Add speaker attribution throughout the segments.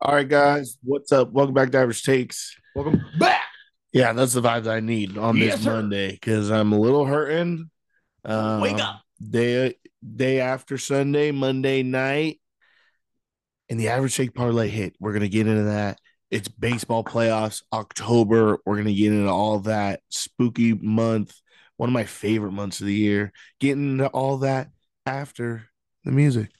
Speaker 1: All right, guys, what's up? Welcome back to Average Takes.
Speaker 2: Welcome back.
Speaker 1: Yeah, that's the vibes I need on
Speaker 2: Yes,
Speaker 1: this
Speaker 2: sir.
Speaker 1: Monday because I'm a little hurting. Um,
Speaker 2: Wake up.
Speaker 1: day day after Sunday, Monday night, and the average shake parlay hit. We're gonna get into that. It's baseball playoffs, October. We're gonna get into all that spooky month, one of my favorite months of the year. Getting into all that after the music.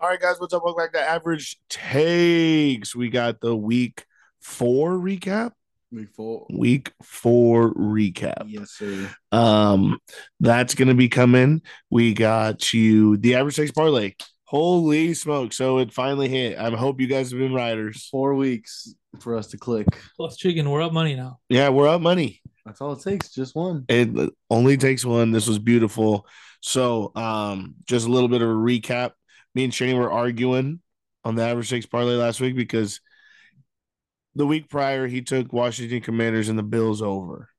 Speaker 1: All right, guys, what's up? Welcome back to Average Takes. We got the week four recap
Speaker 2: Week four.
Speaker 1: week four recap.
Speaker 2: Yes, sir.
Speaker 1: Um, that's gonna be coming. We got you the average takes parlay. Holy smoke! So it finally hit. I hope you guys have been riders.
Speaker 2: Four weeks for us to click.
Speaker 3: plus chicken. We're up money now.
Speaker 1: Yeah, we're up money.
Speaker 2: That's all it takes. Just one.
Speaker 1: It only takes one. This was beautiful. So, um, just a little bit of a recap. Me and Shani were arguing on the average takes parlay last week because the week prior he took Washington Commanders and the Bills over.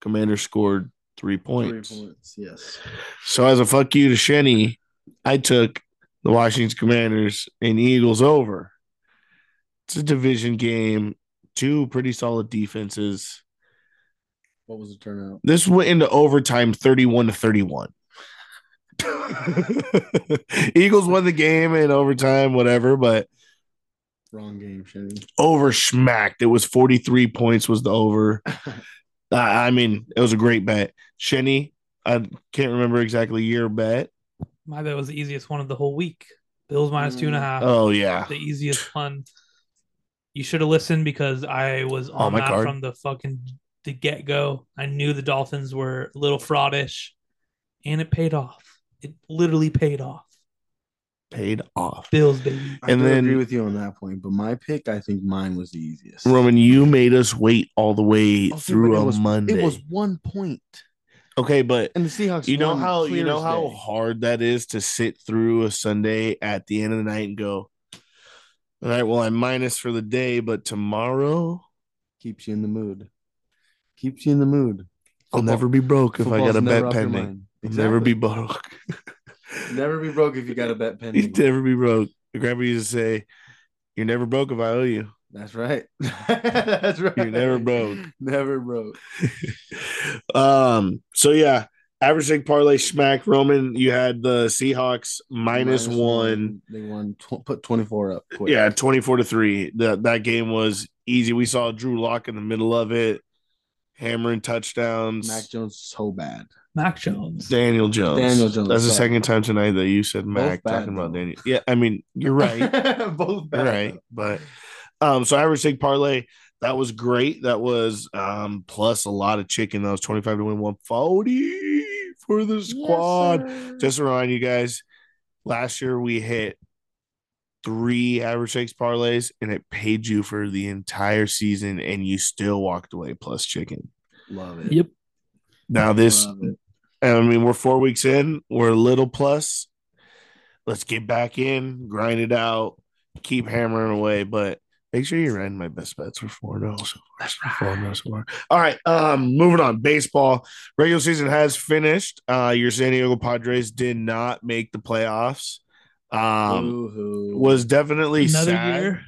Speaker 1: Commander scored three points.
Speaker 2: Three points. Yes.
Speaker 1: So as a fuck you to Shenny, I took the Washington Commanders and Eagles over. It's a division game, two pretty solid defenses.
Speaker 2: What was the turnout?
Speaker 1: This went into overtime 31 to 31. Eagles won the game in overtime, whatever, but
Speaker 2: Wrong game, Shane.
Speaker 1: over smacked. It was 43 points was the over. Uh, I mean, it was a great bet. Shenny, I can't remember exactly your bet.
Speaker 3: My bet was the easiest one of the whole week. Bills minus two and a
Speaker 2: Mm.
Speaker 3: half.
Speaker 1: Oh yeah.
Speaker 3: The easiest one. You should have listened because I was on
Speaker 1: Oh, my
Speaker 3: that
Speaker 1: card.
Speaker 3: from the fucking the get go. I knew the Dolphins were a little fraudish, and it paid off. It literally paid off.
Speaker 1: Paid off.
Speaker 3: Bills, baby.
Speaker 2: I
Speaker 1: And
Speaker 2: do
Speaker 1: then-
Speaker 2: agree with you on that point, but my pick, I think mine was the easiest.
Speaker 1: Roman, you made us wait all the way
Speaker 2: Oh, dude,
Speaker 1: through
Speaker 2: but it
Speaker 1: a
Speaker 2: was-
Speaker 1: Monday.
Speaker 2: It was one point,
Speaker 1: okay, but
Speaker 2: and the Seahawks.
Speaker 1: you know
Speaker 2: won
Speaker 1: how you
Speaker 2: clear
Speaker 1: know
Speaker 2: as
Speaker 1: how
Speaker 2: day.
Speaker 1: hard that is to sit through a Sunday at the end of the night and go, all right, well, I'm minus for the day, but tomorrow
Speaker 2: keeps you in the mood. Keeps you in the mood.
Speaker 1: I'll never be broke if I got a bet pending. I'll Never be broke.
Speaker 2: never be broke if you got a bet
Speaker 1: you
Speaker 2: pending.
Speaker 1: never be broke. Your grandpa used to say, You're never broke if I owe you.
Speaker 2: That's right. That's right.
Speaker 1: never broke.
Speaker 2: Never broke.
Speaker 1: um, so yeah, average league parlay smack. Roman, you had the Seahawks minus, minus one.
Speaker 2: They won. Tw- put twenty four up. Quick.
Speaker 1: Yeah, 24 to 3. That that game was easy. We saw Drew Lock in the middle of it, hammering touchdowns.
Speaker 2: Mac Jones so bad.
Speaker 3: Mac Jones.
Speaker 1: Daniel Jones.
Speaker 2: Daniel Jones,
Speaker 1: That's the
Speaker 2: sorry.
Speaker 1: second time tonight that you said Mac
Speaker 2: bad,
Speaker 1: talking about
Speaker 2: though.
Speaker 1: Daniel. Yeah, I mean, you're right.
Speaker 2: Both
Speaker 1: you're
Speaker 2: bad.
Speaker 1: right. But um, so average take parlay. That was great. That was um plus a lot of chicken. That was 25 to win 140 for the squad. Just to remind you guys, last year we hit three average shakes parlays and it paid you for the entire season and you still walked away plus chicken.
Speaker 2: love it.
Speaker 3: Yep.
Speaker 1: Now this
Speaker 2: Love it.
Speaker 1: I mean we're four weeks in, we're a little plus. Let's get back in, grind it out, keep hammering away, but make sure you're in my best bets for four and oh so far. Four and oh so far. All right. Um moving on. Baseball. Regular season has finished. Uh your San Diego Padres did not make the playoffs. Um
Speaker 2: Boo-hoo.
Speaker 1: was definitely
Speaker 3: Another
Speaker 1: sad.
Speaker 3: year.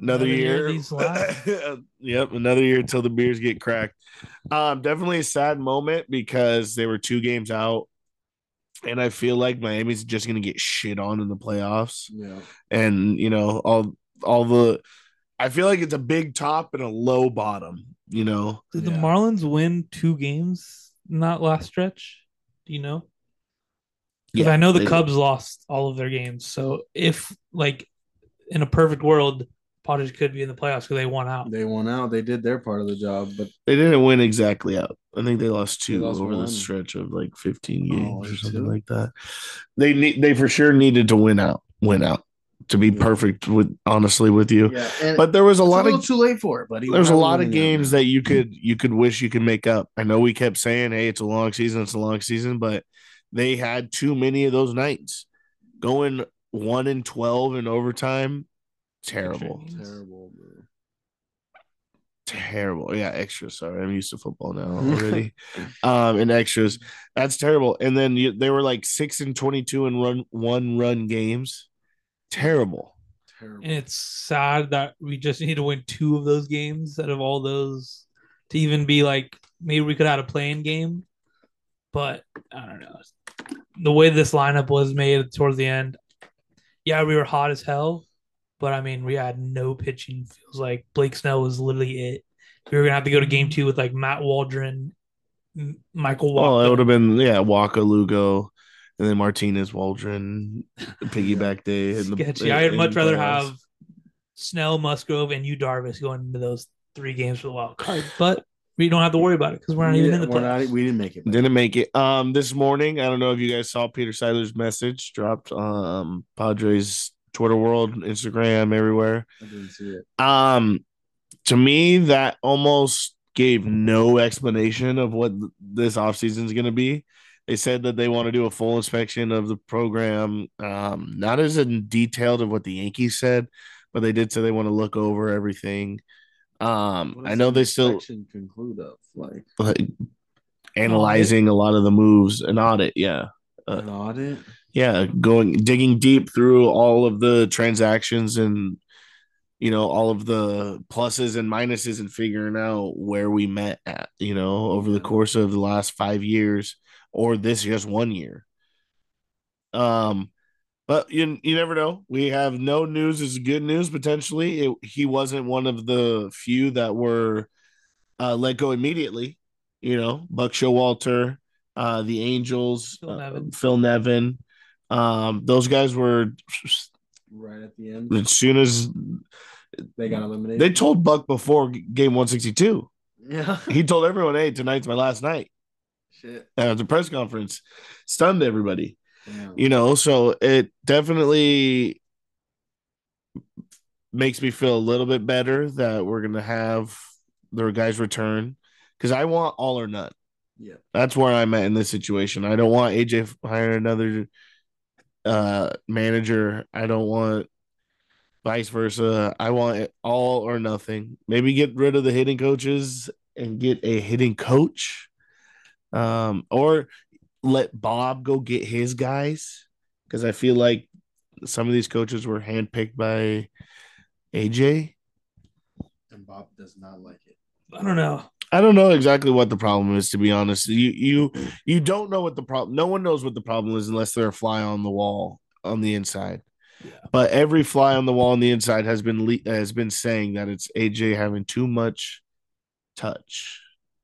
Speaker 1: Another,
Speaker 3: Another year
Speaker 1: year.
Speaker 3: these last.
Speaker 1: yep, another year till the beers get cracked. Um, definitely a sad moment because they were two games out, and I feel like Miami's just gonna get shit on in the playoffs.
Speaker 2: Yeah.
Speaker 1: And you know, all all the, I feel like it's a big top and a low bottom. You know,
Speaker 3: Did the
Speaker 2: Yeah.
Speaker 3: Marlins win two games in that last stretch? Do you know? Because I know the
Speaker 1: they-
Speaker 3: Cubs lost all of their games. So if like in a perfect world, Padres could be in the playoffs because they won out.
Speaker 2: They won out. They did their part of the job, but
Speaker 1: They didn't win exactly out. I think they lost
Speaker 2: They
Speaker 1: two
Speaker 2: lost
Speaker 1: over the
Speaker 2: one.
Speaker 1: stretch of like 15
Speaker 2: Oh,
Speaker 1: games or
Speaker 2: is it
Speaker 1: something
Speaker 2: two?
Speaker 1: like that. They need they for sure needed to win out, win out to be
Speaker 2: Yeah.
Speaker 1: perfect with honestly with you.
Speaker 2: yeah. and
Speaker 1: But there was a
Speaker 2: it's
Speaker 1: lot
Speaker 2: little
Speaker 1: of
Speaker 2: too late for it, buddy.
Speaker 1: there's a lot of games that you could you could wish you could make up. I know we kept saying, "Hey, it's a long season, it's a long season," but they had too many of those nights. Going 1 and 12 in overtime, terrible.
Speaker 3: Terrible.
Speaker 2: terrible. Bro.
Speaker 1: terrible. Yeah, extras. Sorry, I'm used to football now already. um, and extras. That's terrible. And then you, they were like six and twenty-two and run one run games. Terrible.
Speaker 2: Terrible.
Speaker 3: And it's sad that we just need to win two of those games out of all those to even be like maybe we could have had a playing game. But I don't know. The way this lineup was made towards the end, yeah, we were hot as hell. But I mean, we had no pitching. Feels like Blake Snell was literally it. We were gonna have to go to game two with like Matt Waldron, M- Michael Walker.
Speaker 1: Well, it would have been yeah, Waka Lugo, and then Martinez Waldron, piggyback day. in the-
Speaker 3: sketchy. I would
Speaker 1: in
Speaker 3: much
Speaker 1: the
Speaker 3: rather
Speaker 1: playoffs.
Speaker 3: have Snell, Musgrove, and you Darvis going into those three games for the wild card, but we don't have to worry about it because we're not even
Speaker 2: Yeah,
Speaker 3: in the
Speaker 2: we're not- e-,
Speaker 3: playoffs.
Speaker 2: we didn't make it. back.
Speaker 1: Didn't make it. Um, this morning, I don't know if you guys saw Peter Seiler's message dropped. Um, Padres Twitter world, Instagram, everywhere.
Speaker 2: I didn't see it.
Speaker 1: Um, to me, that almost gave no explanation of what th- this offseason is going to be. They said that they want to do a full inspection of the program. Um, not as in detailed of what the Yankees said, but they did say they want to look over everything. Um,
Speaker 2: What
Speaker 1: I
Speaker 2: does
Speaker 1: know
Speaker 2: the
Speaker 1: they still
Speaker 2: inspection Oh, conclude of like
Speaker 1: like analyzing a lot of the moves, an audit, yeah. Uh,
Speaker 2: an audit.
Speaker 1: yeah going digging deep through all of the transactions and you know all of the pluses and minuses and figuring out where we met at you know over the course of the last five years or this just one year um but you you never know we have no news is good news potentially it, he wasn't one of the few that were uh let go immediately you know buck showalter uh the angels
Speaker 3: Phil
Speaker 1: uh,
Speaker 3: Nevin.
Speaker 1: phil nevin um, those guys were
Speaker 2: Right at the end,
Speaker 1: as soon as
Speaker 2: they got eliminated.
Speaker 1: they told Buck before game 162.
Speaker 2: yeah,
Speaker 1: He told everyone, "Hey, tonight's my last night."
Speaker 2: shit.
Speaker 1: At the press conference, stunned everybody.
Speaker 2: Damn.
Speaker 1: You know, so it definitely makes me feel a little bit better that we're gonna have their guys return because I want all or none.
Speaker 2: yeah,
Speaker 1: That's where I'm at in this situation. I don't want AJ hire another uh manager. I don't want vice versa. I want it all or nothing. Maybe get rid of the hitting coaches and get a hitting coach. Um, or let Bob go get his guys. Cause I feel like some of these coaches were handpicked by AJ.
Speaker 2: and Bob does not like it.
Speaker 3: I don't know.
Speaker 1: I don't know exactly what the problem is, to be honest. You you you don't know what the problem. No one knows what the problem is unless they're a fly on the wall on the inside. But every fly on the wall on the inside has been le- has been saying that it's AJ having too much touch,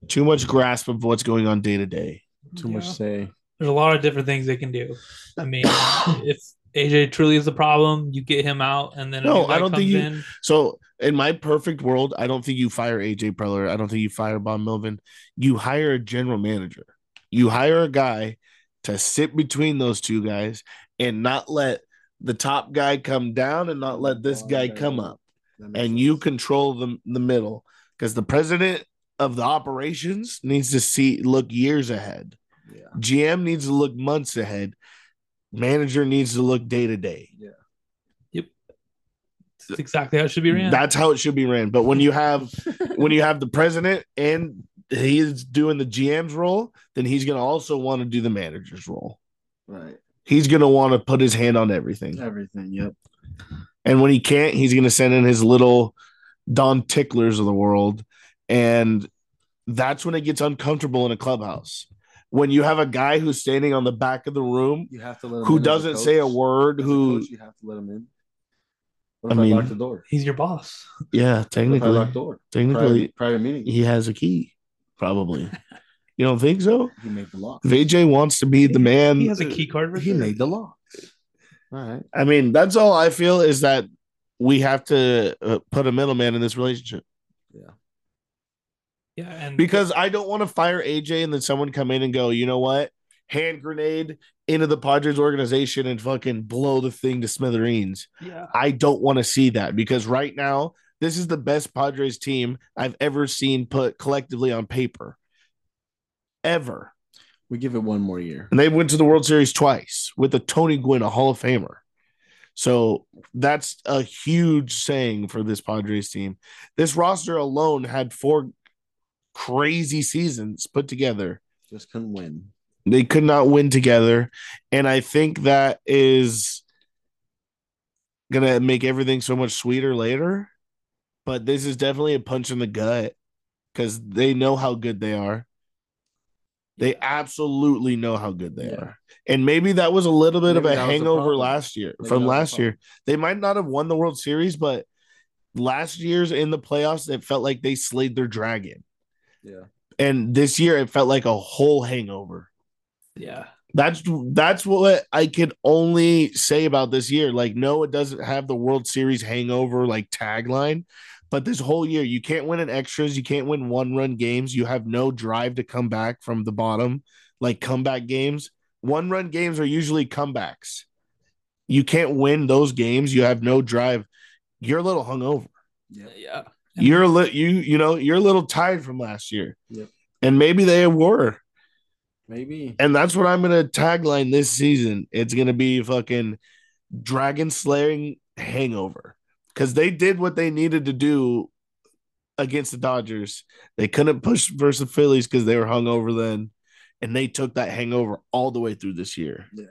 Speaker 1: too much grasp of what's going on day to day.
Speaker 2: Too
Speaker 3: Yeah.
Speaker 2: much say.
Speaker 3: There's a lot of different things they can do. I mean, if AJ truly is the problem, you get him out, and then a
Speaker 1: No,
Speaker 3: new guy
Speaker 1: I don't think
Speaker 3: comes
Speaker 1: you-
Speaker 3: in.
Speaker 1: So in my perfect world, I don't think you fire AJ Preller. I don't think you fire Bob Melvin. You hire a general manager. You hire a guy to sit between those two guys and not let the top guy come down and not let this guy come up.
Speaker 2: That makes
Speaker 1: And you
Speaker 2: sense.
Speaker 1: control the the middle because the president of the operations needs to see look years ahead.
Speaker 2: Yeah.
Speaker 1: GM needs to look months ahead. Manager needs to look day to day.
Speaker 3: That's exactly how it should be ran.
Speaker 1: That's how it should be ran. But when you have when you have the president and he's doing the GM's role, then he's gonna also want to do the manager's role.
Speaker 2: Right.
Speaker 1: He's gonna want to put his hand on everything.
Speaker 2: Everything. Yep.
Speaker 1: And when he can't, he's gonna send in his little Don Ticklers of the world. And that's when it gets uncomfortable in a clubhouse. When you have a guy who's standing on the back of the room
Speaker 2: You have to let him
Speaker 1: who
Speaker 2: in as a
Speaker 1: doesn't say a
Speaker 2: coach.
Speaker 1: word,
Speaker 2: As a
Speaker 1: who
Speaker 2: coach, you have to let him in. What if
Speaker 1: I
Speaker 2: I,
Speaker 1: mean,
Speaker 2: lock the door?
Speaker 3: He's your boss.
Speaker 1: yeah,
Speaker 2: What if I
Speaker 1: technically
Speaker 2: lock door?
Speaker 1: technically
Speaker 2: Private, private meeting.
Speaker 1: he has a key, probably. You don't think so?
Speaker 2: He made the lock.
Speaker 1: VJ wants to be the man.
Speaker 3: He has a key card.
Speaker 2: He
Speaker 3: reserved.
Speaker 2: made the lock. All right.
Speaker 1: I mean, that's all I feel is that we have to uh, put a middleman in this relationship
Speaker 3: yeah, and
Speaker 1: because I don't want to fire AJ and then someone come in and go, you know what, hand grenade into the Padres organization and fucking blow the thing to smithereens.
Speaker 3: yeah,
Speaker 1: I don't want to see that because right now this is the best Padres team I've ever seen put collectively on paper, ever.
Speaker 2: We give it one more year.
Speaker 1: And they went to the World Series twice with a Tony Gwynn, a Hall of Famer. So that's a huge saying for this Padres team. This roster alone had four crazy seasons put together
Speaker 2: Just couldn't win.
Speaker 1: they could not win together and i think that is gonna make everything so much sweeter later but this is definitely a punch in the gut because they know how good they are they absolutely know how good they
Speaker 2: Yeah.
Speaker 1: are and maybe that was a little bit of
Speaker 2: Maybe
Speaker 1: a
Speaker 2: that was the
Speaker 1: hangover
Speaker 2: problem.
Speaker 1: last year
Speaker 2: Maybe
Speaker 1: from
Speaker 2: that was the
Speaker 1: last year they might not have won the world series but last year's in the playoffs it felt like they slayed their dragon
Speaker 2: Yeah.
Speaker 1: and this year it felt like a whole hangover
Speaker 3: Yeah.
Speaker 1: that's that's what I can only say about this year. Like, no, it doesn't have the World Series hangover like tagline, but this whole year you can't win in extras, you can't win one run games, you have no drive to come back from the bottom, like comeback games. One run games are usually comebacks. You can't win those games. You have no drive. You're a little hungover.
Speaker 2: Yeah.
Speaker 3: Yeah. And-
Speaker 1: You're a li- you you know you're a little tired from last year.
Speaker 2: Yep.
Speaker 1: And maybe they were.
Speaker 2: Maybe.
Speaker 1: And that's what I'm gonna tagline this season. It's gonna be fucking dragon slaying hangover. Cause they did what they needed to do against the Dodgers. They couldn't push versus the Phillies because they were hungover then. And they took that hangover all the way through this year.
Speaker 2: Yeah.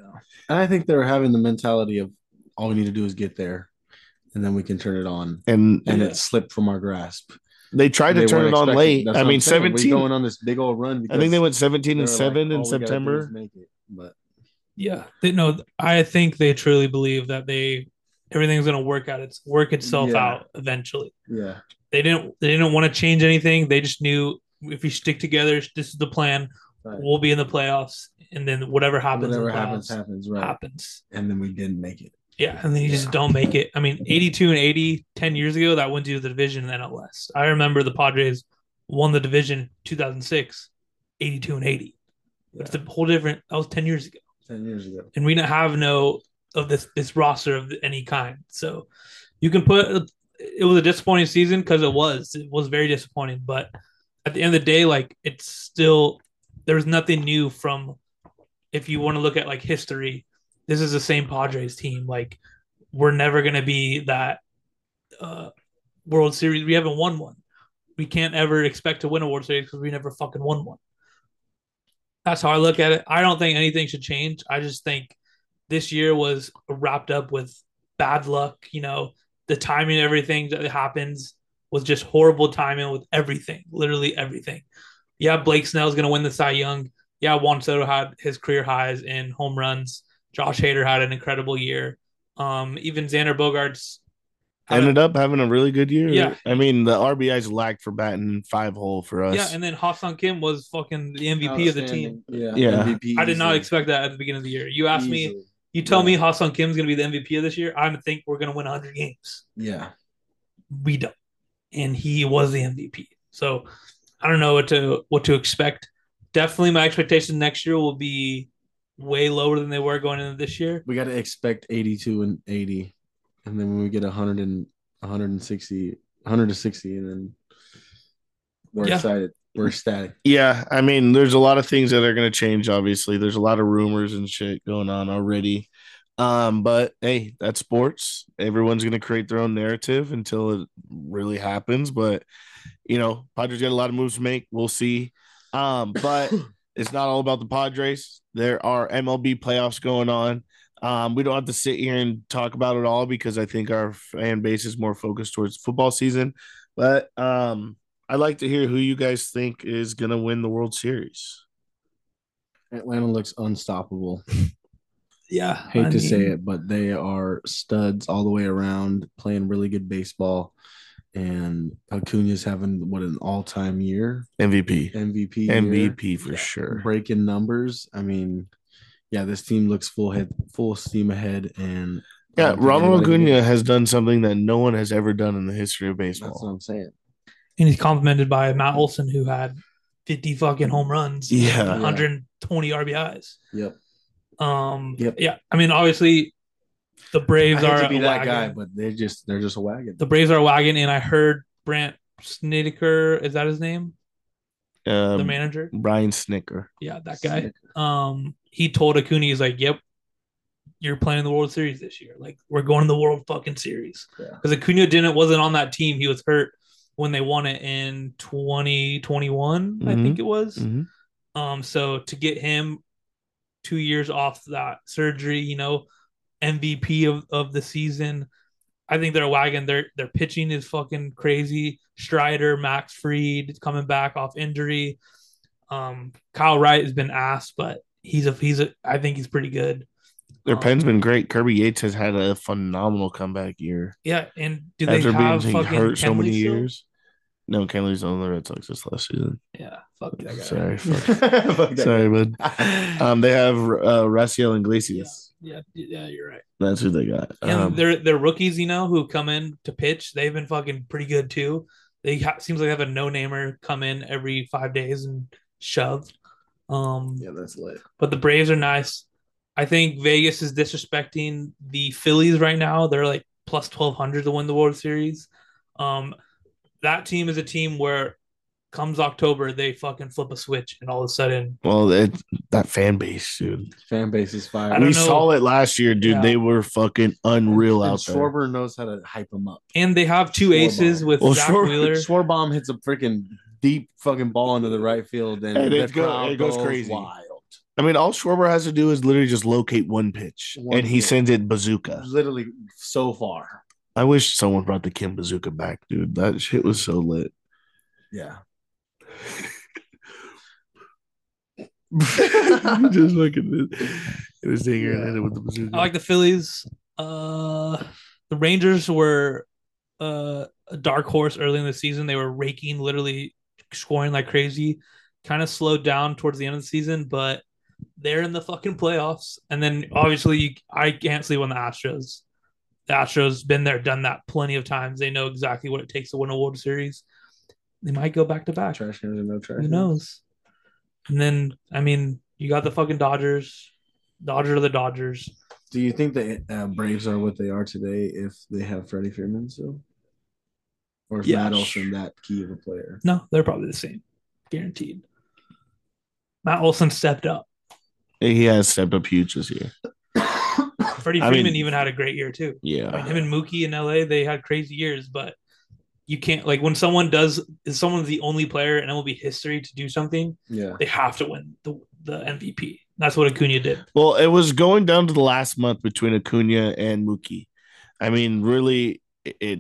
Speaker 2: And I think they're having the mentality of all we need to do is get there and then we can turn it on.
Speaker 1: And
Speaker 2: And
Speaker 3: Yeah.
Speaker 2: it slipped from our grasp.
Speaker 1: they tried to
Speaker 2: They
Speaker 1: turn
Speaker 2: weren't
Speaker 1: it on
Speaker 2: expecting-
Speaker 1: late.
Speaker 2: that's
Speaker 1: I
Speaker 2: what
Speaker 1: mean,
Speaker 2: I'm saying. We're
Speaker 1: 17.
Speaker 2: going on this big old run.
Speaker 1: I think they went
Speaker 2: they
Speaker 1: 17
Speaker 2: were
Speaker 1: and
Speaker 2: like,
Speaker 1: 7
Speaker 2: all
Speaker 1: in
Speaker 2: we gotta do is
Speaker 1: September.
Speaker 2: make it. But
Speaker 3: Yeah. They, no, I think they truly believe that they everything's gonna work out. It's work itself
Speaker 2: Yeah.
Speaker 3: out eventually.
Speaker 2: yeah,
Speaker 3: They didn't they didn't want to change anything. They just knew if we stick together, this is the plan.
Speaker 2: right.
Speaker 3: We'll be in the playoffs, and then whatever happens, in
Speaker 2: whatever
Speaker 3: the playoffs
Speaker 2: happens, happens, right?
Speaker 3: happens.
Speaker 2: And then we didn't make it.
Speaker 3: Yeah, and then you just
Speaker 2: Yeah.
Speaker 3: don't make it. I mean, 82 and 80, 10 years ago, that went to the division in the NL West. I remember the Padres won the division 2006, 82 and 80. It's a whole different. That was 10 years ago,
Speaker 2: Ten years ago.
Speaker 3: and we didn't have no of this this roster of any kind. So you can put it was a disappointing season because it was it was very disappointing. But at the end of the day, like it's still there's nothing new from if you want to look at like history. This is the same Padres team. Like we're never gonna be that uh, World Series. We haven't won one. We can't ever expect to win a World Series because we never fucking won one. That's how I look at it. I don't think anything should change. I just think this year was wrapped up with bad luck. You know, the timing of everything that happens was just horrible timing with everything, literally everything. Yeah, Blake Snell's going to win the Cy Young. Yeah, Juan Soto had his career highs in home runs. Josh Hader had an incredible year. Um, even Xander Bogarts had a-
Speaker 1: Ended up having a really good year.
Speaker 3: Yeah.
Speaker 1: I mean, the RBIs lacked for batting five hole for us.
Speaker 3: Yeah, and then Hassan Kim was fucking the MVP of the team.
Speaker 2: Yeah.
Speaker 1: Yeah.
Speaker 2: MVP
Speaker 3: I did not
Speaker 2: easily.
Speaker 3: expect that at the beginning of the year. You asked me,
Speaker 2: Easily.
Speaker 3: you tell
Speaker 2: Yeah.
Speaker 3: me Hassan Kim's going to be the MVP of this year. I think we're going to win 100 games.
Speaker 2: Yeah.
Speaker 3: We don't, and he was the MVP. So I don't know what to what to expect. Definitely, my expectations next year will be way lower than they were going into this year.
Speaker 2: We got to expect 82 and 80. And then when we get 100 and 160, 160, and then we're
Speaker 3: Yeah.
Speaker 2: excited. We're ecstatic.
Speaker 1: Yeah, I mean, there's a lot of things that are going to change. Obviously, there's a lot of rumors and shit going on already. Um, but hey, that's sports. Everyone's going to create their own narrative until it really happens. But you know, Padres got a lot of moves to make. We'll see. Um, but it's not all about the Padres. There are MLB playoffs going on. Um, we don't have to sit here and talk about it all because I think our fan base is more focused towards football season. But um, I'd like to hear who you guys think is going to win the World Series.
Speaker 2: Atlanta looks unstoppable.
Speaker 3: Yeah,
Speaker 2: Hate to say it, but they are studs all the way around, playing really good baseball. And Acuna's having what an all-time year
Speaker 1: MVP.
Speaker 2: MVP. year.
Speaker 1: MVP for sure.
Speaker 2: breaking numbers. I mean, yeah, this team looks full head, full steam ahead, and uh, I
Speaker 1: Yeah,
Speaker 2: don't think
Speaker 1: Ronald
Speaker 2: anybody can
Speaker 1: Acuna
Speaker 2: get-
Speaker 1: has done something that no one has ever done in the history of
Speaker 2: That's what
Speaker 1: baseball.
Speaker 2: I'm saying.
Speaker 3: and he's complimented by Matt Olson, who had 50 fucking home runs,
Speaker 1: Yeah.
Speaker 3: 120 RBIs.
Speaker 2: Yep.
Speaker 3: Um.
Speaker 2: Yep.
Speaker 3: Yeah. I mean, obviously, the Braves
Speaker 2: I hate
Speaker 3: are
Speaker 2: to be
Speaker 3: a
Speaker 2: that
Speaker 3: wagon.
Speaker 2: guy, but they're just they're just a wagon.
Speaker 3: the Braves are a wagon, and I heard Brant Snedeker. Is that his name? the
Speaker 1: Um,
Speaker 3: manager.
Speaker 1: Brian Snicker.
Speaker 3: Yeah, that guy. Um, he told Acuna, he's like, "Yep, you're playing in the World Series this year. Like we're going to the World fucking Series
Speaker 2: Yeah.
Speaker 3: because Acuna didn't wasn't on that team. He was hurt when they won it in 2021, I think it was.
Speaker 1: Mhm.
Speaker 3: Um, so to get him two years off that surgery, you know, MVP of, of the season, I think they're wagging their their pitching is fucking crazy. Strider, Max Freed coming back off injury. Um, Kyle Wright has been asked, but he's a he's a I think he's pretty good.
Speaker 1: Their
Speaker 3: Um,
Speaker 1: pen's been great. Kirby Yates has had a phenomenal comeback year
Speaker 3: Yeah, and do they
Speaker 1: after being
Speaker 3: have fucking
Speaker 1: hurt so
Speaker 3: Kenley
Speaker 1: many
Speaker 3: still?
Speaker 1: years. No, Kenley's on the Red Sox this last season.
Speaker 3: Yeah, fuck that guy.
Speaker 1: Sorry, fuck.
Speaker 2: Fuck that.
Speaker 1: sorry, bud. Um, they have uh, Raciel Iglesias.
Speaker 3: Yeah, yeah, you're right.
Speaker 1: That's who they got.
Speaker 3: And
Speaker 1: Um,
Speaker 3: they're they're rookies, you know, who come in to pitch. They've been fucking pretty good too. They ha- seems like they have a no namer come in every five days and shove. Um,
Speaker 2: Yeah, that's lit.
Speaker 3: but the Braves are nice. I think Vegas is disrespecting the Phillies right now. They're like plus twelve hundred to win the World Series. Um, that team is a team where comes October they fucking flip a switch and all of a sudden
Speaker 1: well, it, that fan base, dude.
Speaker 2: Fan base is fire.
Speaker 3: I
Speaker 1: We
Speaker 3: don't know.
Speaker 1: saw it last year, dude.
Speaker 3: Yeah.
Speaker 1: They were fucking unreal
Speaker 2: And
Speaker 1: out there.
Speaker 2: Schwarber knows how to hype him up.
Speaker 3: and they have two
Speaker 2: Schwarber.
Speaker 3: aces with
Speaker 1: Well,
Speaker 3: Zach
Speaker 1: Schwar-
Speaker 3: Wheeler.
Speaker 2: Schwarbaum hits a freaking deep fucking ball into the right field, and
Speaker 1: And
Speaker 2: the
Speaker 1: it go-
Speaker 2: crowd
Speaker 1: it goes crazy.
Speaker 2: wild.
Speaker 1: I mean, all Schwarber has to do is literally just locate one pitch,
Speaker 2: One
Speaker 1: and he
Speaker 2: pitch.
Speaker 1: sends it bazooka.
Speaker 2: Literally so far.
Speaker 1: I wish someone brought the Kim bazooka back, dude. That shit was so lit.
Speaker 2: Yeah.
Speaker 1: just fucking it was dinger and hit it with the bazooka.
Speaker 3: Oh, I like the Phillies. Uh, the Rangers were uh, a dark horse early in the season. They were raking, literally scoring like crazy. Kind of slowed down towards the end of the season, but they're in the fucking playoffs. And then obviously, you, I can't sleep on the Astros. The Astros been there, done that plenty of times. They know exactly what it takes to win a World Series. They might go back to back.
Speaker 2: Trash cans and no trash.
Speaker 3: Who
Speaker 2: cans.
Speaker 3: knows? And then, I mean, you got the fucking Dodgers. Dodgers are the Dodgers.
Speaker 2: Do you think the uh, Braves are what they are today if they have Freddie Freeman still? Or is
Speaker 3: Yeah,
Speaker 2: Matt
Speaker 3: sure.
Speaker 2: Olson that key of a player?
Speaker 3: No, they're probably the same. Guaranteed. Matt Olson stepped up.
Speaker 1: he has stepped up huge this year.
Speaker 3: Freddie
Speaker 1: I mean-
Speaker 3: Freeman even had a great year too. I mean,
Speaker 1: Yeah.
Speaker 3: him and Mookie in LA, they had crazy years, but you can't like when someone does is someone's the only player in MLB history to do something,
Speaker 2: Yeah.
Speaker 3: they have to win the, the MVP. That's what Acuna did.
Speaker 1: Well, it was going down to the last month between Acuna and Mookie. I mean, really, it, it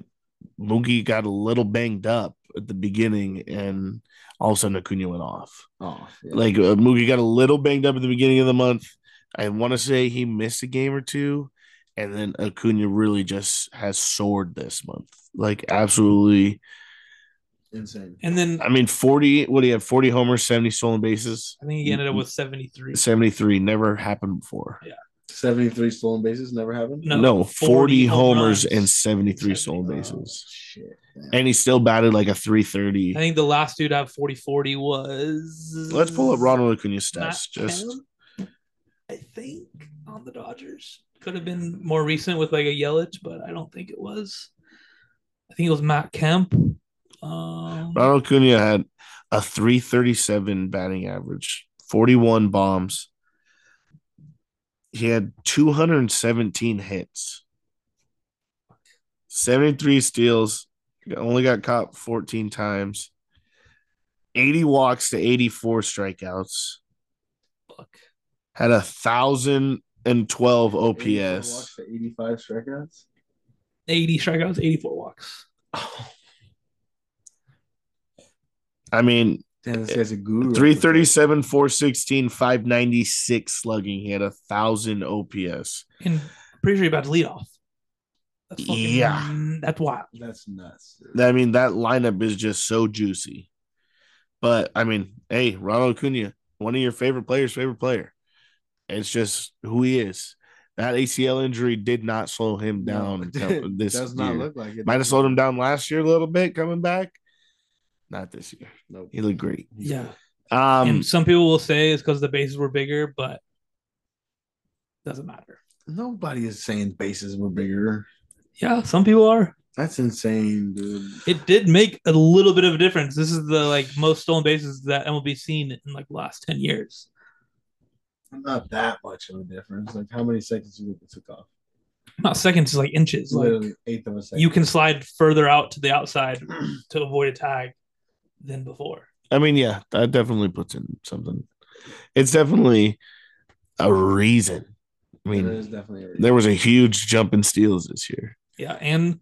Speaker 1: Mookie got a little banged up at the beginning, and all of a sudden Acuna went off.
Speaker 2: Oh, yeah.
Speaker 1: Like uh, Mookie got a little banged up at the beginning of the month. I want to say he missed a game or two, and then Acuna really just has soared this month. Like absolutely.
Speaker 2: insane.
Speaker 3: And then I
Speaker 1: I mean, forty. What do you have? Forty homers, seventy stolen bases,
Speaker 3: think he ended up with 73.
Speaker 1: seventy-three. Never happened before.
Speaker 2: 73 stolen bases never happened? Oh,
Speaker 1: No, 40, homers and 73 stolen bases.
Speaker 2: Shit.
Speaker 1: And he still batted like a
Speaker 3: I
Speaker 1: 330.
Speaker 3: think the last dude to have 40 40 was.
Speaker 1: Let's pull up Ronald Acuna's
Speaker 3: Matt
Speaker 1: stats. Just
Speaker 3: Kemp, I think on the Dodgers could have been more recent with like a Yelich, but I don't think it was. I think it was Matt Kemp. Um,
Speaker 1: Ronald Acuna had a 337 batting average, 41 bombs. He had 217 hits, 73 steals, only got caught 14 times, 80 walks to 84 strikeouts.
Speaker 3: fuck.
Speaker 1: had a thousand and twelve
Speaker 2: 84
Speaker 1: OPS.
Speaker 2: walks to 85 strikeouts.
Speaker 3: eighty strikeouts, eighty-four walks.
Speaker 1: I mean,
Speaker 2: Damn, this guy's a guru.
Speaker 1: 337, 416, 596 slugging. He had a thousand OPS.
Speaker 3: And I'm pretty sure you're about to lead off. That's fucking,
Speaker 1: Yeah.
Speaker 3: that's wild.
Speaker 2: That's nuts. dude.
Speaker 1: I mean, that lineup is just so juicy. But I mean, hey, Ronald Acuna, one of your favorite players, favorite player. It's just who he is. That ACL injury did not slow him down.
Speaker 2: No,
Speaker 1: this
Speaker 2: does not
Speaker 1: year.
Speaker 2: look like it.
Speaker 1: Might have slowed him down last year a little bit coming back. Not this year.
Speaker 2: Nope.
Speaker 1: He looked great.
Speaker 3: Yeah.
Speaker 1: Um,
Speaker 3: and some people will say it's because the bases were bigger, but doesn't matter.
Speaker 2: Nobody is saying bases were bigger.
Speaker 3: Yeah, some people are.
Speaker 2: That's insane, dude.
Speaker 3: It did make a little bit of a difference. This is the like most stolen bases that MLB seen in like the last ten years.
Speaker 2: Not that much of a difference. Like how many seconds do you think it took off?
Speaker 3: Not seconds, like inches.
Speaker 2: It's
Speaker 3: Like
Speaker 2: literally eighth of a second.
Speaker 3: you can slide further out to the outside to avoid a tag than before.
Speaker 1: I mean, yeah, that definitely puts in something. It's definitely a reason. I
Speaker 2: There
Speaker 1: mean,
Speaker 2: is definitely a reason.
Speaker 1: there was a huge jump in steals this year.
Speaker 3: Yeah, and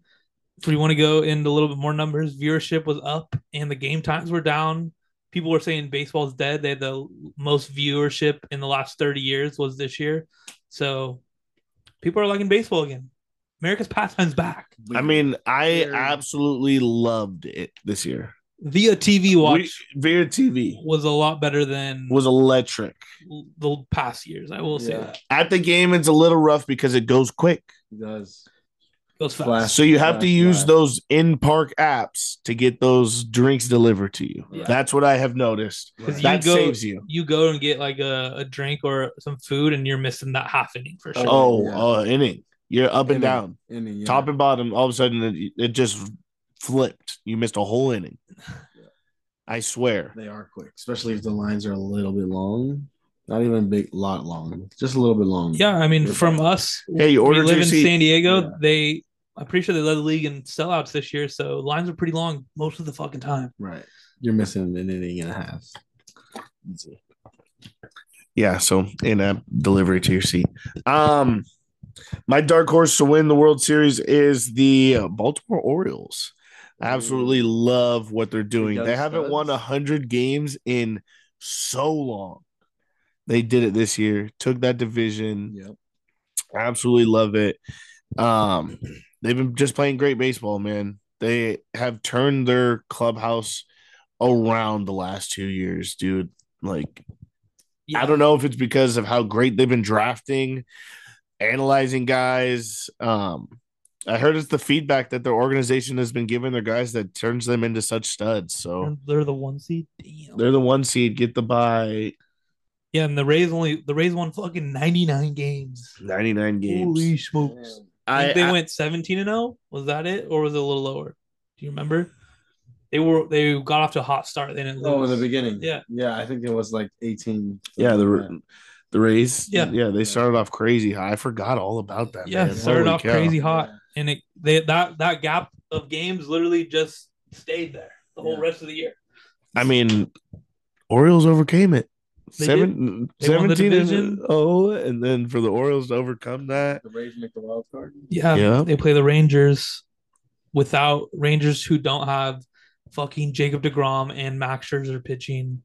Speaker 3: if we want to go into a little bit more numbers, viewership was up and the game times were down. People were saying baseball's dead. They had the most viewership in the last 30 years was this year. So people are liking baseball again. America's pastime's back
Speaker 1: I mean, I
Speaker 2: Very-
Speaker 1: absolutely loved it this year.
Speaker 3: via TV watch.
Speaker 1: We- Vera TV
Speaker 3: was a lot better than
Speaker 1: was electric.
Speaker 3: the past years. I will say
Speaker 2: Yeah.
Speaker 3: that it
Speaker 1: At the game, it's a little rough because it goes quick.
Speaker 2: It does.
Speaker 3: goes fast.
Speaker 2: Flash.
Speaker 1: So you have to
Speaker 2: Right,
Speaker 1: use
Speaker 2: right.
Speaker 1: those in park apps to get those drinks delivered to you.
Speaker 3: Yeah.
Speaker 1: That's what I have noticed.
Speaker 3: 'Cause
Speaker 2: Right.
Speaker 3: you
Speaker 1: That
Speaker 3: go-
Speaker 1: saves you.
Speaker 3: You go and get like a, a drink or some food, and you're missing that half inning for sure.
Speaker 1: Oh,
Speaker 2: Yeah.
Speaker 1: uh, inning. You're up
Speaker 2: Inning.
Speaker 1: and down,
Speaker 2: Any, yeah.
Speaker 1: top and bottom. All of a sudden, it, it just flipped. You missed a whole inning. I swear.
Speaker 2: They are quick, especially if the lines are a little bit long. Not even a big lot long, just a little bit long.
Speaker 3: Yeah, I mean,
Speaker 2: You're
Speaker 3: from
Speaker 2: fine.
Speaker 3: us,
Speaker 1: Hey, you
Speaker 3: we
Speaker 1: ordered
Speaker 3: live
Speaker 1: your
Speaker 3: in
Speaker 1: seat.
Speaker 3: San Diego.
Speaker 2: Yeah.
Speaker 3: They, I'm pretty sure they led the league in sellouts this year, so lines are pretty long most of the fucking time.
Speaker 2: Right. You're missing an inning and a half. Easy.
Speaker 1: yeah, so in app delivery to your seat. Um, my dark horse to win the World Series is the Baltimore Orioles. I absolutely love what they're doing.
Speaker 2: done
Speaker 1: They haven't won
Speaker 2: studs?
Speaker 1: won hundred games in so long. They did it this year. Took that division.
Speaker 2: Yep.
Speaker 1: I absolutely love it. Um, they've been just playing great baseball, man. They have turned their clubhouse around the last two years, dude. Like, I don't know if it's because of how great they've been drafting, analyzing guys. Um, I heard it's the feedback that their organization has been giving their guys that turns them into such studs. So
Speaker 3: They're the one seed. Damn.
Speaker 1: they're the one seed, get the buy
Speaker 3: yeah, and the Rays only the Rays won fucking 99 games.
Speaker 1: 99 games.
Speaker 3: Holy smokes! I
Speaker 1: I,
Speaker 3: think they
Speaker 1: I-
Speaker 3: went 17 and 0. Was that it, or was it a little lower? Do you remember? They were they got off to a hot start. They didn't lose.
Speaker 2: Oh, in the beginning.
Speaker 3: Yeah.
Speaker 2: Yeah. I think it was like 18.
Speaker 1: yeah, the the Rays.
Speaker 3: Yeah.
Speaker 1: Yeah, they started off crazy high. I forgot all about that.
Speaker 3: yeah,
Speaker 1: man.
Speaker 3: started
Speaker 1: Holy
Speaker 3: off
Speaker 1: cow.
Speaker 3: crazy hot, and it they that that gap of games literally just stayed there the whole
Speaker 2: Yeah.
Speaker 3: rest of the year.
Speaker 1: I mean, Orioles overcame it.
Speaker 3: They
Speaker 1: Seven,
Speaker 3: They won the
Speaker 1: 17 and
Speaker 3: division.
Speaker 1: oh, and then for the Orioles to overcome that.
Speaker 2: The Rays make the wild card.
Speaker 3: Yeah,
Speaker 1: Yeah.
Speaker 3: they play the Rangers without Rangers who don't have fucking Jacob Degrom and Max Scherzer pitching.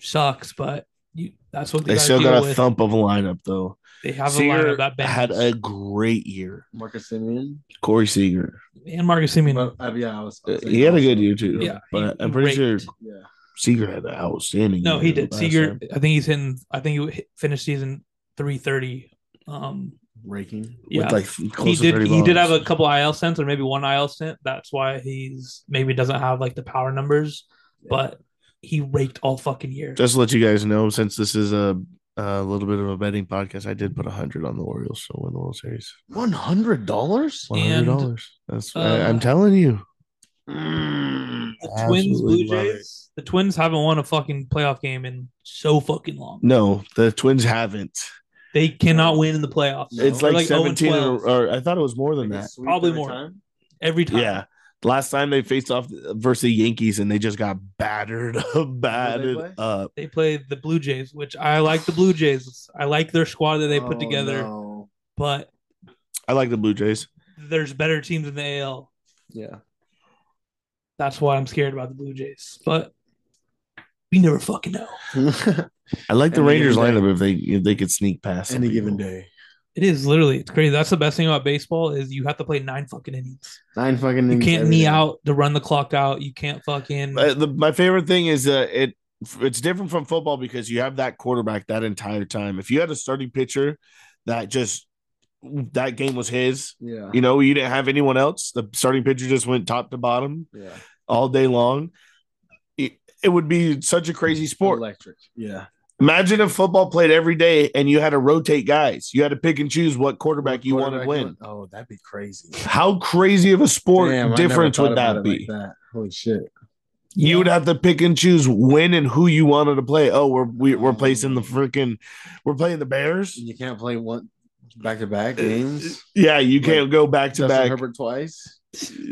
Speaker 3: Sucks, but you, that's what
Speaker 1: They
Speaker 3: they, gotta
Speaker 1: still
Speaker 3: deal
Speaker 1: got a
Speaker 3: with.
Speaker 1: thump of a lineup though.
Speaker 3: They have a
Speaker 1: Seager
Speaker 3: lineup that bangs.
Speaker 1: had a great year.
Speaker 2: Marcus Simeon.
Speaker 1: Corey Seager,
Speaker 3: and Marcus Simeon.
Speaker 2: But, uh, yeah, I was. I
Speaker 1: Uh,
Speaker 2: was
Speaker 1: he had a good
Speaker 2: also-
Speaker 1: year too.
Speaker 3: Yeah,
Speaker 1: but
Speaker 3: he
Speaker 1: I'm pretty
Speaker 3: raked.
Speaker 1: sure
Speaker 2: Yeah.
Speaker 1: Seager had an outstanding.
Speaker 3: No, he
Speaker 1: year
Speaker 3: did.
Speaker 1: last
Speaker 3: Seager,
Speaker 1: time.
Speaker 3: I think he's hitting. I think he hit- finished season three thirty. Um,
Speaker 2: Raking.
Speaker 3: yeah,
Speaker 1: with like close
Speaker 3: he
Speaker 1: to
Speaker 3: did.
Speaker 1: 30
Speaker 3: He did have
Speaker 1: bombs.
Speaker 3: a couple IL cents or maybe one IL cent. That's why he's maybe doesn't have like the power numbers, but he raked all fucking year.
Speaker 1: Just to let you guys know, since this is a, a little bit of a betting podcast, I did put hundred on the Orioles to win the World Series.
Speaker 2: One hundred dollars.
Speaker 1: One hundred dollars. That's I,
Speaker 3: uh,
Speaker 1: I'm telling you. Mm.
Speaker 3: the Twins, Blue
Speaker 1: absolutely love it.
Speaker 3: Jays. The Twins haven't won a fucking playoff game in so fucking long.
Speaker 1: No, the Twins haven't.
Speaker 3: They cannot win in the playoffs.
Speaker 2: No.
Speaker 1: It's
Speaker 3: They're
Speaker 1: like,
Speaker 3: oh and
Speaker 1: seventeen, or,
Speaker 3: 12
Speaker 1: or I thought it was more than that.
Speaker 3: Probably more. every time.
Speaker 1: Yeah, last time they faced off versus the Yankees, and they just got battered up,
Speaker 2: play?
Speaker 1: battered up.
Speaker 3: They played the Blue Jays, which I like the Blue Jays. I like their squad that they
Speaker 2: Oh,
Speaker 1: Oh,
Speaker 3: put together, but
Speaker 1: I like the Blue Jays.
Speaker 3: there's better teams in the AL.
Speaker 2: Yeah.
Speaker 3: That's why I'm scared about the Blue Jays. But we never fucking know.
Speaker 1: I like the
Speaker 2: Any
Speaker 1: Rangers
Speaker 2: given day.
Speaker 1: lineup if they if they could sneak past some
Speaker 2: Any given
Speaker 1: people.
Speaker 2: day.
Speaker 3: It is literally it's crazy. That's the best thing about baseball is you have to play nine fucking innings.
Speaker 2: Nine fucking.
Speaker 3: You
Speaker 2: innings
Speaker 3: can't
Speaker 2: every
Speaker 3: knee
Speaker 2: day.
Speaker 3: out to run the clock out. You can't fucking
Speaker 1: Uh, the, my favorite thing is uh, it it's different from football because you have that quarterback that entire time. If you had a starting pitcher that just that game was his,
Speaker 2: Yeah.
Speaker 1: you know, you didn't have anyone else. The starting pitcher just went top to bottom
Speaker 2: Yeah.
Speaker 1: all day long. It, it would be such a crazy sport.
Speaker 2: Electric. Yeah.
Speaker 1: Imagine if football played every day and you had to rotate guys. You had to pick and choose what quarterback you wanted to
Speaker 2: Quarterback
Speaker 1: win.
Speaker 2: Oh, that'd be crazy.
Speaker 1: How crazy of a sport
Speaker 2: Damn, I never
Speaker 1: difference
Speaker 2: thought
Speaker 1: would
Speaker 2: about
Speaker 1: that
Speaker 2: it like
Speaker 1: be?
Speaker 2: that. Holy shit.
Speaker 1: You would have to pick and choose when and who you wanted to play. Oh, we're we, we're
Speaker 2: Oh.
Speaker 1: placing the freaking, we're playing the Bears.
Speaker 2: You can't play one back to back games.
Speaker 1: Yeah, you can't go back to
Speaker 2: Justin
Speaker 1: back.
Speaker 2: Herbert twice.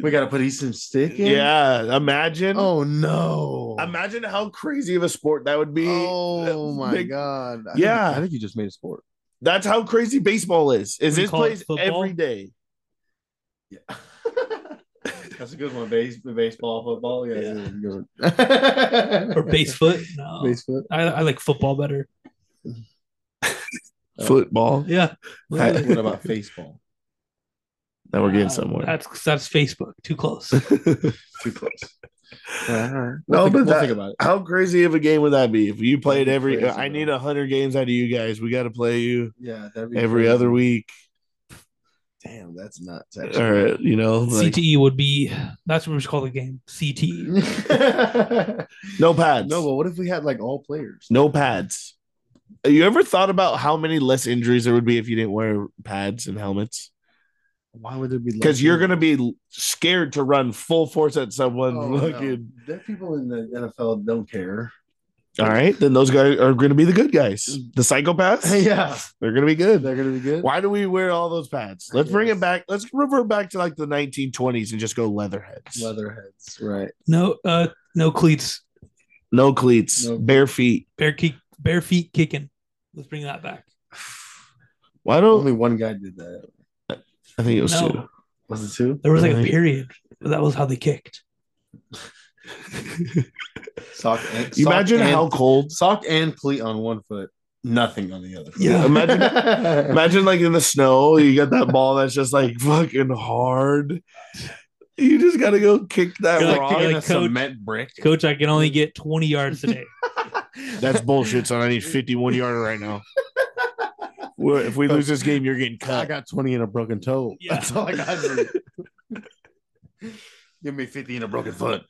Speaker 2: We got to put Easton Stick in.
Speaker 1: Yeah, imagine.
Speaker 2: Oh no.
Speaker 1: Imagine how crazy of a sport that would be.
Speaker 2: oh my
Speaker 1: Big-
Speaker 2: god. I
Speaker 1: Yeah.
Speaker 2: Think, I think you just made a sport.
Speaker 1: That's how crazy baseball is. Is
Speaker 3: What do you
Speaker 1: this
Speaker 3: call it,
Speaker 1: plays
Speaker 3: football?
Speaker 1: every day?
Speaker 2: Yeah. That's a good one. Base, baseball, football.
Speaker 1: Yeah,
Speaker 2: Yeah.
Speaker 3: or base foot. No,
Speaker 2: Baseball.
Speaker 3: I, I like football better.
Speaker 2: Oh.
Speaker 1: Football.
Speaker 3: Yeah,
Speaker 1: Hi.
Speaker 2: what about baseball?
Speaker 1: Now we're getting
Speaker 3: Uh,
Speaker 1: somewhere.
Speaker 3: That's that's Facebook. Too close.
Speaker 2: Too close. Yeah, all right.
Speaker 1: No,
Speaker 2: We'll
Speaker 1: but
Speaker 2: think, we'll
Speaker 1: that-
Speaker 2: think about it.
Speaker 1: How crazy of a game would that be if you played
Speaker 2: That'd be
Speaker 1: every?
Speaker 2: crazy,
Speaker 1: I
Speaker 2: bro.
Speaker 1: need a hundred games out of you guys. We got to play you
Speaker 2: Yeah, that'd be
Speaker 1: every
Speaker 2: crazy.
Speaker 1: other week,
Speaker 2: Damn, that's nuts.
Speaker 1: or you know, like,
Speaker 3: CTE E would be. That's what we should call the game. E. CTE.
Speaker 1: no pads,
Speaker 2: no,
Speaker 1: no,
Speaker 2: but what if we had like all players?
Speaker 1: pads. You ever thought about how many less injuries there would be if you didn't wear pads and helmets?
Speaker 2: Why would there be?
Speaker 1: Because you're
Speaker 2: gonna.
Speaker 1: gonna be scared to run full force at someone.
Speaker 2: Oh, no.
Speaker 1: fucking
Speaker 2: There are people in the NFL don't care.
Speaker 1: all right, then those guys are gonna be the good guys. The psychopaths,
Speaker 2: yeah,
Speaker 1: they're gonna be good.
Speaker 2: they're gonna be good.
Speaker 1: Why do we wear all those pads?
Speaker 2: I
Speaker 1: Let's bring
Speaker 2: guess.
Speaker 1: it back. Let's revert back to like the 1920s and just go leatherheads.
Speaker 2: Leatherheads, right?
Speaker 3: No, uh, no cleats.
Speaker 1: No cleats,
Speaker 2: No.
Speaker 1: bare feet.
Speaker 3: Bare kick, bare feet kicking. Let's bring that back.
Speaker 1: Why don't
Speaker 2: Only one guy did that.
Speaker 1: I think it was
Speaker 3: No.
Speaker 1: two?
Speaker 2: Was it two?
Speaker 3: There was like a
Speaker 1: Right.
Speaker 3: period. That was how they kicked.
Speaker 2: Sock. And, sock
Speaker 1: Imagine
Speaker 2: and-
Speaker 1: how cold.
Speaker 2: sock and cleat on one foot, nothing on the other. Foot.
Speaker 3: Yeah.
Speaker 1: Imagine- Imagine like in the snow, you got that ball that's just like fucking hard. You just gotta go kick that
Speaker 3: You're like
Speaker 1: rock.
Speaker 3: kicking
Speaker 2: in
Speaker 3: like
Speaker 2: a
Speaker 3: coach-
Speaker 2: cement brick.
Speaker 3: Coach, I can only get 20 yards today.
Speaker 1: that's bullshit, son. I need 51 yarder right now. Well, if we lose this game, you're getting
Speaker 2: I
Speaker 1: cut.
Speaker 2: got twenty and a broken toe.
Speaker 3: Yeah.
Speaker 2: That's all I got. for you. Give me fifty and a broken foot.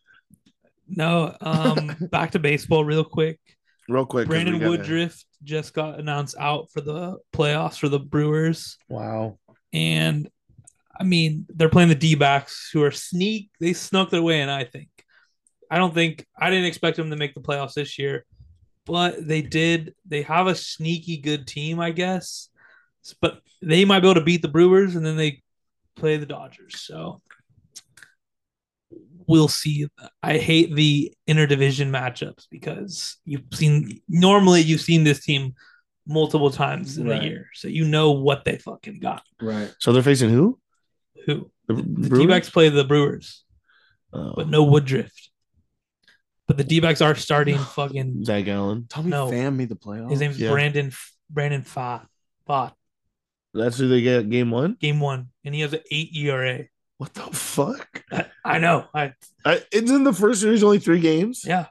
Speaker 3: No, um, back to baseball real quick.
Speaker 1: Real quick. 'cause we
Speaker 3: Brandon
Speaker 1: gotta-
Speaker 3: Woodruff just got announced out for the playoffs for the Brewers.
Speaker 2: Wow.
Speaker 3: And I mean, they're playing the D backs who are sneak. They snuck their way in, I think. I don't think I didn't expect them to make the playoffs this year, but they did. They have a sneaky good team, I guess. S- But they might be able to beat the Brewers and then they play the Dodgers. So we'll see. I hate the interdivision matchups because you've seen normally you've seen this team multiple times in
Speaker 2: Right.
Speaker 3: a year. So you know what they fucking got
Speaker 2: Right.
Speaker 1: So they're facing who?
Speaker 3: who
Speaker 1: The,
Speaker 3: the D backs play the Brewers,
Speaker 1: Oh.
Speaker 3: but no Woodruft. But the D backs are starting fucking.
Speaker 1: Zach Allen.
Speaker 2: Tommy
Speaker 3: No.
Speaker 2: Pham made the playoffs.
Speaker 3: His name's
Speaker 1: yeah.
Speaker 3: Brandon F- Brandon Fa Fa
Speaker 1: That's who they get game one.
Speaker 3: game one, and he has an eight ERA.
Speaker 1: What the fuck?
Speaker 3: I, I know. I
Speaker 1: I, isn't the first series only three games?
Speaker 3: yeah.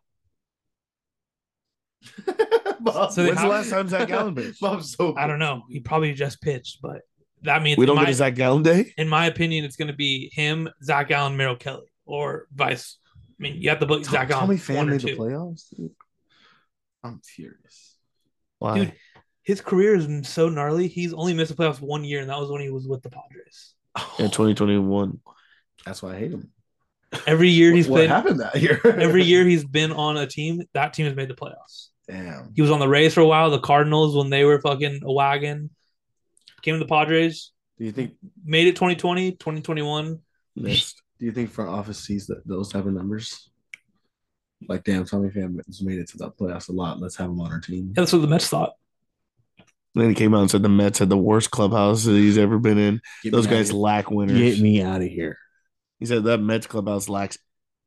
Speaker 2: Bob,
Speaker 3: So they
Speaker 1: When's the
Speaker 3: have-
Speaker 1: last time Zach Allen pitched?
Speaker 2: Bob's so
Speaker 3: I don't know. He probably just pitched, but I mean,
Speaker 1: We
Speaker 3: in
Speaker 1: don't
Speaker 3: my,
Speaker 1: get a Zach Gallen day.
Speaker 3: in my opinion, it's going to be him, Zach Allen, Merrill Kelly, or vice. I mean, you have to book
Speaker 2: Tom-
Speaker 3: Zach
Speaker 2: Tommy
Speaker 3: Allen
Speaker 2: Pham
Speaker 3: one or
Speaker 2: made the
Speaker 3: two.
Speaker 2: playoffs. dude. I'm furious.
Speaker 1: Why?
Speaker 3: Dude, His career is so gnarly. He's only missed the playoffs one year, and that was when he was with the Padres.
Speaker 1: In 2021.
Speaker 2: That's why I hate him.
Speaker 3: Every year
Speaker 2: What-
Speaker 3: he's
Speaker 2: what
Speaker 3: played.
Speaker 2: happened that year?
Speaker 3: every year he's been on a team, that team has made the playoffs.
Speaker 2: Damn.
Speaker 3: He was on the Rays for a while, the Cardinals when they were fucking a wagon. Came to the Padres,
Speaker 2: Do you think?
Speaker 3: made it 2020, 2021.
Speaker 1: Next.
Speaker 2: Do you think front office sees that those type of numbers? Like, damn, Tommy Pham has made it to the playoffs a lot. Let's have him on our team.
Speaker 3: Yeah, that's what the Mets thought.
Speaker 1: Then he came out and said the Mets had the worst clubhouse that he's ever been in.
Speaker 2: Get
Speaker 1: Those
Speaker 2: me outta
Speaker 1: guys
Speaker 2: here.
Speaker 1: lack winners.
Speaker 2: Get me out of here.
Speaker 1: He said that Mets clubhouse lacks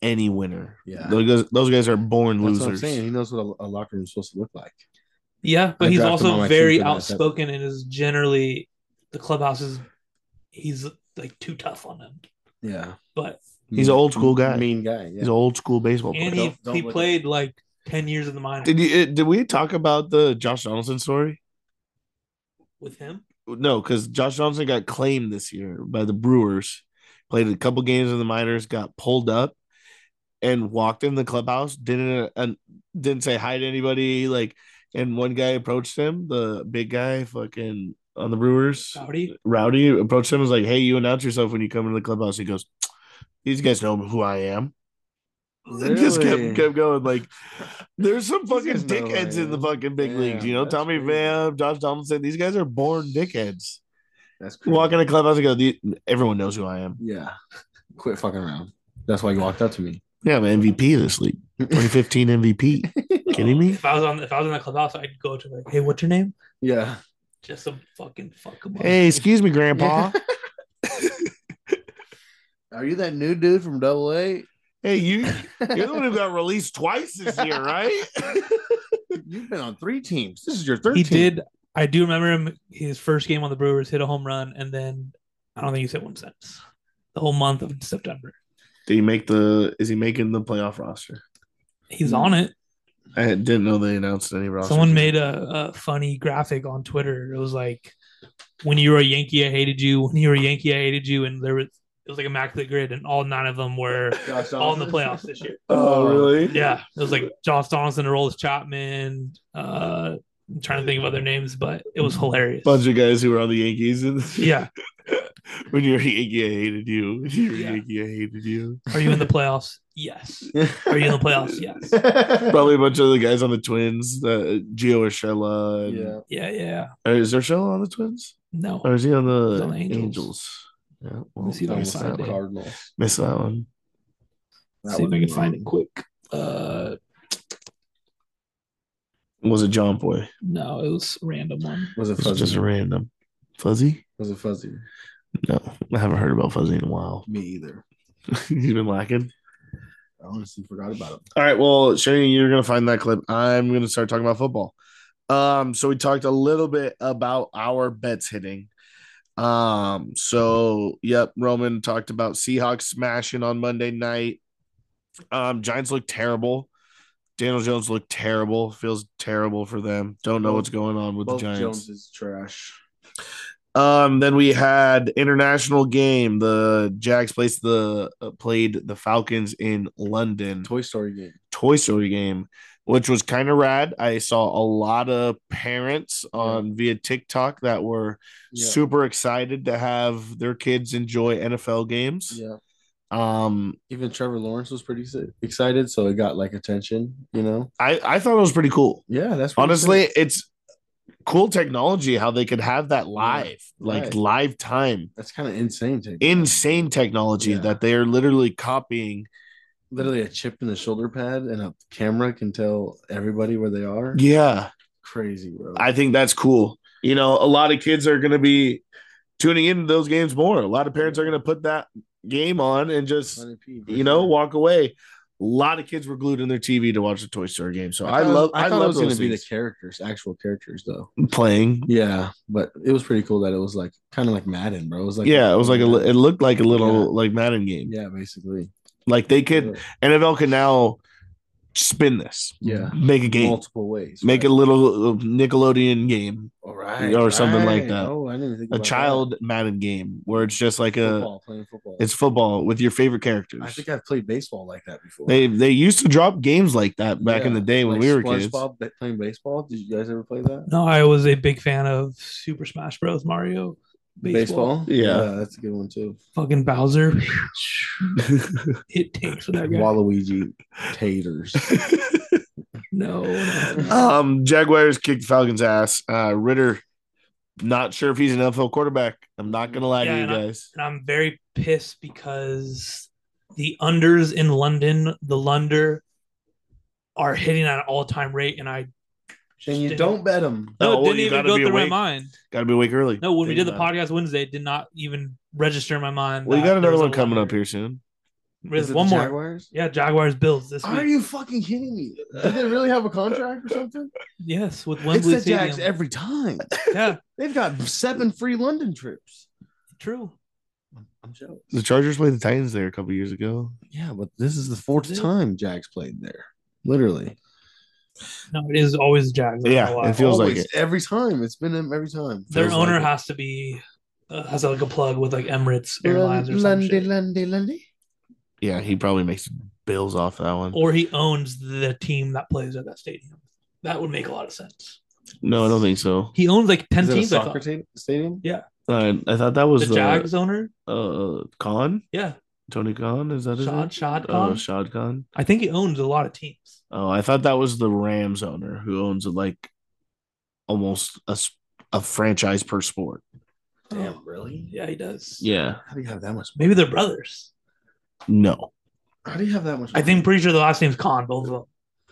Speaker 1: any winner.
Speaker 2: Yeah.
Speaker 1: Those guys, those guys are born
Speaker 2: That's what I'm
Speaker 1: losers.
Speaker 2: saying. He knows what a, a locker room is supposed to look like.
Speaker 3: Yeah, but
Speaker 2: I
Speaker 3: he's
Speaker 2: drafted him on
Speaker 3: also
Speaker 2: my
Speaker 3: very
Speaker 2: team for that.
Speaker 3: outspoken and is generally the clubhouse is he's like too tough on them.
Speaker 2: Yeah.
Speaker 3: But
Speaker 1: He's an old school guy.
Speaker 2: Mean guy. Yeah.
Speaker 1: He's an old school baseball player.
Speaker 3: and he,
Speaker 2: don't- don't
Speaker 3: he
Speaker 2: look at
Speaker 3: played like 10 years in the minors
Speaker 1: Did you eh, did we talk about the Josh Donaldson story?
Speaker 3: with him.
Speaker 1: No, because Josh Johnson got claimed this year by the Brewers. Played a couple games in the minors, got pulled up, and walked in the clubhouse. Didn't uh, and didn't say hi to anybody. Like, and one guy approached him, the big guy, fucking on the Brewers.
Speaker 3: Howdy.
Speaker 1: Rowdy approached him and was like, "Hey, you announce yourself when you come into the clubhouse." He goes, "These guys know who I am." It just
Speaker 2: Really?
Speaker 1: kept kept going. Like there's some fucking
Speaker 2: guys know who I
Speaker 1: dickheads in the
Speaker 2: am.
Speaker 1: fucking big
Speaker 2: Yeah,
Speaker 1: leagues. You know,
Speaker 2: that's
Speaker 1: Tommy
Speaker 2: crazy.
Speaker 1: Pham, Josh Donaldson. These guys are born dickheads.
Speaker 2: That's crazy.
Speaker 1: Walk in a clubhouse and go, "The- everyone knows who I am.
Speaker 2: Yeah. Quit fucking around. That's why you walked up to me.
Speaker 1: Yeah, I'm MVP of this league. 2015 MVP. Kidding me?
Speaker 3: If I was on, if I was in the clubhouse, I'd go to like, hey, what's your name?
Speaker 2: Yeah.
Speaker 3: Just some fucking fuck 'em up.
Speaker 1: Hey, excuse me, Grandpa.
Speaker 2: Are you that new dude from Double A?
Speaker 1: Hey, you you're the one who got released twice this year, right?
Speaker 2: You've been on three teams. This is your third.
Speaker 3: he
Speaker 2: team.
Speaker 3: did. I do remember him. His first game on the Brewers hit a home run, and then I don't think he's hit one since. The whole month of September,
Speaker 1: Did he make the is he making the playoff roster?
Speaker 3: he's on it.
Speaker 1: I didn't know they announced any roster.
Speaker 3: Someone made a, a funny graphic on Twitter. It was like, when you were a Yankee, I hated you. When you were a Yankee, I hated you. And there was it was like a immaculate grid, and all nine of them were
Speaker 2: Josh
Speaker 3: all in the playoffs
Speaker 2: Donaldson.
Speaker 3: this year.
Speaker 1: Oh really?
Speaker 3: Yeah, it was like Josh Donaldson, Aroldis Chapman. Uh, I'm trying to think of other names, but it was hilarious.
Speaker 1: Bunch of guys who were on the Yankees and
Speaker 3: yeah,
Speaker 1: when you're a Yankee, I hated you. When you're a
Speaker 3: Yeah.
Speaker 1: Yankee, I hated you.
Speaker 3: are you in the playoffs? Yes. Are you in the playoffs? Yes.
Speaker 1: Probably a bunch of the guys on the Twins, uh, Gio Urshela. And,
Speaker 2: yeah.
Speaker 3: Yeah, yeah.
Speaker 1: or is Urshela on the Twins,
Speaker 3: No.
Speaker 1: or is he on the,
Speaker 3: He's on the
Speaker 1: Angels?
Speaker 3: Angels.
Speaker 1: Yeah, well,
Speaker 3: me see if I can
Speaker 1: miss
Speaker 3: find
Speaker 1: that
Speaker 3: it.
Speaker 1: one.
Speaker 2: Cardinals.
Speaker 1: Miss that one.
Speaker 2: That
Speaker 3: See if I
Speaker 2: would
Speaker 3: can
Speaker 2: be
Speaker 3: find
Speaker 2: wrong.
Speaker 3: it quick. Uh,
Speaker 1: Was it John Boy?
Speaker 3: no, it was a random one.
Speaker 2: Was it
Speaker 1: It's just
Speaker 2: fuzzy?
Speaker 1: a random. Fuzzy?
Speaker 2: Was it fuzzy?
Speaker 1: No, I haven't heard about Fuzzy in a while.
Speaker 2: Me either.
Speaker 1: He's been lacking.
Speaker 2: I honestly forgot about it.
Speaker 1: All right. Well, Shane, you're gonna find that clip. I'm gonna start talking about football. Um, so we talked a little bit about our bets hitting. Um, so yep, Roman talked about Seahawks smashing on Monday night. Um, Giants look terrible. Daniel Jones looked terrible. Feels terrible for them. Don't know what's going on with
Speaker 2: Both
Speaker 1: the Giants.
Speaker 2: Jones is trash.
Speaker 1: Um, then we had international game. The Jags placed the uh, played the Falcons in London.
Speaker 2: Toy Story game.
Speaker 1: Toy Story game, which was kind of rad. I saw a lot of parents on via TikTok that were
Speaker 2: Yeah.
Speaker 1: super excited to have their kids enjoy NFL games.
Speaker 2: Yeah.
Speaker 1: Um,
Speaker 2: Even Trevor Lawrence was pretty si- excited, so it got like attention. You know.
Speaker 1: I I thought it was pretty cool.
Speaker 2: Yeah, that's pretty
Speaker 1: Honestly,
Speaker 2: sick.
Speaker 1: it's cool technology how they could have that live, like
Speaker 2: right.
Speaker 1: live time.
Speaker 2: that's kind of insane. to-
Speaker 1: Insane technology
Speaker 2: Yeah.
Speaker 1: that they are literally copying.
Speaker 2: Literally a chip in the shoulder pad, and a camera can tell everybody where they are.
Speaker 1: Yeah,
Speaker 2: Crazy, bro.
Speaker 1: I think that's cool. You know, a lot of kids are going to be tuning into those games more. A lot of parents are going to put that game on and just,
Speaker 2: 100p for
Speaker 1: you know,
Speaker 2: sure.
Speaker 1: walk away. A lot of kids were glued in their TV to watch the Toy Story game. So I,
Speaker 2: thought it was-
Speaker 1: love, I,
Speaker 2: I thought it
Speaker 1: love
Speaker 2: was going to be the
Speaker 1: things.
Speaker 2: characters, actual characters, though.
Speaker 1: playing.
Speaker 2: Yeah, but it was pretty cool that it was like kind of like Madden, bro. It was like
Speaker 1: yeah, it was like a, li- it looked like a little
Speaker 2: Yeah.
Speaker 1: like Madden game.
Speaker 2: yeah, basically.
Speaker 1: Like they could NFL can now spin this,
Speaker 2: Yeah,
Speaker 1: make a game,
Speaker 2: multiple ways.
Speaker 1: make a
Speaker 2: right?
Speaker 1: little uh, Nickelodeon game,
Speaker 2: All right,
Speaker 1: or something like
Speaker 2: right.
Speaker 1: that.
Speaker 2: Oh, I didn't even think
Speaker 1: a
Speaker 2: about that.
Speaker 1: child Madden game where it's just like a
Speaker 2: football, playing football.
Speaker 1: it's football with your favorite characters.
Speaker 2: I think I've played baseball like that before.
Speaker 1: They they used to drop games like that back in
Speaker 2: Yeah,
Speaker 1: the day when
Speaker 2: like
Speaker 1: we were kids.
Speaker 2: SpongeBob ba- playing baseball. Did you guys ever play that?
Speaker 3: No, I was a big fan of Super Smash Bros. Mario baseball.
Speaker 2: Baseball.
Speaker 1: Yeah.
Speaker 2: that's a good one too.
Speaker 3: Fucking Bowser. Hit tanks with that guy.
Speaker 2: Waluigi taters.
Speaker 3: No, no, Oh. no.
Speaker 1: um, Jaguars kicked Falcons ass. Uh, Ritter, not sure if he's an NFL quarterback. I'm not gonna lie
Speaker 3: Yeah,
Speaker 1: to you
Speaker 3: and I-
Speaker 1: guys.
Speaker 3: And I'm very pissed because the unders in London, the Lunder, are hitting at an all time rate. And I
Speaker 2: and you
Speaker 3: didn't-
Speaker 2: don't bet them.
Speaker 3: No,
Speaker 1: Oh,
Speaker 3: it
Speaker 1: well,
Speaker 3: didn't
Speaker 1: you
Speaker 3: even
Speaker 1: gotta
Speaker 3: go
Speaker 1: be
Speaker 3: through my
Speaker 1: awake.
Speaker 3: mind.
Speaker 1: Gotta be awake early.
Speaker 3: No, when we did
Speaker 1: Think
Speaker 3: the
Speaker 1: about it.
Speaker 3: podcast Wednesday, it did not even register in my mind.
Speaker 1: well, you
Speaker 3: that
Speaker 1: got
Speaker 3: there
Speaker 1: another
Speaker 3: was a
Speaker 1: one coming
Speaker 3: Lunder.
Speaker 1: up here soon.
Speaker 3: There's one more.
Speaker 2: Jaguars?
Speaker 3: Yeah, Jaguars Bills this week.
Speaker 2: Are you fucking kidding me? Did they really have a contract or something?
Speaker 3: Yes, with
Speaker 2: It's
Speaker 3: Wembley
Speaker 2: the Jags
Speaker 3: Stadium.
Speaker 2: every time.
Speaker 3: yeah,
Speaker 2: They've got seven free London trips.
Speaker 3: true.
Speaker 2: I'm jealous.
Speaker 1: The Chargers played the Titans there a couple years ago.
Speaker 2: Yeah, but this is the fourth
Speaker 3: Is it?
Speaker 2: time Jags played there. Literally.
Speaker 3: No, it is always Jags. I don't
Speaker 1: Yeah,
Speaker 3: know why.
Speaker 1: it feels like
Speaker 2: Always,
Speaker 1: it.
Speaker 2: Every time. It's been them every time.
Speaker 3: their
Speaker 1: feels
Speaker 3: owner
Speaker 1: like it.
Speaker 3: has to be uh, has like a plug with like Emirates Airlines or some shit.
Speaker 2: Lundy, Lundy.
Speaker 1: Yeah, he probably makes bills off that one.
Speaker 3: or he owns the team that plays at that stadium. That would make a lot of sense.
Speaker 1: No, I don't think so.
Speaker 3: He owns like ten
Speaker 2: Is it a
Speaker 3: teams. I
Speaker 2: soccer
Speaker 3: thought.
Speaker 2: ta- stadium?
Speaker 3: Yeah.
Speaker 1: Uh, I thought that was
Speaker 3: The
Speaker 1: the,
Speaker 3: Jags owner.
Speaker 1: uh con.
Speaker 3: Yeah,
Speaker 1: Tony Khan? Is that his
Speaker 3: Shad
Speaker 1: name?
Speaker 3: Shad
Speaker 1: Oh,
Speaker 3: Khan?
Speaker 1: Shad Khan.
Speaker 3: I think he owns a lot of teams.
Speaker 1: Oh, I thought that was the Rams owner who owns like almost a, s- a franchise per sport.
Speaker 3: Damn,
Speaker 2: really?
Speaker 3: Yeah, he does.
Speaker 1: Yeah.
Speaker 2: How do you have that much?
Speaker 3: Maybe they're brothers.
Speaker 1: No.
Speaker 2: How do you have that much?
Speaker 3: I think pretty sure the last name's Khan, both of them.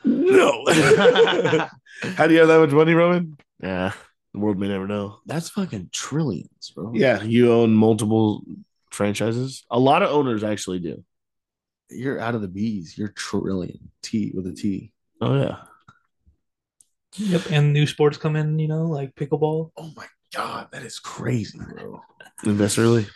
Speaker 1: No. How do you have that much money, Roman? Yeah. The world may never know.
Speaker 2: that's fucking trillions, bro.
Speaker 1: Yeah, you own multiple franchises. A lot of owners actually do.
Speaker 2: you're out of the bees. You're trillion T with a T.
Speaker 1: Oh yeah.
Speaker 3: Yep. And new sports come in, you know, like pickleball.
Speaker 2: Oh my god, that is crazy, bro.
Speaker 1: Invest early.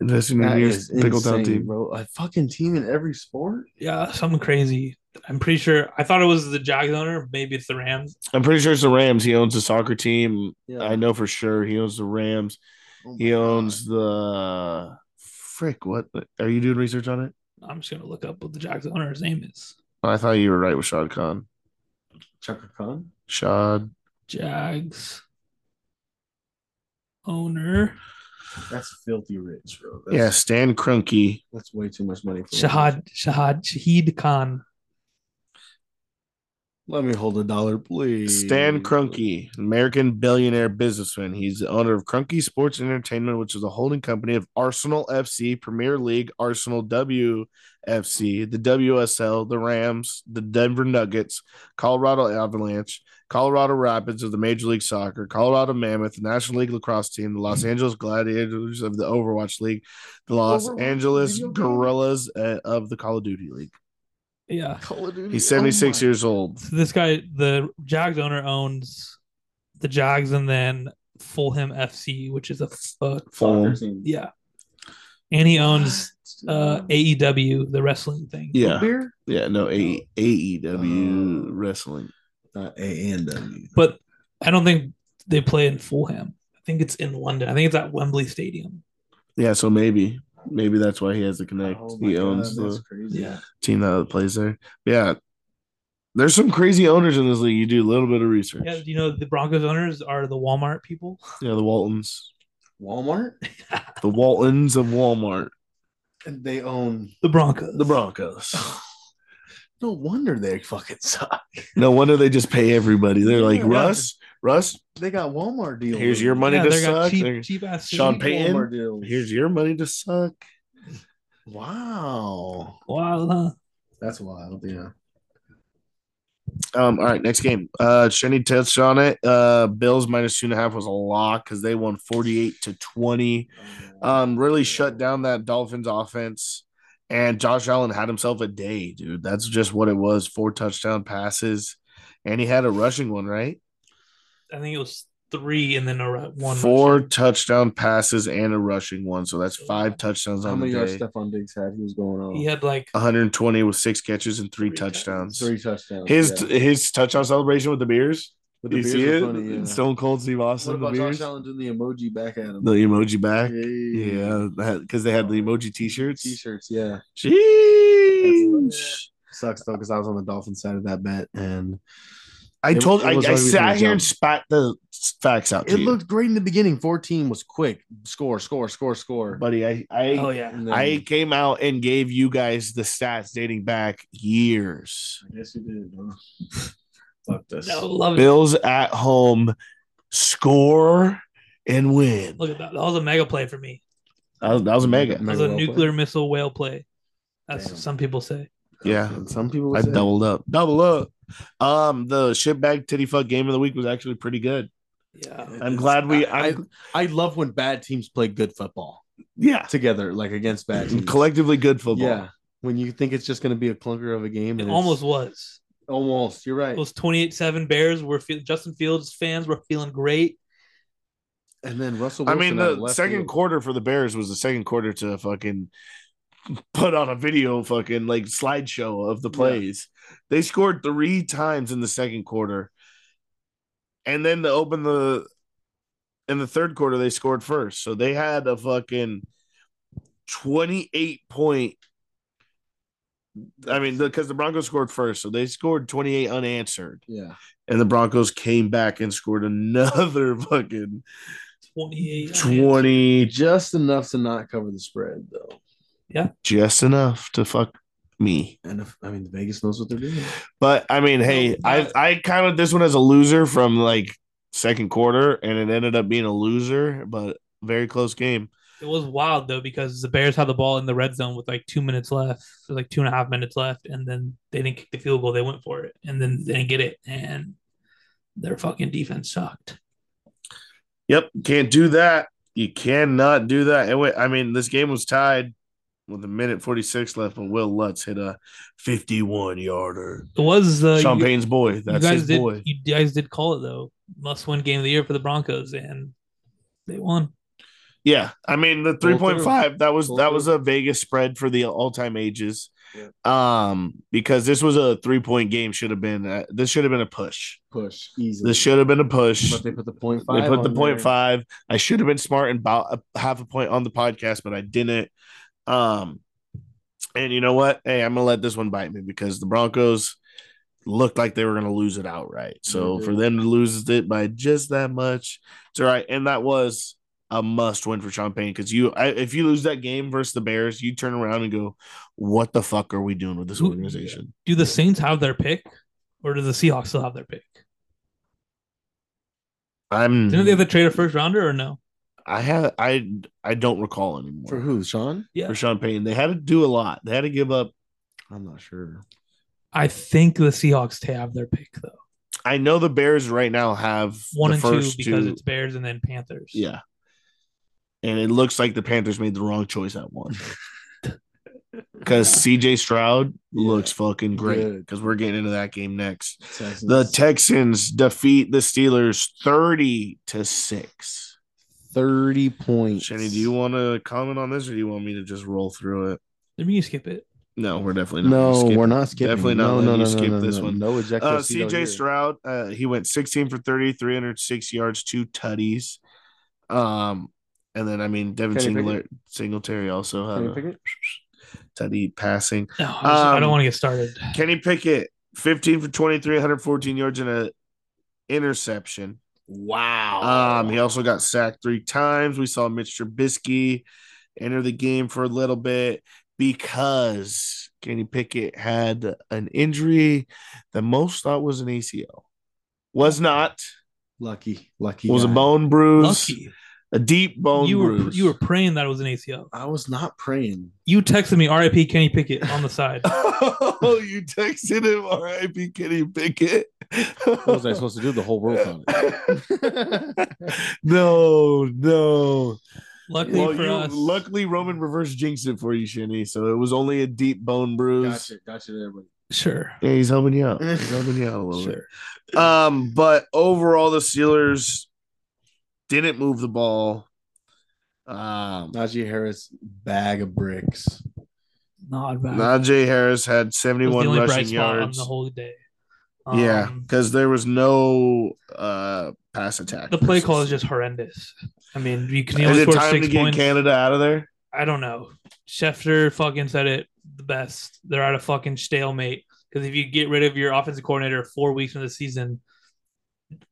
Speaker 1: Invest in your
Speaker 2: That
Speaker 1: nearest
Speaker 2: is
Speaker 1: Pickletown
Speaker 2: insane,
Speaker 1: team.
Speaker 2: bro. A fucking team in every sport.
Speaker 3: Yeah, something crazy. I'm pretty sure. I thought it was the Jags owner. Maybe it's the Rams.
Speaker 1: I'm pretty sure it's the Rams. He owns the soccer team.
Speaker 2: Yeah,
Speaker 1: I know for sure. He owns the Rams.
Speaker 2: Oh my
Speaker 1: He
Speaker 2: God.
Speaker 1: owns the frick. What are you doing research on it?
Speaker 3: I'm just gonna look up what the Jags owner's name is.
Speaker 1: I thought you were right with Shad Khan.
Speaker 2: Chaka Khan.
Speaker 1: Shad.
Speaker 3: Jags owner
Speaker 2: That's filthy rich, bro. That's,
Speaker 1: Yeah, Stan Kroenke.
Speaker 2: that's way too much money. For
Speaker 3: Shahad Shahad Shahid Khan.
Speaker 2: Let me hold a dollar, please.
Speaker 1: Stan Kroenke, American billionaire businessman. He's the owner of Kroenke Sports and Entertainment, which is a holding company of Arsenal FC, Premier League, Arsenal WFC, the WSL, the Rams, the Denver Nuggets, Colorado Avalanche, Colorado Rapids of the Major League Soccer, Colorado Mammoth, the National League Lacrosse Team, the Los Angeles Gladiators of the Overwatch League, the Los
Speaker 2: Overwatch
Speaker 1: Angeles
Speaker 2: video game?
Speaker 1: Gorillas uh, of the Call of Duty League.
Speaker 3: Yeah.
Speaker 2: Call of Duty.
Speaker 1: He's
Speaker 2: Oh
Speaker 1: 76
Speaker 2: my-
Speaker 1: years old.
Speaker 3: So this guy, the Jags owner, owns the Jags and then Fulham FC, which is a fuck.
Speaker 1: Fulham.
Speaker 2: Soccer team.
Speaker 3: Yeah. And he owns uh, AEW, the wrestling thing.
Speaker 1: Yeah.
Speaker 2: Beer?
Speaker 1: Yeah, no, A- AEW
Speaker 2: Oh.
Speaker 1: wrestling.
Speaker 2: Not A and W.
Speaker 3: But I don't think they play in Fulham. I think it's in London. I think it's at Wembley Stadium.
Speaker 1: Yeah, so maybe, maybe that's why he has the connect.
Speaker 2: Oh my
Speaker 1: he
Speaker 2: God,
Speaker 1: owns
Speaker 2: that's
Speaker 1: the
Speaker 2: crazy.
Speaker 1: team that plays there. Yeah, there's some crazy owners in this league. You do a little bit of research.
Speaker 3: Yeah, you know the Broncos owners are the Walmart people.
Speaker 1: Yeah, the Waltons,
Speaker 2: Walmart.
Speaker 1: the Waltons of Walmart,
Speaker 2: And they own.
Speaker 3: The Broncos.
Speaker 1: the Broncos.
Speaker 2: No wonder they fucking suck.
Speaker 1: no wonder they just pay everybody. They're like
Speaker 2: Yeah.
Speaker 1: Russ, Russ.
Speaker 2: They got Walmart deals.
Speaker 1: Here's your money
Speaker 3: Yeah,
Speaker 1: to
Speaker 3: they got
Speaker 1: suck.
Speaker 3: cheap,
Speaker 1: There-
Speaker 3: cheap ass.
Speaker 1: Sean
Speaker 3: cities.
Speaker 1: Payton.
Speaker 2: Walmart deals.
Speaker 1: Here's your money to suck.
Speaker 2: Wow.
Speaker 3: Wow, huh?
Speaker 2: That's wild. Yeah.
Speaker 1: Um, all right, next game. Uh, Shenny touched on it. Uh, Bills minus two and a half was a lock because they won 48 to 20. um, really shut down that Dolphins offense. And Josh Allen had himself a day, dude. That's just what it was. Four touchdown passes, and he had a rushing one, right?
Speaker 3: I think it was three and then a ru- one.
Speaker 1: Four touchdown passes and a rushing one. So that's five touchdowns
Speaker 2: How
Speaker 1: on the
Speaker 2: many yards
Speaker 1: day.
Speaker 2: Stephon Diggs had? He was going on.
Speaker 3: He had like
Speaker 1: 120 with six catches and three,
Speaker 3: Three
Speaker 1: touchdowns.
Speaker 2: three touchdowns.
Speaker 1: His
Speaker 2: yeah.
Speaker 1: his touchdown celebration with the beers.
Speaker 2: But
Speaker 1: Do you
Speaker 2: beers
Speaker 1: see
Speaker 2: were
Speaker 1: it?
Speaker 2: funny, yeah.
Speaker 1: Stone Cold Steve
Speaker 2: What
Speaker 1: Austin. The
Speaker 2: about Josh
Speaker 1: beers.
Speaker 2: Allen doing the emoji back at him?
Speaker 1: The emoji back.
Speaker 2: Yay.
Speaker 1: Yeah, because they had the emoji T-shirts.
Speaker 2: T-shirts, yeah.
Speaker 1: Jeez.
Speaker 2: Sucks though, because I was on the Dolphin side of that bet, and
Speaker 1: I
Speaker 2: It-
Speaker 1: told
Speaker 2: it
Speaker 1: I,
Speaker 2: was
Speaker 1: I
Speaker 2: always gonna
Speaker 1: sat here and
Speaker 2: jump.
Speaker 1: spat the facts out to
Speaker 2: it
Speaker 1: you.
Speaker 2: looked great in the beginning. Fourteen was quick, score, score, score, score.
Speaker 1: buddy. I I
Speaker 3: oh yeah,
Speaker 2: And then-
Speaker 1: I came out and gave you guys the stats dating back years.
Speaker 2: I guess you did. Huh? Fuck this.
Speaker 3: no, love it.
Speaker 1: Bills at home, score and win.
Speaker 3: Look at that. That was a mega play for me.
Speaker 1: That was, that was a mega.
Speaker 3: That was
Speaker 2: Mega
Speaker 3: a
Speaker 2: well
Speaker 3: nuclear missile whale play. That's
Speaker 2: Damn.
Speaker 3: what some people say.
Speaker 1: Yeah,
Speaker 2: And some people.
Speaker 1: I
Speaker 2: would say-
Speaker 1: doubled up. Double up. Um, the shitbag titty fuck game of the week was actually pretty good.
Speaker 3: Yeah,
Speaker 1: I'm glad we.
Speaker 2: I,
Speaker 1: I'm,
Speaker 2: I love when bad teams play good football
Speaker 1: yeah,
Speaker 2: together, like against bad teams.
Speaker 1: collectively good football.
Speaker 2: Yeah. When you think it's just going to be a clunker of a game,
Speaker 3: it
Speaker 2: and it's-
Speaker 3: almost was.
Speaker 2: almost. You're right.
Speaker 3: It was 28-7 Bears. We're feel- Justin Fields fans were feeling great.
Speaker 2: And then Russell.
Speaker 1: I
Speaker 2: Wilson
Speaker 1: mean,
Speaker 2: out of
Speaker 1: the
Speaker 2: left
Speaker 1: second
Speaker 2: field.
Speaker 1: quarter for the Bears was the second quarter to fucking put on a video, fucking like slideshow of the
Speaker 2: Yeah.
Speaker 1: plays. They scored three times in the second quarter, and then to open the in the third quarter they scored first, so they had a fucking twenty eight point. I mean, because the Broncos scored first, so they scored twenty eight unanswered,
Speaker 2: Yeah.
Speaker 1: and the Broncos came back and scored another fucking
Speaker 3: 28.
Speaker 1: twenty
Speaker 2: Just enough to not cover the spread, though.
Speaker 3: Yeah.
Speaker 1: Just enough to fuck me.
Speaker 2: And if, I mean, Vegas knows what they're doing.
Speaker 1: But I mean, hey, I
Speaker 3: that-
Speaker 1: I counted this one as a loser from like second quarter, and it ended up being a loser, but very close game.
Speaker 3: It was wild though because the Bears had the ball in the red zone with like two minutes left, so like two and a half minutes left, and then they didn't kick the field goal. They went for it, and then they didn't get it, and their fucking defense sucked.
Speaker 1: Yep, can't do that. You cannot do that. And wait, I mean, this game was tied with a minute forty six left when Will Lutz hit a fifty one yarder.
Speaker 3: It was uh,
Speaker 1: Sean
Speaker 3: you-
Speaker 1: Payne's boy.
Speaker 3: You
Speaker 1: That's
Speaker 3: guys
Speaker 1: his
Speaker 3: did.
Speaker 1: boy.
Speaker 3: You guys did call it though. Must win game of the year for the Broncos, and they won.
Speaker 1: Yeah, I mean the three
Speaker 2: Roll
Speaker 1: point five. That was
Speaker 2: Roll
Speaker 1: that
Speaker 2: through.
Speaker 1: was a Vegas spread for the all time ages, um, because this was a three point game. Should have been uh this should have been a push.
Speaker 2: Push easily.
Speaker 1: This should have been a push.
Speaker 2: But they put the point
Speaker 1: They
Speaker 2: five.
Speaker 1: put the
Speaker 2: on
Speaker 1: point
Speaker 2: there.
Speaker 1: five. I should have been smart and about a half a point on the podcast, but I didn't. Um, and you know what? Hey, I'm gonna let this one bite me because the Broncos looked like they were gonna lose it outright. So
Speaker 2: They did.
Speaker 1: for them to lose it by just that much, it's all right. And that was a must win for Sean Payne because you, I, if you lose that game versus the Bears, you turn around and go, "What the fuck are we doing with this
Speaker 3: Who-
Speaker 1: organization?"
Speaker 3: Do the Saints have their pick, or do the Seahawks still have their pick?
Speaker 1: I'm.
Speaker 3: Didn't they have to trade a first rounder or no?
Speaker 1: I have. I. I don't recall anymore.
Speaker 2: For who? Sean?
Speaker 3: Yeah,
Speaker 1: for Sean Payton. They had to do a lot. They had to give up.
Speaker 2: I'm not sure.
Speaker 3: I think the Seahawks have their pick though.
Speaker 1: I know the Bears right now have
Speaker 3: One
Speaker 1: the
Speaker 3: and two
Speaker 1: first
Speaker 3: because it's Bears and then Panthers.
Speaker 1: yeah, and it looks like the Panthers made the wrong choice at one because C.J. Stroud
Speaker 2: Yeah.
Speaker 1: looks fucking great
Speaker 2: Good.
Speaker 1: because we're getting into that game next.
Speaker 2: Texans.
Speaker 1: The Texans defeat the Steelers thirty to six.
Speaker 2: thirty points.
Speaker 1: Shanny, do you want to comment on this, or do you want me to just roll through it?
Speaker 3: Let me skip it.
Speaker 1: No, we're definitely not. gonna
Speaker 2: No,
Speaker 1: skip
Speaker 2: we're
Speaker 1: it.
Speaker 2: not skipping.
Speaker 1: Definitely not
Speaker 2: No,
Speaker 1: letting
Speaker 2: no,
Speaker 1: you
Speaker 2: no,
Speaker 1: skip
Speaker 2: no, no,
Speaker 1: this
Speaker 2: no.
Speaker 1: one.
Speaker 2: No ejecto
Speaker 1: Uh,
Speaker 2: seat out
Speaker 1: CJ
Speaker 2: here.
Speaker 1: Stroud, uh, he went 16 for 30, 306 yards, two tutties. Um, and then I mean Devin
Speaker 2: Kenny
Speaker 1: Singler- Singletary also had
Speaker 2: Kenny
Speaker 1: a
Speaker 2: Pickett?
Speaker 1: tutty passing.
Speaker 3: No, I, just- I
Speaker 1: Um,
Speaker 3: don't want to get started.
Speaker 1: Kenny Pickett, 15 for 23, 114 yards and a interception.
Speaker 2: Wow.
Speaker 1: Um, he also got sacked three times. We saw Mitch Trubisky enter the game for a little bit because Kenny Pickett had an injury that most thought was an ACL. Was not.
Speaker 2: lucky, lucky.
Speaker 1: It was a
Speaker 2: guy.
Speaker 1: bone bruise,
Speaker 3: Lucky.
Speaker 1: a deep bone
Speaker 3: you were
Speaker 1: bruise.
Speaker 3: you were praying that it was an ACL.
Speaker 2: I was not praying.
Speaker 3: You texted me RIP Kenny Pickett on the side.
Speaker 1: oh, you texted him, "R.I.P. Kenny Pickett."
Speaker 2: What was I supposed to do? The whole world on it.
Speaker 1: no, no.
Speaker 3: Luckily
Speaker 1: Well,
Speaker 3: for
Speaker 1: you,
Speaker 3: us.
Speaker 1: luckily Roman reverse jinxed it for you, Shinny. So it was only a deep bone bruise.
Speaker 2: Gotcha, gotcha, there, buddy.
Speaker 3: sure.
Speaker 1: Yeah, he's helping you out. He's helping you out a little
Speaker 3: Sure.
Speaker 1: bit. Um, but overall, the Steelers didn't move the ball. Um,
Speaker 3: Uh,
Speaker 2: Najee Harris, bag of bricks.
Speaker 3: Not bad.
Speaker 1: Najee Harris had
Speaker 3: It was the
Speaker 1: 71
Speaker 3: only bright
Speaker 1: rushing
Speaker 3: spot
Speaker 1: yards.
Speaker 3: on the whole day.
Speaker 1: yeah,
Speaker 3: Um,
Speaker 1: because there was no uh pass attack.
Speaker 3: The play call is just horrendous. I mean, you can
Speaker 1: Is
Speaker 3: only
Speaker 1: it
Speaker 3: score
Speaker 1: time to
Speaker 3: six
Speaker 1: get
Speaker 3: points.
Speaker 1: Canada out of there?
Speaker 3: I don't know. Schefter fucking said it the best. They're at a fucking stalemate. Because if you get rid of your offensive coordinator four weeks into the season,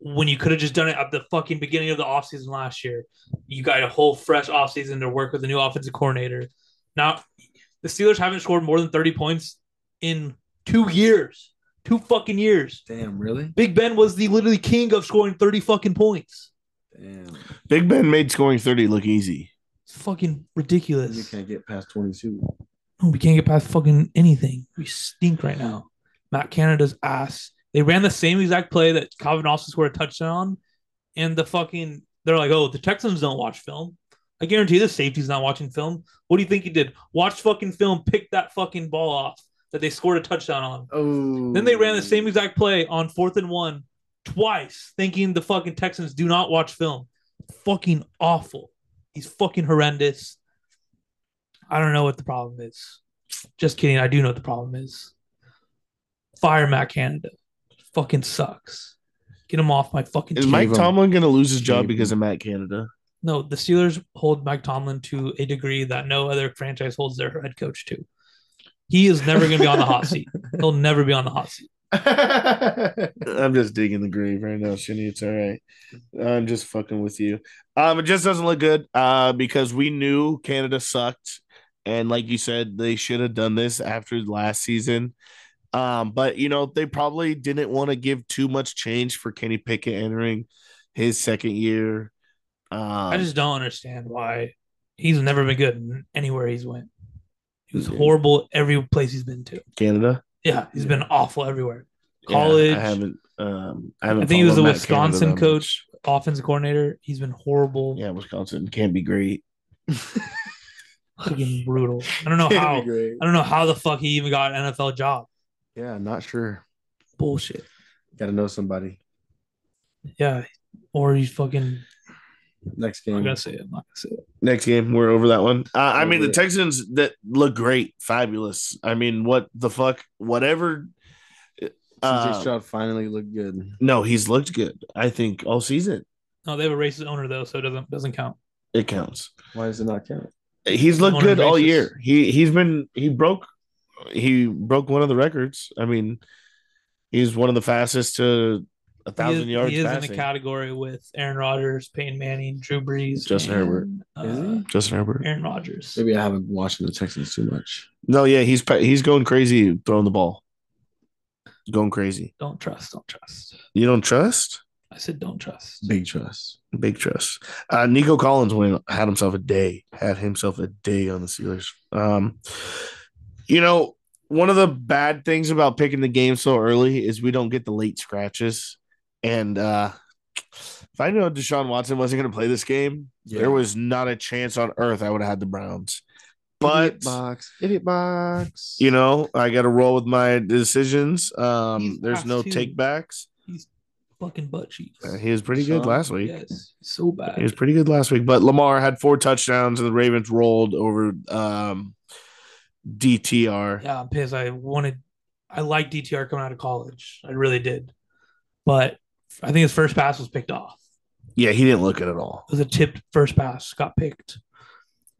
Speaker 3: when you could have just done it at the fucking beginning of the offseason last year, you got a whole fresh offseason to work with a new offensive coordinator. Now, the Steelers haven't scored more than 30 points in two years. Two fucking years.
Speaker 2: Damn, really?
Speaker 3: Big Ben was the literally king of scoring 30 fucking points.
Speaker 2: Damn.
Speaker 1: Big Ben made scoring 30 look easy.
Speaker 3: It's fucking
Speaker 2: You
Speaker 3: ridiculous.
Speaker 2: can't get past 22.
Speaker 3: No, we can't get past fucking anything. We stink right now. Matt Canada's ass. They ran the same exact play that Calvin Austin scored a touchdown on, and the fucking they're like, oh, the Texans don't watch film. I guarantee the safety's not watching film. What do you think he did? Watch fucking film, pick that fucking ball off that they scored a touchdown on.
Speaker 2: Oh.
Speaker 3: Then they ran the same exact play on fourth and one twice, thinking the fucking Texans do not watch film. Fucking awful. He's fucking horrendous. I don't know what the problem is. Just kidding. I do know what the problem is. Fire Matt Canada. Fucking sucks. Get him off my fucking
Speaker 1: Is
Speaker 3: team.
Speaker 1: Mike
Speaker 2: him.
Speaker 1: Tomlin going to lose his job
Speaker 2: Shave
Speaker 1: because of
Speaker 2: him.
Speaker 1: Matt Canada?
Speaker 3: No, the Steelers hold Mike Tomlin to a degree that no other franchise holds their head coach to. He is never going to be on the hot seat. He'll never be on the hot seat.
Speaker 1: I'm just digging the grave right now, Shinny. It's all right. I'm just fucking with you. Um, it just doesn't look good uh, because we knew Canada sucked And like you said, they should have done this after last season. Um, but you know, they probably didn't want to give too much change for Kenny Pickett entering his second year. Um,
Speaker 3: I just don't understand why he's never been good in anywhere he's went. He was horrible every place he's been to.
Speaker 1: Canada.
Speaker 3: Yeah, he's been awful everywhere.
Speaker 1: Yeah,
Speaker 3: College.
Speaker 1: I haven't. Um, I haven't.
Speaker 3: I think he was the
Speaker 1: followed Matt Canada
Speaker 3: Wisconsin
Speaker 1: that
Speaker 3: coach, offensive coordinator. He's been horrible,
Speaker 1: much. Yeah, Wisconsin can't be great.
Speaker 3: fucking brutal. I don't know how. I don't know how the fuck he even got an NFL job.
Speaker 2: Yeah, not sure.
Speaker 3: Bullshit.
Speaker 2: Got to know somebody.
Speaker 3: Yeah, or he's fucking.
Speaker 2: Next
Speaker 3: I'm not
Speaker 2: game.
Speaker 3: gonna say it. I'm not gonna say it.
Speaker 1: Next game, we're over that one. Uh, I mean, the
Speaker 2: Over it.
Speaker 1: Texans that look great, fabulous. I mean, what the fuck? Whatever.
Speaker 2: CJ
Speaker 1: Uh,
Speaker 2: Stroud finally looked good.
Speaker 1: no, he's looked good. I think all season
Speaker 3: No, they have a racist owner though, so it doesn't doesn't count.
Speaker 1: it counts.
Speaker 2: Why does it not count?
Speaker 1: He's looked
Speaker 3: On a
Speaker 1: good all
Speaker 3: basis.
Speaker 1: year. He he's been he broke he broke one of the records. I mean, he's one of the fastest to a thousand
Speaker 3: he is,
Speaker 1: yards
Speaker 3: He is in
Speaker 1: passing.
Speaker 3: the category with Aaron Rodgers, Peyton Manning, Drew Brees,
Speaker 1: Justin
Speaker 3: and,
Speaker 1: Herbert.
Speaker 3: Uh,
Speaker 1: Justin Herbert.
Speaker 3: Aaron Rodgers.
Speaker 2: Maybe I haven't watched the Texans too much.
Speaker 1: No, yeah, he's pa- he's going crazy throwing the ball. Going crazy.
Speaker 3: Don't trust. Don't trust.
Speaker 1: You don't trust?
Speaker 3: I said don't trust.
Speaker 2: Big trust.
Speaker 1: Big trust. Uh, Nico Collins went had himself a day. Had himself a day on the Steelers. Um, you know, one of the bad things about picking the game so early is we don't get the late scratches. And uh, if I knew Deshaun Watson wasn't going to play this game, there was not a chance on earth I would have had the Browns. But
Speaker 2: idiot box, idiot box.
Speaker 1: you know, I got to roll with my decisions. Um,
Speaker 3: He's
Speaker 1: there's
Speaker 3: last
Speaker 1: no
Speaker 3: two.
Speaker 1: takebacks.
Speaker 3: Fucking butt cheeks.
Speaker 1: Uh, he was pretty good
Speaker 2: Deshaun,
Speaker 1: last week.
Speaker 3: Yes, so bad.
Speaker 1: He was pretty good last week, but Lamar had four touchdowns, and the Ravens rolled over um, DTR.
Speaker 3: Yeah, I'm pissed. I wanted, I liked DTR coming out of college. I really did. But I think his first pass was picked off.
Speaker 1: Yeah, he didn't look it at all.
Speaker 3: It was a tipped first pass, got picked.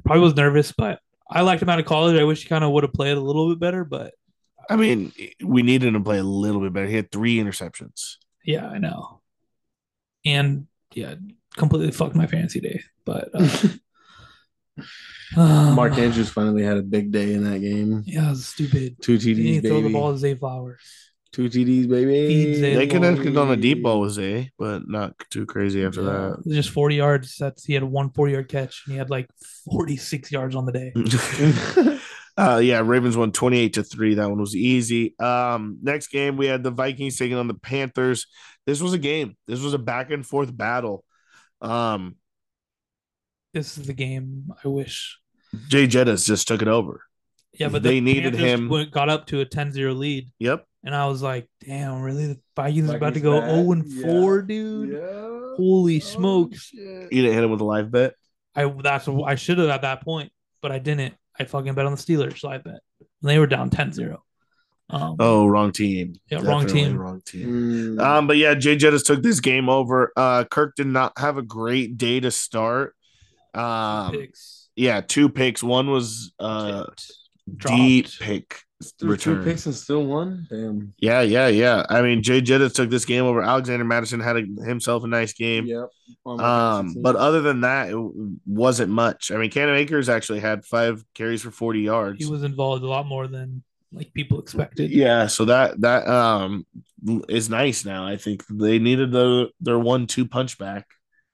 Speaker 3: Probably was nervous, but I liked him out of college. I wish he kind of would have played a little bit better, but
Speaker 1: I mean, we needed him to play a little bit better. He had three interceptions.
Speaker 3: yeah, I know. And yeah, completely fucked my fantasy day. But uh, um,
Speaker 2: Mark Andrews finally had a big day in that game.
Speaker 3: yeah, it was stupid.
Speaker 2: Two
Speaker 3: He didn't
Speaker 2: TDs,
Speaker 3: even throw
Speaker 2: baby.
Speaker 3: the ball to Zay Flowers.
Speaker 2: Two TDs, baby.
Speaker 3: Feed Zay
Speaker 1: They connected on a deep ball with Zay, but not too crazy after
Speaker 3: Yeah, it was just 40 yards. That's he had one 40 yard catch and he had like 46 yards on the day.
Speaker 1: that. uh, yeah, Ravens won 28 to 3. That one was easy. Um, next game, we had the Vikings taking on the Panthers. This was a game. This was a back and forth battle. Um,
Speaker 3: This is the game I wish.
Speaker 1: Jay Jettas just took it over.
Speaker 3: Yeah, but
Speaker 1: They
Speaker 3: the
Speaker 1: needed
Speaker 3: Panthers
Speaker 1: him.
Speaker 3: went- got up to a 10-0 lead,
Speaker 1: Yep.
Speaker 3: and I was like, "Damn, really? The Vikings, is about to
Speaker 2: Vikings
Speaker 3: go
Speaker 2: bad.
Speaker 3: 0
Speaker 2: Yeah. Oh,
Speaker 3: 4, dude? Holy smokes!
Speaker 1: You didn't hit him with a live bet.
Speaker 3: I that's I should have at that point, but I didn't. I fucking bet on the Steelers. So I bet and they were down 10-0. Um,
Speaker 1: Oh, wrong team.
Speaker 3: Yeah, wrong team.
Speaker 1: Wrong team.
Speaker 2: Mm.
Speaker 1: Um, but yeah, Jay Jettis took this game over. Uh, Kirk did not have a great day to start. Um,
Speaker 3: picks
Speaker 1: yeah, two picks. One was uh
Speaker 3: tipped,
Speaker 1: deep
Speaker 3: dropped.
Speaker 1: pick.
Speaker 2: Threw
Speaker 1: return.
Speaker 2: two picks and still won. Damn.
Speaker 1: Yeah, yeah, yeah. I mean, Jay Jettis took this game over. Alexander Madison had a, himself a nice game.
Speaker 2: Yep. On my
Speaker 1: Um,
Speaker 2: fantasy
Speaker 1: but
Speaker 2: team.
Speaker 1: other than that, it w- wasn't much. I mean, Cannon Akers actually had five carries for forty yards.
Speaker 3: He was involved a lot more than like people expected.
Speaker 1: yeah so that that um is nice now i think they needed the, their one two punch back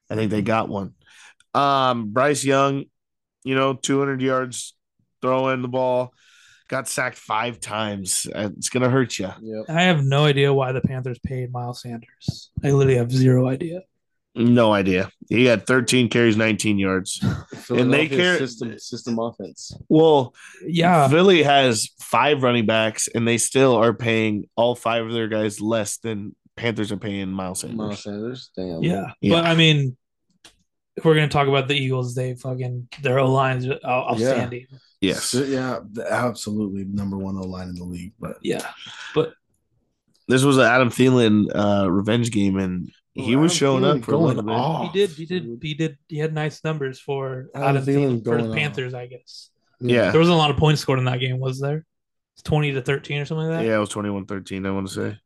Speaker 1: i think they got one um bryce young you know 200 yards throwing the ball got sacked five times Uh, it's gonna hurt you
Speaker 2: Yep.
Speaker 3: I have no idea why the Panthers paid Miles Sanders. I literally have zero idea.
Speaker 1: no idea he had 13 carries 19 yards
Speaker 2: Philadelphia
Speaker 1: care-
Speaker 2: system system offense.
Speaker 1: well
Speaker 3: Yeah,
Speaker 1: philly has five running backs and they still are paying all five of their guys less than panthers are paying miles sanders
Speaker 2: Miles Sanders. Damn.
Speaker 3: yeah.
Speaker 1: Yeah.
Speaker 3: But I mean, if we're gonna talk about the Eagles, they fucking their O lines outstanding.
Speaker 1: yes
Speaker 2: So, yeah. the- Absolutely number one O line in the league. But
Speaker 3: Yeah.
Speaker 1: this was an Adam Thielen uh, revenge game, and he
Speaker 2: Well,
Speaker 1: was
Speaker 2: Oh, Adam
Speaker 1: showing
Speaker 2: Thielen
Speaker 1: up for a little
Speaker 2: going
Speaker 1: bit.
Speaker 2: off.
Speaker 3: he did. He did.
Speaker 2: dude.
Speaker 3: He did. He had nice numbers for
Speaker 2: Adam
Speaker 3: Adam
Speaker 2: Thielen
Speaker 3: Thielen for
Speaker 2: going
Speaker 3: the
Speaker 2: off.
Speaker 3: Panthers. I guess
Speaker 1: Yeah.
Speaker 3: there wasn't a lot of points scored in that game, was there? It's twenty to thirteen or something like that.
Speaker 1: Yeah, it was 21 13, I want to say.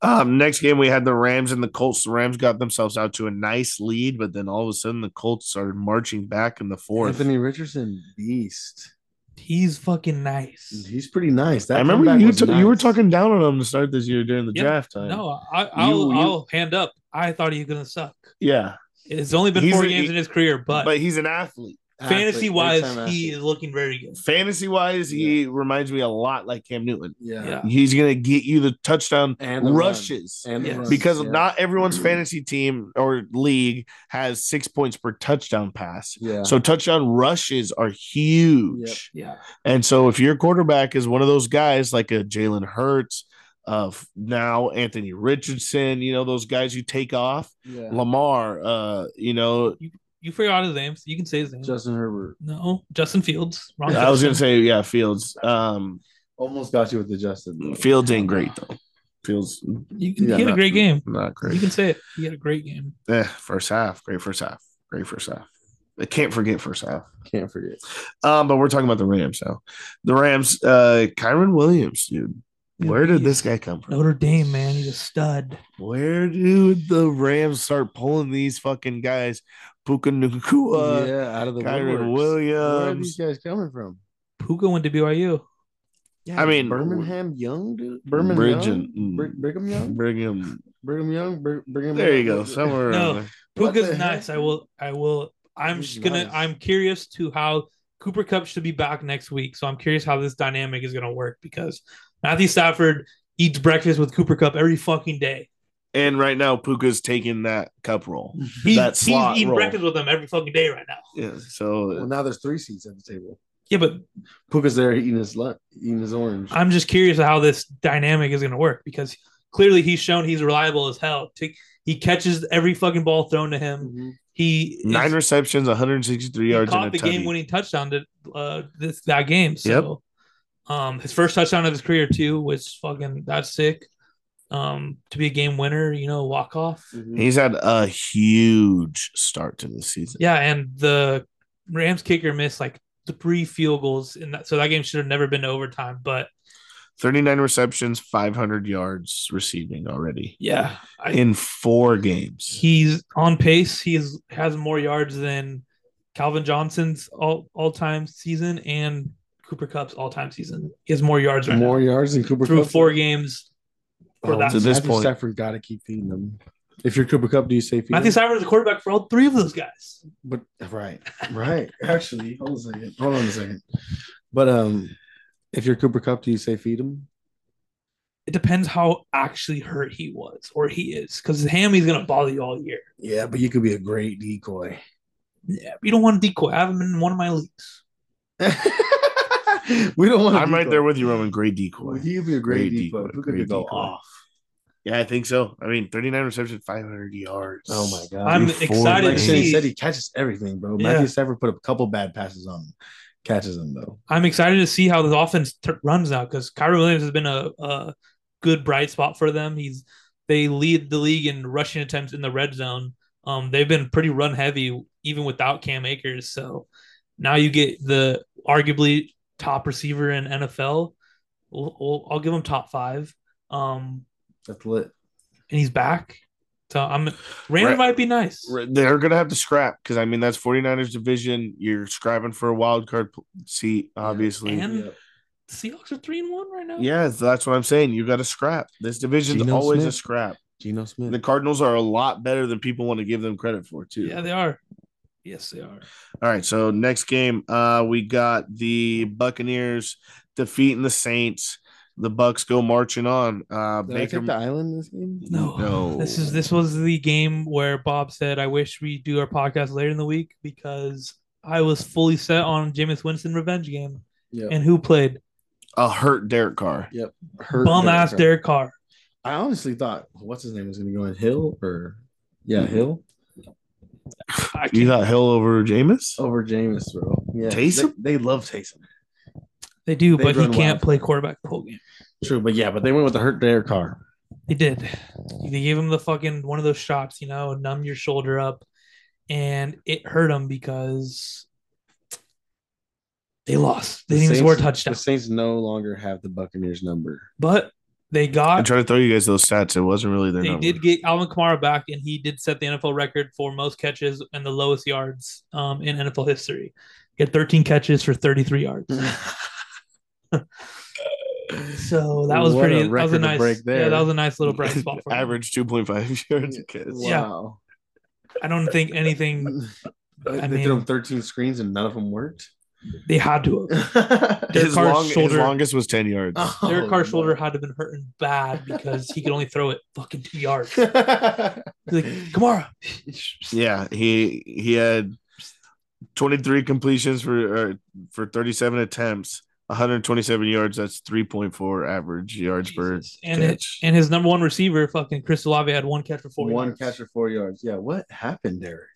Speaker 1: Um, next game, we had the Rams and the Colts. The Rams got themselves out to a nice lead, but then all of a sudden, the Colts started marching back in the fourth.
Speaker 2: Anthony Richardson beast.
Speaker 3: He's fucking nice.
Speaker 2: He's pretty nice. That
Speaker 1: I remember
Speaker 2: comeback
Speaker 1: you
Speaker 2: was
Speaker 1: t- you were
Speaker 2: nice.
Speaker 1: talking down on him to start this year during the
Speaker 3: Yeah,
Speaker 1: draft time.
Speaker 3: No, I, I'll,
Speaker 2: You- you-
Speaker 3: I'll hand up. I thought he was gonna suck.
Speaker 1: Yeah,
Speaker 3: It's only been
Speaker 1: He's
Speaker 3: four
Speaker 1: a-
Speaker 3: games in his career,
Speaker 1: but,
Speaker 3: but,
Speaker 1: he's an athlete.
Speaker 3: fantasy
Speaker 2: Big time
Speaker 3: wise,
Speaker 2: athlete.
Speaker 3: he is looking very good.
Speaker 1: Fantasy wise, he reminds me a lot like Cam Newton.
Speaker 2: yeah.
Speaker 3: Yeah.
Speaker 1: He's gonna get you the touchdown
Speaker 2: and the
Speaker 1: rushes.
Speaker 2: run. and the
Speaker 3: Yes.
Speaker 2: run.
Speaker 1: Because
Speaker 2: yeah.
Speaker 1: not everyone's fantasy team or league has six points per touchdown pass.
Speaker 2: yeah.
Speaker 1: So touchdown rushes are huge.
Speaker 2: Yep.
Speaker 3: Yeah,
Speaker 1: And so if your quarterback is one of those guys like a Jalen Hurts, of now Anthony Richardson, you know, those guys you take off,
Speaker 2: yeah.
Speaker 1: Lamar, uh, you know,
Speaker 3: you forgot his name, so you can say his name.
Speaker 2: Justin Herbert
Speaker 3: no, Justin Fields. Wrong
Speaker 1: I was
Speaker 3: Justin.
Speaker 1: gonna say, yeah, Fields. Um
Speaker 2: almost got you with the Justin. though.
Speaker 1: Fields ain't great though. Fields
Speaker 3: You can,
Speaker 1: Yeah,
Speaker 3: he had a
Speaker 1: not-
Speaker 3: great game.
Speaker 1: not
Speaker 3: You
Speaker 1: great.
Speaker 3: can say it. He had a great game.
Speaker 1: Eh, first half, great first half, great first half. I can't forget first half.
Speaker 2: Can't forget.
Speaker 1: Um, but we're talking about the Rams now. The Rams, uh Kyron Williams, dude. Where did this guy come from?
Speaker 3: Notre Dame man? He's a stud.
Speaker 1: Where do the Rams start pulling these fucking guys? Puka Nacua,
Speaker 2: yeah, out of the
Speaker 1: Kyron
Speaker 2: woodworks. Where are these
Speaker 1: Williams.
Speaker 2: guys coming from?
Speaker 3: Puka went to BYU.
Speaker 1: I mean-
Speaker 2: Birmingham Young, dude. Birmingham
Speaker 1: Bridgen-
Speaker 2: Young? Br- Brigham Young,
Speaker 1: Mm. Brigham.
Speaker 2: Brigham Young, Br- Brigham.
Speaker 1: There you
Speaker 2: Young?
Speaker 1: go. Somewhere
Speaker 3: No.
Speaker 1: around there.
Speaker 2: What the
Speaker 3: Puka's
Speaker 2: heck?
Speaker 3: nice. I will. I will. I'm
Speaker 2: He's
Speaker 3: just gonna.
Speaker 2: nice.
Speaker 3: I'm curious to how Cooper Cup should be back next week. So I'm curious how this dynamic is gonna work because Matthew Stafford eats breakfast with Cooper Cup every fucking day.
Speaker 1: And right now, Puka's taking that cup roll.
Speaker 3: He's,
Speaker 1: That slot
Speaker 3: he's eating
Speaker 1: role.
Speaker 3: breakfast with them every fucking day right now.
Speaker 1: Yeah, so uh,
Speaker 2: Well, now there's three seats at the table.
Speaker 3: Yeah, but
Speaker 2: Puka's there eating his lunch, eating his orange.
Speaker 3: I'm just curious how this dynamic is going to work because clearly he's shown he's reliable as hell. T- He catches every fucking ball thrown to him.
Speaker 2: Mhm.
Speaker 3: He
Speaker 1: nine
Speaker 3: is-
Speaker 1: receptions, 163
Speaker 3: he
Speaker 1: yards,
Speaker 3: caught
Speaker 1: and
Speaker 3: the
Speaker 1: a touchdown.
Speaker 3: game-winning touchdown to uh, this that game. So, um, his first touchdown of his career too was fucking that's sick. Um, to be a game winner, you know, walk off.
Speaker 2: Mhm.
Speaker 1: He's had a huge start to this season.
Speaker 3: Yeah, and the Rams kicker missed like three field goals, and that, so that game should have never been to overtime. But
Speaker 1: 39 receptions, 500 yards receiving already
Speaker 3: yeah, I,
Speaker 1: in four games.
Speaker 3: he's on pace. He is, has more yards than Calvin Johnson's all all time season and Cooper Cup's all time season. He has more yards right
Speaker 2: More yards than Cooper
Speaker 3: now through
Speaker 2: Kupp.
Speaker 3: four games. for that.
Speaker 1: Oh, To this
Speaker 2: Matthew
Speaker 1: point.
Speaker 2: Stafford got to keep feeding them. If you're Cooper Cup, do you say feed
Speaker 3: Matthew
Speaker 2: him?
Speaker 3: Stafford is the quarterback for all three of those guys.
Speaker 2: But right, right. Actually, hold on a second. Hold on a second. But um, if you're Cooper Cup, do you say feed him?
Speaker 3: It depends how actually hurt he was or he is, because his hammy's gonna bother you all year.
Speaker 2: Yeah, but you could be a great decoy.
Speaker 3: Yeah, you don't want a decoy. I have him in one of my leagues.
Speaker 2: we don't want. a
Speaker 1: I'm right
Speaker 2: decoy.
Speaker 1: there with you, Roman. Great decoy.
Speaker 2: He could be a
Speaker 1: Great
Speaker 2: great, decoy.
Speaker 1: decoy,
Speaker 2: Who could
Speaker 1: great
Speaker 2: go
Speaker 1: decoy.
Speaker 2: off?
Speaker 1: Yeah, I think so. I mean, 39 receptions, 500 yards.
Speaker 2: Oh my god!
Speaker 3: I'm
Speaker 1: Four
Speaker 3: excited
Speaker 2: like
Speaker 3: to
Speaker 1: legs.
Speaker 2: Shane
Speaker 3: see.
Speaker 2: said, he catches everything, bro.
Speaker 3: Yeah.
Speaker 2: Matthew Stafford put a couple bad passes on him, catches them though.
Speaker 3: I'm excited to see how the offense t- runs now because Kyron Williams has been a, a good bright spot for them. He's they lead the league in rushing attempts in the red zone. Um, they've been pretty run heavy even without Cam Akers. So now you get the arguably top receiver in NFL. We'll- we'll- I'll give him top five. Um,
Speaker 2: That's lit.
Speaker 3: and he's back. So I'm Randy
Speaker 1: Right.
Speaker 3: might be nice.
Speaker 1: Re- They're going to have to scrap because, I mean, that's 49ers division. You're scrapping for a wild card p- seat, obviously.
Speaker 3: And-
Speaker 2: Yep.
Speaker 3: Seahawks are three and one right now.
Speaker 1: yeah, so that's what I'm saying. You got to scrap. This division's
Speaker 2: Geno
Speaker 1: always a
Speaker 2: Smith.
Speaker 1: scrap.
Speaker 2: Geno Smith.
Speaker 1: The Cardinals are a lot better than people want to give them credit for, too.
Speaker 3: yeah, they are. Yes, they are.
Speaker 1: All right, so next game, uh, we got the Buccaneers defeating the Saints. The Bucks go marching on. Uh,
Speaker 2: Did I
Speaker 1: Baker,
Speaker 2: take the island this game?
Speaker 3: No.
Speaker 1: No.
Speaker 3: This is this was the game where Bob said, "I wish we do our podcast later in the week because I was fully set on Jameis Winston revenge game."
Speaker 2: Yeah.
Speaker 3: And who played?
Speaker 1: a hurt Derek Carr.
Speaker 2: Hurt
Speaker 3: Bum
Speaker 2: Derek
Speaker 3: ass
Speaker 2: Carr.
Speaker 3: Derek Carr.
Speaker 2: I honestly thought what's his name was going to go in Hill or yeah Hill
Speaker 3: I
Speaker 1: You
Speaker 3: can't-
Speaker 1: got Hill over Jameis?
Speaker 2: over Jameis, bro. Yeah,
Speaker 1: Taysom?
Speaker 2: They, they love Taysom.
Speaker 3: They do,
Speaker 2: They
Speaker 3: but he
Speaker 2: run
Speaker 3: can't
Speaker 2: wild.
Speaker 3: play quarterback the whole game.
Speaker 2: True, but yeah, but they went with the hurt Derek Carr.
Speaker 3: They did. They gave him the fucking one of those shots, you know, numb your shoulder up, and it hurt him because they lost. They
Speaker 2: The
Speaker 3: didn't even score a
Speaker 2: Saints-
Speaker 3: touchdown,
Speaker 2: The Saints no longer have the Buccaneers number.
Speaker 3: but they
Speaker 1: I
Speaker 3: got
Speaker 1: tried to throw you guys those stats. It wasn't really their
Speaker 3: they
Speaker 1: number.
Speaker 3: did get Alvin Kamara back, and he did set the NFL record for most catches and the lowest yards um, in NFL history. He had 13 catches for 33 yards. So that was
Speaker 2: What a
Speaker 3: pretty. That was
Speaker 2: record
Speaker 3: a
Speaker 2: to
Speaker 3: nice.
Speaker 2: break
Speaker 3: Yeah,
Speaker 2: there.
Speaker 3: that was a nice little bright spot for him.
Speaker 1: Average 2.5 yards a catch.
Speaker 3: Yeah.
Speaker 2: Wow.
Speaker 3: I don't think anything
Speaker 2: they
Speaker 3: I
Speaker 2: did
Speaker 3: mean-
Speaker 2: him 13 screens and none of them worked.
Speaker 3: they had to. have.
Speaker 2: Derek
Speaker 1: His,
Speaker 3: Derek Carr's
Speaker 1: long, his
Speaker 3: shoulder-
Speaker 1: longest was 10 yards.
Speaker 2: Oh,
Speaker 3: Derek Carr's shoulder had to have been hurting bad because he could only throw it fucking two yards. He's like Kamara,
Speaker 1: Yeah, he he had 23 completions for or for 37 attempts, 127 yards. That's 3.4 average yards per
Speaker 3: Jesus. and it,
Speaker 1: catch.
Speaker 3: and his number one receiver, fucking Chris Olave, had one catch for four
Speaker 2: One
Speaker 3: yards.
Speaker 2: catch for four yards. Yeah. What happened, Derek?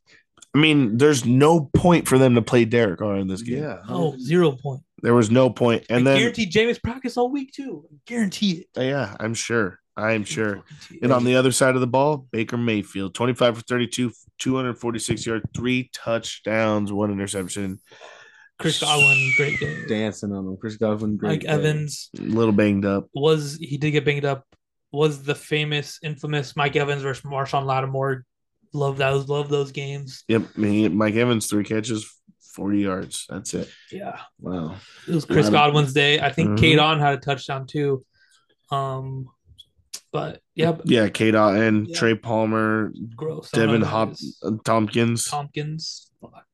Speaker 1: I mean, there's no point for them to play Derek Carr in this game.
Speaker 2: Yeah.
Speaker 3: Oh, zero point.
Speaker 1: There was no point. And
Speaker 3: I
Speaker 1: then uh,
Speaker 3: guarantee Jameis practiced all week too. I guarantee it.
Speaker 1: yeah, I'm sure. I'm sure.
Speaker 3: Guarantee it.
Speaker 1: And on the other side of the ball, Baker Mayfield, 25 for 32, 246 yards, three touchdowns, one interception.
Speaker 3: Chris Godwin, great game.
Speaker 2: Dancing on him. Chris Godwin. Great
Speaker 3: Mike
Speaker 2: day.
Speaker 3: Evans
Speaker 1: A little banged up.
Speaker 3: was he did get banged up. Was the famous, infamous Mike Evans versus Marshawn Lattimore. Love those, love those games.
Speaker 1: Yep. I mean, Mike Evans, three catches, 40 yards. That's it.
Speaker 3: Yeah,
Speaker 2: Wow.
Speaker 3: it was Chris
Speaker 1: Um,
Speaker 3: Godwin's day. I think
Speaker 1: mhm.
Speaker 3: Kate on had a touchdown too. Um, but yeah, but
Speaker 1: Yeah, K Dot and
Speaker 3: Yeah.
Speaker 1: Trey Palmer,
Speaker 3: gross. I don't
Speaker 1: Devin
Speaker 3: know who that
Speaker 1: Hop Uh,
Speaker 3: is.
Speaker 1: Tompkins.
Speaker 3: Tompkins. Fuck.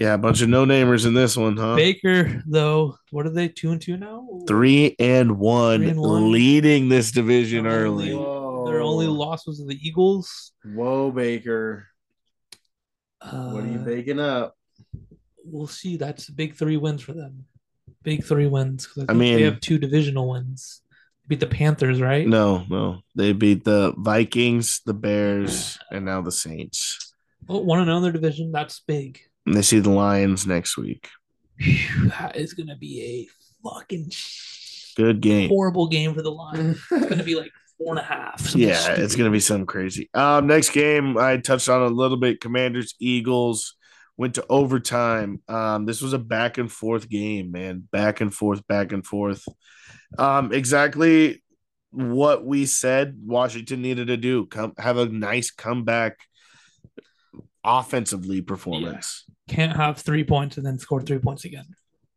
Speaker 1: Yeah, a bunch of no namers in this one, huh?
Speaker 3: Baker though, what are they two and two now?
Speaker 1: Three and one,
Speaker 3: Three and one.
Speaker 1: leading this division
Speaker 3: Oh,
Speaker 1: early.
Speaker 3: yeah. Their only loss was to the Eagles.
Speaker 2: Whoa, Baker.
Speaker 3: Uh,
Speaker 2: What are you baking up?
Speaker 3: We'll see. That's big three wins for them. Big three wins. 'cause I, think
Speaker 1: mean-
Speaker 3: they have two divisional wins. Beat the Panthers, right?
Speaker 1: No, no, they beat the Vikings, the Bears, and now the Saints.
Speaker 3: Oh, one and another division. That's big.
Speaker 1: And they see the Lions next week.
Speaker 3: Phew, that is gonna be a fucking
Speaker 1: Good game.
Speaker 3: horrible game for the Lions. It's gonna be like four and a half. something
Speaker 1: Yeah,
Speaker 3: stupid.
Speaker 1: it's gonna be something crazy. Um, next game I touched on a little bit. Commanders Eagles went to overtime. Um, this was a back and forth game, man. Back and forth, back and forth. Um, exactly what we said Washington needed to do. Come have a nice comeback offensively performance.
Speaker 3: Can't have three points and then score three points again.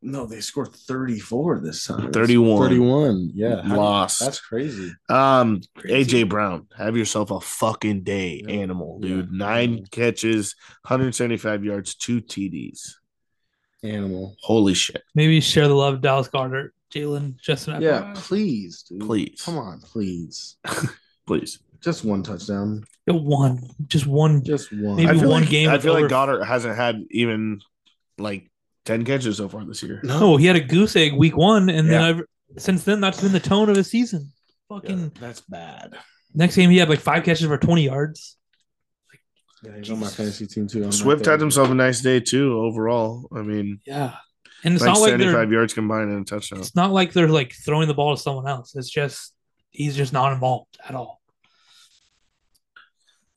Speaker 2: No, they scored 34 this time.
Speaker 1: 31.
Speaker 2: 31. Yeah. How-
Speaker 1: Lost.
Speaker 2: That's crazy.
Speaker 1: Um,
Speaker 3: Crazy.
Speaker 1: AJ Brown, have yourself a fucking day,
Speaker 2: Yeah.
Speaker 1: animal,
Speaker 2: Yeah.
Speaker 1: dude. Nine catches, 175 yards, two TDs.
Speaker 2: Animal.
Speaker 1: Holy shit.
Speaker 3: Maybe share the love, Dallas Carter, Jalen, Justin.
Speaker 2: Yeah,
Speaker 3: Efron.
Speaker 2: please, dude.
Speaker 1: Please.
Speaker 2: Come on, please.
Speaker 1: Please.
Speaker 2: Just one touchdown.
Speaker 3: Get one, just one.
Speaker 2: Just one.
Speaker 3: Maybe
Speaker 1: I feel
Speaker 3: one
Speaker 1: like,
Speaker 3: game
Speaker 1: I
Speaker 3: is
Speaker 1: feel
Speaker 3: over.
Speaker 1: like Goddard hasn't had even like 10 catches so far this year.
Speaker 2: No,
Speaker 3: Oh, he had a goose egg week one, and then
Speaker 1: Yeah.
Speaker 3: I've, since then that's been the tone of his season. Fucking
Speaker 2: that's bad.
Speaker 3: next game, he had like five catches for twenty yards.
Speaker 2: Yeah, he's on my
Speaker 3: Jesus.
Speaker 2: fantasy team too. I'm
Speaker 1: Swift
Speaker 2: not
Speaker 1: had
Speaker 2: there.
Speaker 1: himself a nice day too, overall. I mean,
Speaker 3: Yeah, and it's
Speaker 1: like
Speaker 3: not like they're
Speaker 1: 75 yards combined and a touchdown.
Speaker 3: it's not like they're like throwing the ball to someone else. It's just he's just not involved at all.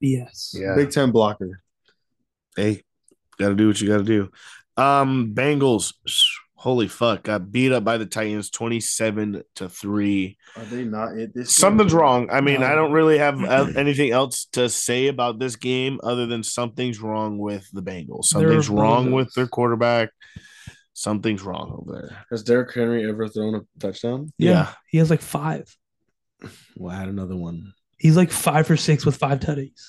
Speaker 3: Yes.
Speaker 1: Yeah.
Speaker 2: Big time blocker.
Speaker 1: Hey, gotta do what you gotta do. Um, Bengals, holy fuck, got beat up by the Titans 27 to 3.
Speaker 2: Are they not it this? year?
Speaker 1: something's wrong. I mean,
Speaker 3: No.
Speaker 1: I don't really have uh, anything else to say about this game other than something's wrong with the Bengals.
Speaker 3: They're
Speaker 1: Something's wrong
Speaker 3: Bengals.
Speaker 1: with their quarterback. Something's wrong over there.
Speaker 2: Has Derrick Henry ever thrown a touchdown?
Speaker 3: Yeah.
Speaker 1: Yeah.
Speaker 3: He has like five.
Speaker 2: Well, I had another one.
Speaker 3: He's like five for six with five tutties.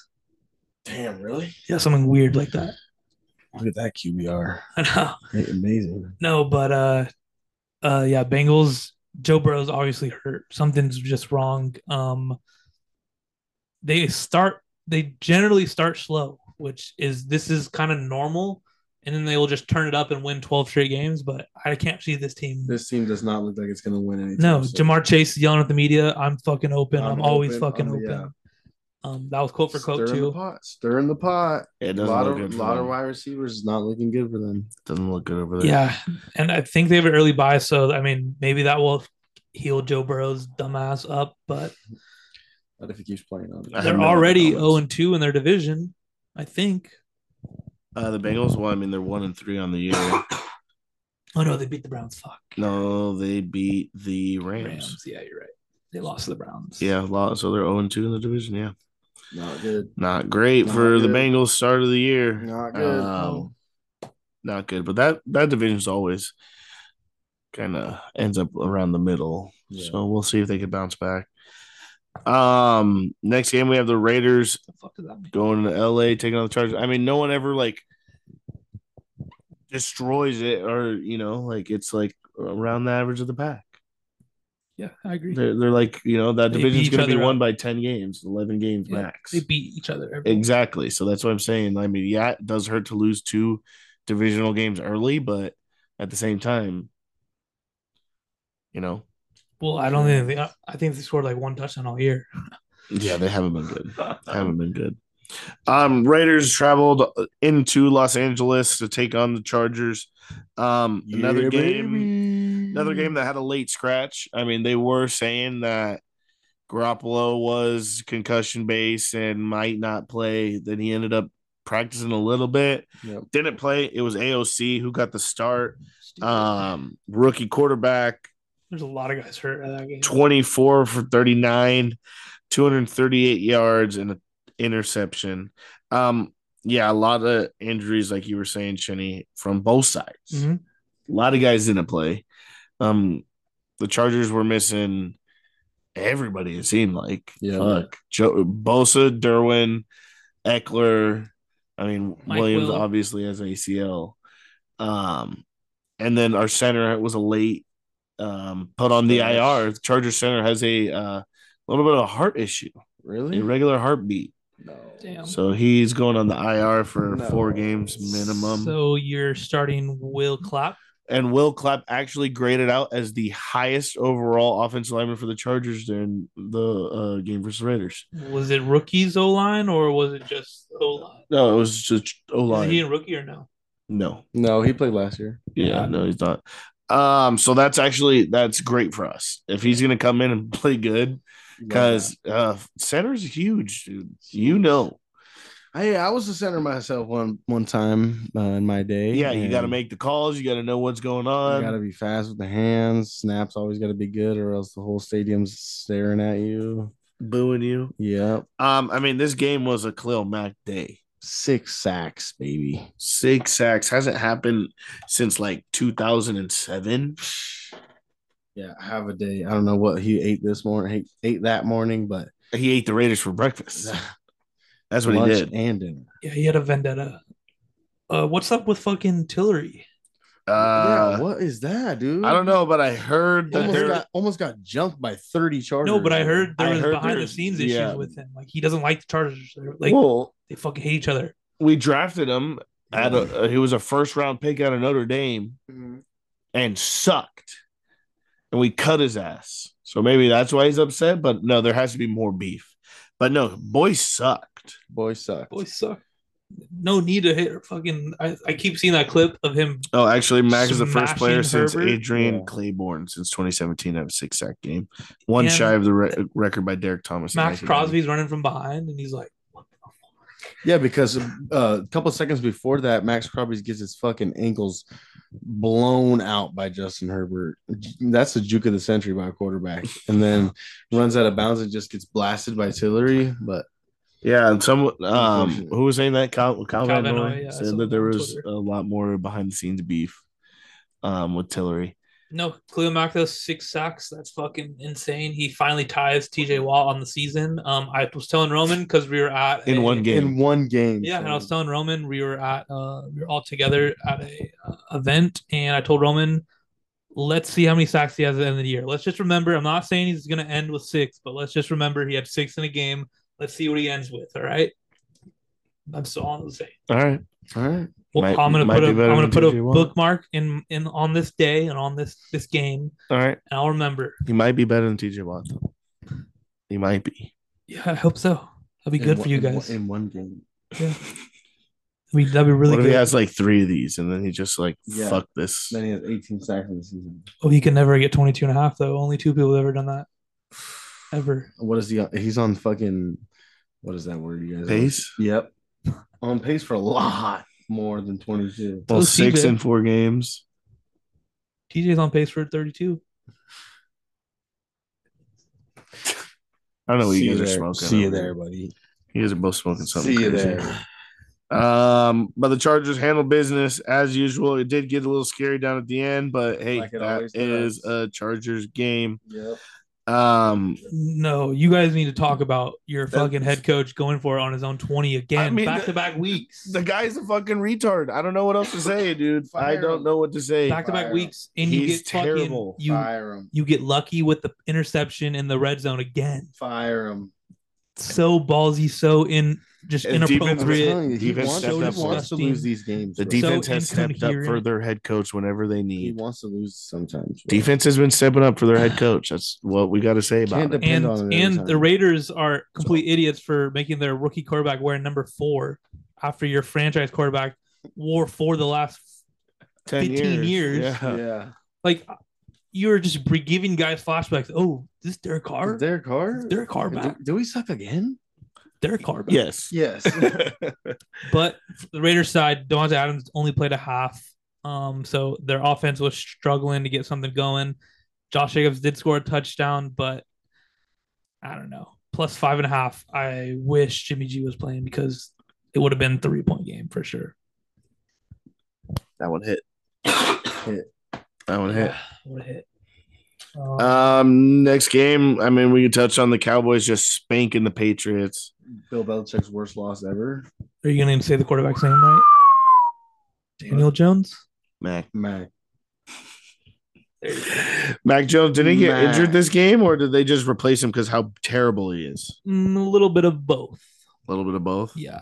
Speaker 2: Damn, really?
Speaker 3: Yeah, something weird like that.
Speaker 2: Look at that QBR.
Speaker 3: I know.
Speaker 2: Hey, amazing.
Speaker 3: No, but uh uh yeah, Bengals Joe Burrow's obviously hurt. Something's just wrong. Um they start they generally start slow, which is this is kind of normal, and then they will just turn it up and win 12 straight games, but I can't see this team.
Speaker 2: This team does not look like it's going to win anything.
Speaker 3: no,
Speaker 2: so-
Speaker 3: Jamar Chase yelling at the media, I'm fucking open. I'm,
Speaker 2: I'm
Speaker 3: always
Speaker 2: open,
Speaker 3: fucking
Speaker 2: I'm-
Speaker 3: open.
Speaker 2: yeah.
Speaker 3: Um that was quote for
Speaker 2: Stir
Speaker 3: quote
Speaker 2: in the
Speaker 3: too.
Speaker 2: pot. Stir in the pot.
Speaker 1: It
Speaker 2: A
Speaker 1: doesn't
Speaker 2: lot
Speaker 1: look
Speaker 2: of
Speaker 1: good. for
Speaker 2: lot of
Speaker 1: them.
Speaker 2: wide receivers is not looking good for them.
Speaker 1: doesn't look good over there.
Speaker 3: Yeah, and I think they have an early buy, so I mean maybe that will heal Joe Burrow's dumbass up, but
Speaker 2: Not if he keeps playing on.
Speaker 1: I have
Speaker 3: they're
Speaker 1: no
Speaker 3: already
Speaker 1: comments.
Speaker 3: 0 and 2 in their division, I think.
Speaker 1: Uh, the Bengals. Well, I mean, they're one and three on the year.
Speaker 3: Oh no, they beat the Browns. Fuck.
Speaker 1: no, they beat the Rams.
Speaker 3: Yeah, you're right. They lost to the Browns.
Speaker 1: Yeah, lot. So they're zero and two in the division. Yeah,
Speaker 2: Not good.
Speaker 1: not great
Speaker 2: Not
Speaker 1: for the
Speaker 2: good.
Speaker 1: Uh,
Speaker 3: Oh,
Speaker 1: Bengals. Start of the year.
Speaker 2: Not good.
Speaker 1: Um, not good. But that that division's always kind of ends up around the middle.
Speaker 2: Yeah.
Speaker 1: So we'll see if they can bounce back. Um, next game we have the Raiders
Speaker 3: The fuck does that mean?
Speaker 1: going to LA, taking on the Chargers. I mean, no one ever like destroys it, or you know, like it's like around the average of the pack.
Speaker 3: Yeah, I agree.
Speaker 1: They're, they're like you know that
Speaker 3: They
Speaker 1: division's
Speaker 3: beat
Speaker 1: going
Speaker 3: each
Speaker 1: to be
Speaker 3: other
Speaker 1: won
Speaker 3: up.
Speaker 1: by ten games, eleven games
Speaker 3: Yeah,
Speaker 1: max.
Speaker 3: They beat each other. Every
Speaker 1: Exactly. So that's what I'm saying. I mean, yeah, it does hurt to lose two divisional games early, but at the same time, you know,
Speaker 3: Well, I don't think they, I- I think they scored like one touchdown all year.
Speaker 1: yeah, they haven't been good. haven't been good. Um, Raiders traveled into Los Angeles to take on the Chargers. Um, another game. Another game that had a late scratch. I mean, they were saying that Garoppolo was concussion based and might not play. Then he ended up practicing a little bit.
Speaker 2: Yep.
Speaker 1: Didn't play. It was AOC who got the start. Um, rookie quarterback,
Speaker 3: There's a lot of guys hurt at that game.
Speaker 1: 24 for 39, 238 yards and an interception. Um, yeah, a lot of injuries, like you were saying, Shinny, from both sides.
Speaker 3: Mhm.
Speaker 1: A lot of guys didn't play. Um, the Chargers were missing everybody. It seemed like
Speaker 2: Yeah.
Speaker 1: fuck Joe Bosa, Derwin, Eckler. I mean
Speaker 3: Mike
Speaker 1: Williams
Speaker 3: Will.
Speaker 1: obviously has ACL. Um, and then our center was a late um put on the IR. The Chargers center has a uh, little bit of a heart issue,
Speaker 2: Really?
Speaker 1: a regular heartbeat.
Speaker 2: no.
Speaker 3: Damn.
Speaker 1: So he's going on the IR for
Speaker 2: No.
Speaker 1: four games minimum.
Speaker 3: So you're starting Will Clapp.
Speaker 1: and Will Clapp actually graded out as the highest overall offensive lineman for the Chargers during the uh, game versus the Raiders.
Speaker 3: Was it rookies O line or was it just O line?
Speaker 1: No, it was just O
Speaker 3: Is he
Speaker 1: line.
Speaker 3: a rookie or no?
Speaker 1: No,
Speaker 2: No, he played last year.
Speaker 1: yeah, no, he's not. Um, so that's actually that's great for us if he's going to come in and play good because uh, center's huge, dude. You know,
Speaker 2: I I was the center myself one one time uh, in my day.
Speaker 1: yeah, you got to
Speaker 2: and
Speaker 1: make the calls. You got to know what's going
Speaker 2: You
Speaker 1: on.
Speaker 2: got to be fast with the hands. Snaps always got to be good, or else the whole stadium's staring at you.
Speaker 1: booing you.
Speaker 2: Yep.
Speaker 1: Um, I mean, this game was a Khalil Mack day.
Speaker 2: Six sacks, baby.
Speaker 1: Six sacks hasn't happened since like 2007.
Speaker 2: Yeah, have a day. I don't know what he ate this morning, he ate that morning, but
Speaker 1: He ate the Raiders for breakfast. That's what
Speaker 2: lunch
Speaker 1: he did.
Speaker 2: and dinner.
Speaker 3: Yeah, he had a vendetta. Uh, what's up with fucking Tillery?
Speaker 1: Uh,
Speaker 2: yeah, what is that, dude?
Speaker 1: I don't know, but I heard that
Speaker 2: Almost
Speaker 1: there,
Speaker 2: got, almost got jumped by 30 charges.
Speaker 3: No, but I heard there
Speaker 1: I
Speaker 3: was
Speaker 1: heard
Speaker 3: behind the
Speaker 1: there's-
Speaker 3: scenes
Speaker 1: yeah.
Speaker 3: issues with him. Like he doesn't like the Chargers. They're, Like
Speaker 1: well,
Speaker 3: they fucking hate each other.
Speaker 1: we drafted him at a, he was a first round pick out of Notre Dame and sucked, and we cut his ass. So maybe that's why he's upset. But no, there has to be more beef. But no, boy sucked.
Speaker 2: Boy sucks.
Speaker 3: Boys suck. No need to hit fucking. I, I keep seeing that clip of him.
Speaker 1: Oh, actually, Mack is the first
Speaker 3: Smashing
Speaker 1: player since
Speaker 3: Herbert?
Speaker 1: Adrian
Speaker 2: Yeah.
Speaker 1: Claiborne since 2017 to have a six sack game, one
Speaker 3: Yeah.
Speaker 1: shy of the re- record by Derek Thomas. in
Speaker 3: Max
Speaker 1: 1990.
Speaker 3: Crosby's running from behind, and he's like, what the fuck?
Speaker 2: Yeah, because uh, a couple seconds before that, Max Crosby gets his fucking ankles blown out by Justin Herbert. That's the juke of the century by a quarterback. And then runs out of bounds and just gets blasted by Tillery. But
Speaker 1: Yeah, and some um,
Speaker 2: Unfortunate.
Speaker 1: who was saying that Cal- Calvin,
Speaker 3: Calvin
Speaker 1: Noy
Speaker 3: Noy, yeah, I
Speaker 1: said
Speaker 3: saw
Speaker 1: that there
Speaker 3: on
Speaker 1: was
Speaker 3: Twitter.
Speaker 1: a lot more behind the scenes beef, um, with Tillery.
Speaker 3: No, Cleo Mack those six sacks. That's fucking insane. He finally ties TJ Watt on the season. Um, I was telling Roman because we were at
Speaker 1: In
Speaker 3: a-
Speaker 1: one game.
Speaker 2: in one game.
Speaker 3: Yeah, and I was
Speaker 2: so-
Speaker 3: telling Roman we were at uh we were all together at a uh, event, and I told Roman, let's see how many sacks he has at the end of the year. Let's just remember. I'm not saying he's gonna end with six, but let's just remember he had six in a game. Let's see what he ends with. All right. That's all I'm saying.
Speaker 1: All right,
Speaker 2: All right.
Speaker 3: Well,
Speaker 1: Might-
Speaker 3: I'm gonna
Speaker 1: might
Speaker 3: put a
Speaker 1: be
Speaker 3: I'm
Speaker 1: better
Speaker 3: gonna
Speaker 1: than
Speaker 3: put a
Speaker 1: TJ Watt.
Speaker 3: bookmark in in on this day and on this this game,
Speaker 1: all right.
Speaker 3: and I'll remember.
Speaker 1: He might be better than TJ Watt. though. He might be.
Speaker 3: Yeah, I hope so. That'd be good
Speaker 2: In
Speaker 3: for
Speaker 2: one-
Speaker 3: you
Speaker 2: in one-
Speaker 3: guys.
Speaker 2: In one game.
Speaker 3: yeah. I mean, that'd be really
Speaker 1: what if
Speaker 3: good.
Speaker 1: he has like three of these and then he just like
Speaker 2: Yeah.
Speaker 1: fuck this?
Speaker 2: Then he has 18 sacks in the season.
Speaker 3: oh, he can never get 22 and a half, though. Only two people have ever done that. Ever.
Speaker 2: What is he? on- He's on fucking. What is that word you guys?
Speaker 1: Pace?
Speaker 2: Yep. On pace for a lot more than 22.
Speaker 1: Well,
Speaker 3: Those
Speaker 1: six
Speaker 3: Seabed.
Speaker 1: in four games.
Speaker 3: TJ's on pace for 32.
Speaker 1: I don't know what
Speaker 2: See
Speaker 1: you guys
Speaker 2: there.
Speaker 1: are smoking.
Speaker 2: See you there, buddy.
Speaker 1: You guys are both smoking something.
Speaker 2: See you
Speaker 1: crazy.
Speaker 2: there.
Speaker 1: Um, but the Chargers handle business as usual. It did get a little scary down at the end, but hey,
Speaker 2: Like it
Speaker 1: that
Speaker 2: always does.
Speaker 1: is a Chargers game.
Speaker 2: Yep.
Speaker 1: Um,
Speaker 3: No, you guys need to talk about your
Speaker 1: That's-
Speaker 3: fucking head coach going for it on his own 20
Speaker 1: I
Speaker 3: again,
Speaker 1: mean,
Speaker 3: back to back weeks.
Speaker 1: the guy's a fucking retard. I don't know what else to say, dude. I
Speaker 2: Fire
Speaker 1: don't
Speaker 2: him.
Speaker 1: know what to say.
Speaker 3: Back to back
Speaker 2: Fire.
Speaker 3: weeks, and you
Speaker 1: He's
Speaker 3: get fucking
Speaker 1: terrible.
Speaker 3: you
Speaker 2: Fire him.
Speaker 3: you get lucky with the interception in the red zone again.
Speaker 2: Fire him.
Speaker 3: So ballsy, so in just
Speaker 1: And defense was
Speaker 3: inappropriate.
Speaker 1: telling you,
Speaker 2: He
Speaker 1: defense
Speaker 2: wants,
Speaker 1: stepped
Speaker 2: he
Speaker 1: up
Speaker 2: wants to
Speaker 3: more.
Speaker 2: lose these games.
Speaker 1: The
Speaker 2: bro.
Speaker 1: defense
Speaker 3: So
Speaker 1: has stepped up for
Speaker 3: incoherent.
Speaker 1: their head coach whenever they
Speaker 2: he
Speaker 1: need.
Speaker 2: wants to lose sometimes. bro.
Speaker 1: Defense has been stepping up for their head coach. That's what we got to say about
Speaker 2: Can't
Speaker 1: it.
Speaker 3: and
Speaker 2: depend on it every
Speaker 3: and
Speaker 2: time.
Speaker 3: the Raiders are complete idiots for making their rookie quarterback wear number four after your franchise quarterback wore four the last.
Speaker 1: 10
Speaker 3: 15 years.
Speaker 1: Yeah.
Speaker 2: Yeah.
Speaker 3: Like you're just re- giving guys flashbacks. Oh, this Derek Carr,
Speaker 2: Is Derek Carr?
Speaker 3: Is Derek Carr back?
Speaker 2: Do, do we suck again?
Speaker 3: Derek Carr. back.
Speaker 1: Yes.
Speaker 2: Yes.
Speaker 3: But for the Raiders side, Devonta Adams only played a half. Um, so their offense was struggling to get something going. Josh Jacobs did score a touchdown, but I don't know. Plus five and a half. I wish Jimmy G was playing because it would have been three point game for sure.
Speaker 1: that one hit.
Speaker 2: Hit.
Speaker 1: That one hit.
Speaker 3: What a hit. Um,
Speaker 1: Um, next game. I mean, we can touch on the Cowboys just spanking the Patriots.
Speaker 2: Bill Belichick's worst loss ever.
Speaker 3: are you gonna even say the quarterback's name right? Daniel Jones?
Speaker 1: Mac
Speaker 2: Mac.
Speaker 1: Mac Jones did he get
Speaker 2: Mac.
Speaker 1: injured this game, or did they just replace him because how terrible he is?
Speaker 3: Mm, a little bit of both.
Speaker 1: A little bit of both.
Speaker 3: Yeah.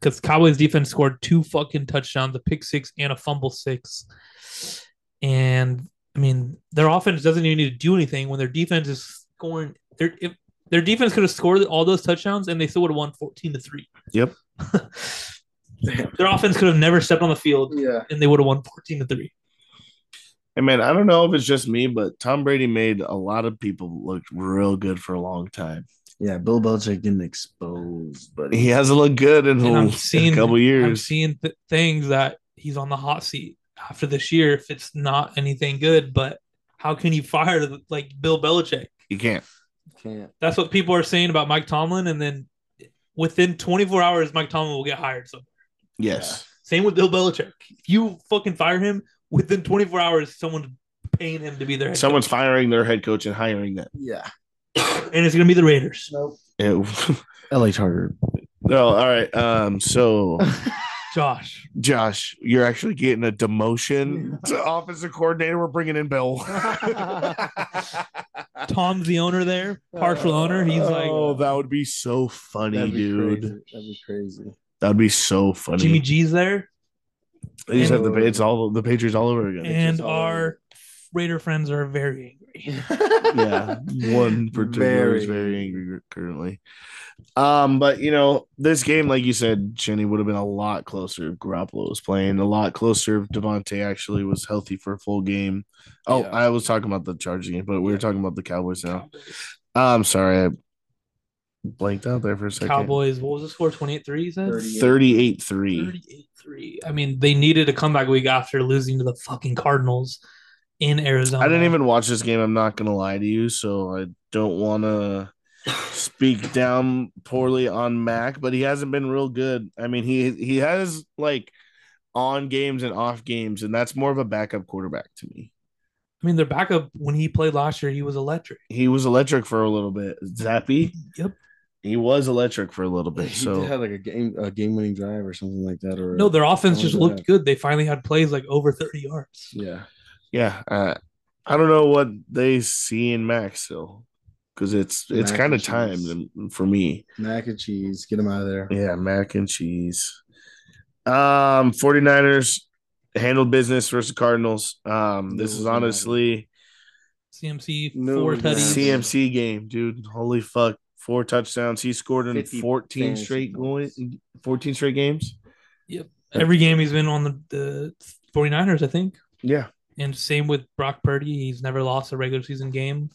Speaker 3: Because Cowboys defense scored two fucking touchdowns, a pick six and a fumble six. And I mean, their offense doesn't even need to do anything when their defense is scoring. Their if their defense could have scored all those touchdowns and they still would have won 14 to 3.
Speaker 1: Yep.
Speaker 3: their offense could have never stepped on the field
Speaker 2: Yeah.
Speaker 3: and they would have won 14 to 3.
Speaker 1: And man, I don't know if it's just me, but Tom Brady made a lot of people look real good for a long time.
Speaker 2: Yeah. Bill Belichick getting exposed, but
Speaker 1: He hasn't looked good in,
Speaker 3: And
Speaker 1: a-
Speaker 3: I'm
Speaker 1: Oh, in
Speaker 3: seeing
Speaker 1: a couple
Speaker 3: I'm
Speaker 1: years.
Speaker 3: seeing th- things that he's on the hot seat after this year if it's not anything good, but how can you fire like Bill Belichick?
Speaker 1: You can't.
Speaker 2: can't.
Speaker 3: That's what people are saying about Mike Tomlin. And then within 24 hours, Mike Tomlin will get hired. So
Speaker 1: Yes.
Speaker 3: same with Bill Belichick. If you fucking fire him within 24 hours, someone's paying him to be there.
Speaker 1: Someone's firing their head coach and hiring them.
Speaker 2: Yeah.
Speaker 3: and it's gonna be the Raiders.
Speaker 2: Nope.
Speaker 1: Ew.
Speaker 2: LA Charger.
Speaker 1: no, all right. Um, so
Speaker 3: Josh,
Speaker 1: Josh, you're actually getting a demotion to offensive coordinator. We're bringing in Bill.
Speaker 3: Tom's the owner there, partial owner. He's like
Speaker 1: oh, that would be so funny,
Speaker 2: That'd be
Speaker 1: dude.
Speaker 2: crazy. That'd be crazy.
Speaker 1: That'd be so funny.
Speaker 3: Jimmy G's there,
Speaker 1: they just have the
Speaker 2: and-
Speaker 1: it's all the Patriots all over again.
Speaker 3: and
Speaker 2: all
Speaker 3: our
Speaker 2: over.
Speaker 3: Raider friends are very angry.
Speaker 1: yeah, one particular is very angry currently. Um, but you know, this game, like you said, Jenny would have been a lot closer if Garoppolo was playing, a lot closer if Devontae actually was healthy for a full game. Oh,
Speaker 2: Yeah.
Speaker 1: I was talking about the Chargers game, but we were talking about the Cowboys now. I'm sorry, I blanked out there for a second.
Speaker 3: Cowboys. What was the score? 28-3, you said?
Speaker 1: 38-3.
Speaker 3: 38-3. I mean, they needed a comeback week after losing to the fucking Cardinals in Arizona.
Speaker 1: I didn't even watch this game. I'm not gonna lie to you, so I don't want to speak down poorly on Mac, but he hasn't been real good. I mean, he he has like on games and off games, and that's more of a backup quarterback to me.
Speaker 3: I mean, their backup when he played last year, he was electric.
Speaker 1: He was electric for a little bit. Zappy,
Speaker 3: Yep.
Speaker 1: he was electric for a little bit.
Speaker 2: He did
Speaker 1: So
Speaker 2: have like a game a game winning drive or something like that. Or
Speaker 3: No, their offense just
Speaker 2: Yeah.
Speaker 3: looked good. They finally had plays like over 30 yards.
Speaker 2: yeah.
Speaker 1: yeah, uh, I don't know what they see in Mac still, because it's it's
Speaker 2: Mac
Speaker 1: kind of
Speaker 2: and cheese.
Speaker 1: time for me.
Speaker 2: Mac and cheese. Get him out of there.
Speaker 1: Yeah, mac and cheese. Um, 49ers handled business versus Cardinals. Um, this is honestly
Speaker 3: CMC,
Speaker 2: No,
Speaker 3: four
Speaker 2: yeah.
Speaker 3: tutties.
Speaker 1: CMC game, dude. Holy fuck. Four touchdowns. He scored in
Speaker 2: 50
Speaker 1: 14
Speaker 2: fantasy
Speaker 1: straight going
Speaker 2: points.
Speaker 1: 14 straight games.
Speaker 3: Every game he's been on the, the 49ers, I think.
Speaker 1: Yeah.
Speaker 3: And same with Brock Purdy. He's never lost a regular season game.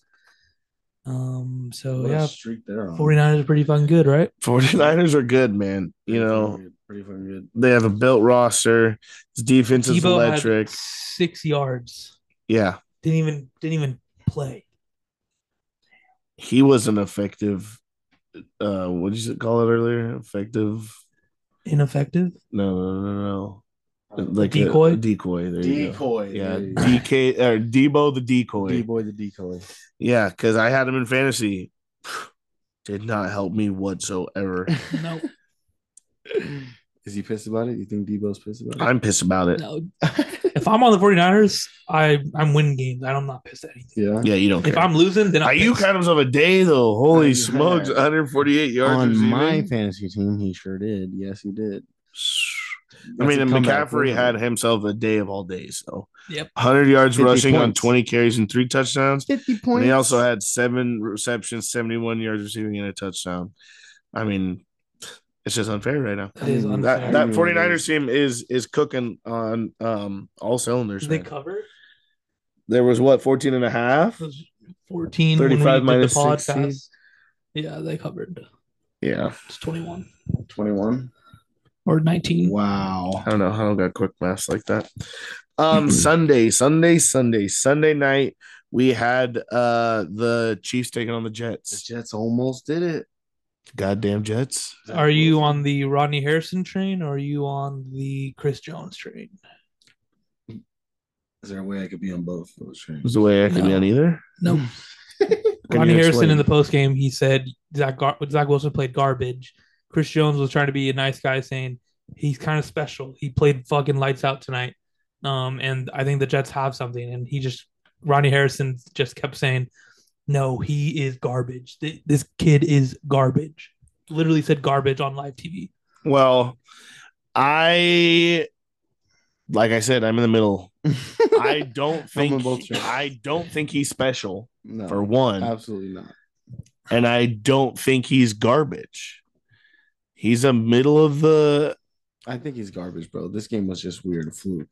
Speaker 3: Um, so
Speaker 2: What
Speaker 3: yeah,
Speaker 2: a streak there.
Speaker 3: 49ers are pretty fucking good, right?
Speaker 1: 49ers are good, man. You know,
Speaker 2: pretty fucking good.
Speaker 1: they have a built roster. His defense is
Speaker 3: Debo
Speaker 1: electric.
Speaker 3: had six yards.
Speaker 1: Yeah.
Speaker 3: Didn't even didn't even play.
Speaker 1: He was an effective uh what did you call it earlier? Effective
Speaker 3: ineffective?
Speaker 1: No, no, no, no. uh, Like a-
Speaker 3: Decoy?
Speaker 1: decoy. There you go.
Speaker 2: decoy.
Speaker 1: Yeah,
Speaker 2: there you go.
Speaker 1: DK or Debo the decoy.
Speaker 2: D-boy the decoy.
Speaker 1: Yeah, because I had him in fantasy. Did not help me whatsoever.
Speaker 3: No,
Speaker 2: Is he pissed about it? You think Debo's pissed about it?
Speaker 1: I'm pissed about it.
Speaker 3: no. if I'm on the 49ers, I I'm winning games. I'm not pissed at anything.
Speaker 2: Yeah.
Speaker 1: Yeah, you don't
Speaker 3: If
Speaker 1: care.
Speaker 3: I'm losing, then I'm
Speaker 1: Ayuk
Speaker 3: pissed.
Speaker 1: had himself a day though. Holy
Speaker 2: Yeah.
Speaker 1: smokes, 148 yards.
Speaker 2: On
Speaker 1: receiving.
Speaker 2: my fantasy team, he sure did. Yes, he did.
Speaker 1: I mean,
Speaker 2: That's a
Speaker 1: and
Speaker 2: comeback,
Speaker 1: McCaffrey
Speaker 2: wasn't it?
Speaker 1: had himself a day of all days. So,
Speaker 3: Yep.
Speaker 1: 100 yards
Speaker 2: 50
Speaker 1: rushing on
Speaker 2: points.
Speaker 1: 20 carries and three touchdowns.
Speaker 2: 50
Speaker 1: And
Speaker 2: points.
Speaker 1: he also had seven receptions, 71 yards receiving, and a touchdown. I mean, it's just unfair right now.
Speaker 3: That is
Speaker 2: That-
Speaker 3: unfair.
Speaker 1: That that
Speaker 2: Mm.
Speaker 1: 49ers team is is cooking on um all cylinders.
Speaker 3: Did they
Speaker 1: man.
Speaker 3: cover?
Speaker 1: There was what 14 and a half?
Speaker 3: It was 14
Speaker 1: 35
Speaker 3: 35 when we did
Speaker 1: minus
Speaker 3: the podcast.
Speaker 1: 16.
Speaker 3: Yeah, they covered.
Speaker 1: Yeah.
Speaker 3: It's 21
Speaker 2: 21.
Speaker 3: or 19.
Speaker 2: Wow.
Speaker 1: I don't know. I don't got quick maths like that. Um, Sunday, Sunday, Sunday, Sunday night, we had uh the Chiefs taking on the
Speaker 2: The
Speaker 1: Jets.
Speaker 2: Jets almost did it.
Speaker 1: Goddamn Jets.
Speaker 3: Are you on the Rodney Harrison train or are you on the Chris Jones train?
Speaker 2: Is there a way I could be on both of those trains?
Speaker 1: Is the way I could be
Speaker 3: No.
Speaker 1: on either.
Speaker 3: Nope.
Speaker 1: Can
Speaker 3: Rodney
Speaker 1: you explain?
Speaker 3: Harrison in the postgame, he said Zach, Gar- Zach Wilson played garbage. Chris Jones was trying to be a nice guy, saying he's kind of special. He played fucking lights out tonight. Um, and I think the Jets have something. And he just, Rodney Harrison just kept saying, no, he is garbage. Th- This kid is garbage. Literally said garbage on live TV.
Speaker 1: Well, I like I said, I'm in the middle. I don't
Speaker 2: on
Speaker 1: think
Speaker 2: both sides.
Speaker 1: I don't think he's special
Speaker 2: no,
Speaker 1: for one,
Speaker 2: absolutely not.
Speaker 1: and I don't think he's garbage. He's a middle of the.
Speaker 2: I think he's garbage, bro. This game was just weird, a fluke.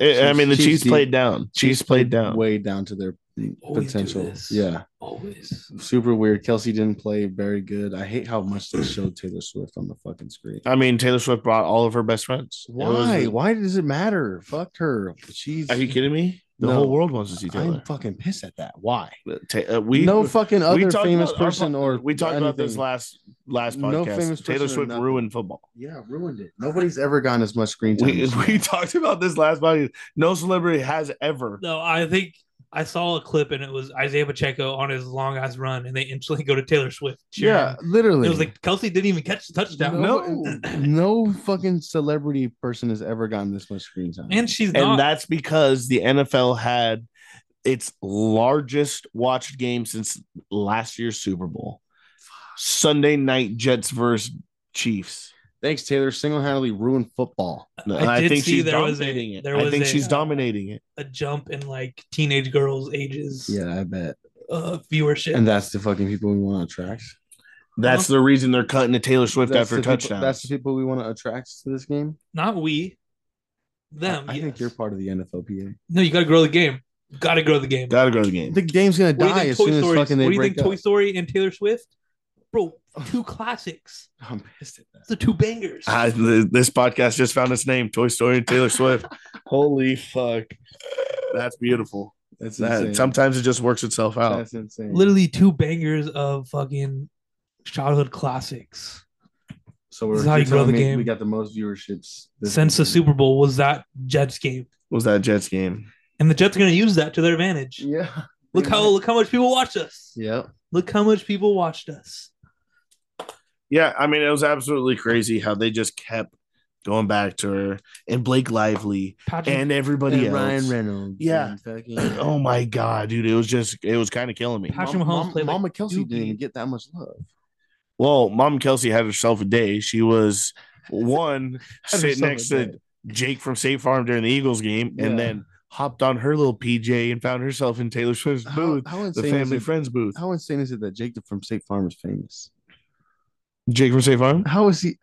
Speaker 1: I I mean, the
Speaker 2: Chiefs
Speaker 1: Chiefs
Speaker 2: did-
Speaker 1: played down. Chiefs played down.
Speaker 2: way down to their
Speaker 3: Always do
Speaker 2: potential.
Speaker 3: this.
Speaker 2: Yeah,
Speaker 3: Always.
Speaker 2: super weird. Kelsey didn't play very good. I hate how much they showed Taylor Swift on the fucking screen.
Speaker 1: I mean, Taylor Swift brought all of her best friends. It was-
Speaker 2: Why? Why does it matter? Fuck her. She's.
Speaker 1: Are you kidding me? The
Speaker 2: No.
Speaker 1: whole world wants to see
Speaker 2: I'm
Speaker 1: Taylor.
Speaker 2: fucking pissed at that. Why?
Speaker 1: Ta- uh, we
Speaker 2: no fucking
Speaker 1: we
Speaker 2: other
Speaker 1: talked
Speaker 2: famous
Speaker 1: about our
Speaker 2: person or
Speaker 1: we talked about this
Speaker 2: anything.
Speaker 1: last last podcast.
Speaker 2: No famous
Speaker 1: Taylor
Speaker 2: person or
Speaker 1: Swift
Speaker 2: nothing.
Speaker 1: ruined football.
Speaker 2: Yeah, ruined it. Nobody's ever gotten as much screen time.
Speaker 1: We,
Speaker 2: as
Speaker 1: we talked about this last podcast. No celebrity has ever.
Speaker 3: No, I think I saw a clip and it was Isaiah Pacheco on his long ass run and they instantly go to Taylor Swift. cheering.
Speaker 2: Yeah, literally.
Speaker 3: It was like Kelsey didn't even catch the touchdown.
Speaker 2: no, no fucking celebrity person has ever gotten this much screen time.
Speaker 3: And she's
Speaker 1: And
Speaker 3: not.
Speaker 1: that's because the NFL had its largest watched game since last year's Super Bowl. Sunday night Jets versus Chiefs.
Speaker 2: Thanks, Taylor. Single handedly ruined football.
Speaker 1: No,
Speaker 3: I
Speaker 1: I
Speaker 3: did
Speaker 1: think
Speaker 3: see
Speaker 1: she's
Speaker 3: there was a-
Speaker 1: dominating it.
Speaker 3: there
Speaker 1: I
Speaker 3: was
Speaker 1: think
Speaker 3: a,
Speaker 1: she's
Speaker 3: uh,
Speaker 1: dominating it.
Speaker 3: a jump in like teenage girls' ages
Speaker 2: Yeah, I bet.
Speaker 3: uh, viewership.
Speaker 2: And that's the fucking people we want to attract.
Speaker 1: That's the reason they're cutting to Taylor Swift
Speaker 2: That's
Speaker 1: after
Speaker 2: the people-
Speaker 1: touchdown.
Speaker 2: that's the people we want to attract to this game.
Speaker 3: not we, them.
Speaker 2: I, I think
Speaker 3: yes.
Speaker 2: you're part of the NFLPA.
Speaker 3: No, you got to grow the game. Got to grow the game.
Speaker 1: Gotta grow the game.
Speaker 2: The game's gonna
Speaker 3: What do you
Speaker 2: die
Speaker 3: think
Speaker 2: as
Speaker 3: Toy
Speaker 2: soon as
Speaker 3: Story-
Speaker 2: fucking
Speaker 3: What
Speaker 2: they
Speaker 3: do you
Speaker 2: break
Speaker 3: think Toy
Speaker 2: up.
Speaker 3: Story and Taylor Swift? Bro, two classics.
Speaker 2: I'm pissed at that.
Speaker 3: The two bangers.
Speaker 1: I, th- this podcast just found its name: Toy Story and Taylor Swift. Holy fuck, that's beautiful.
Speaker 2: That's
Speaker 1: That,
Speaker 2: insane.
Speaker 1: sometimes it just works itself out.
Speaker 2: that's insane.
Speaker 3: Literally two bangers of fucking childhood classics.
Speaker 2: So
Speaker 3: This
Speaker 2: we're
Speaker 3: is how you
Speaker 2: you're
Speaker 3: grow the
Speaker 2: telling me
Speaker 3: game.
Speaker 2: We got the most viewerships this
Speaker 3: Since the
Speaker 2: season.
Speaker 3: Super Bowl was that Jets game.
Speaker 1: Was that Jets game?
Speaker 3: And the Jets are going to use that to their advantage.
Speaker 2: Yeah.
Speaker 3: Look how look how much people watched us.
Speaker 2: Yeah.
Speaker 3: Look how much people watched us.
Speaker 1: Yeah, I mean it was absolutely crazy how they just kept going back to her and Blake Lively
Speaker 3: Patrick,
Speaker 1: and everybody else.
Speaker 2: Reynolds.
Speaker 1: Yeah.
Speaker 2: and fucking-
Speaker 1: oh my god, dude! It was just it was kind of killing me.
Speaker 3: How- Patrick Mahomes played like
Speaker 2: Mama Kelsey
Speaker 3: Dookie.
Speaker 2: didn't even get that much love.
Speaker 1: Well, Mom Kelsey had herself a day. She was one sitting next to Jake from State Farm during the Eagles game,
Speaker 2: Yeah.
Speaker 1: and then hopped on her little PJ and found herself in Taylor Swift's
Speaker 2: how,
Speaker 1: booth,
Speaker 2: how
Speaker 1: the
Speaker 2: insane
Speaker 1: family
Speaker 2: is it,
Speaker 1: friends booth.
Speaker 2: How insane is it that Jacob from State Farm is famous?
Speaker 1: Jake from State Farm.
Speaker 2: How is he?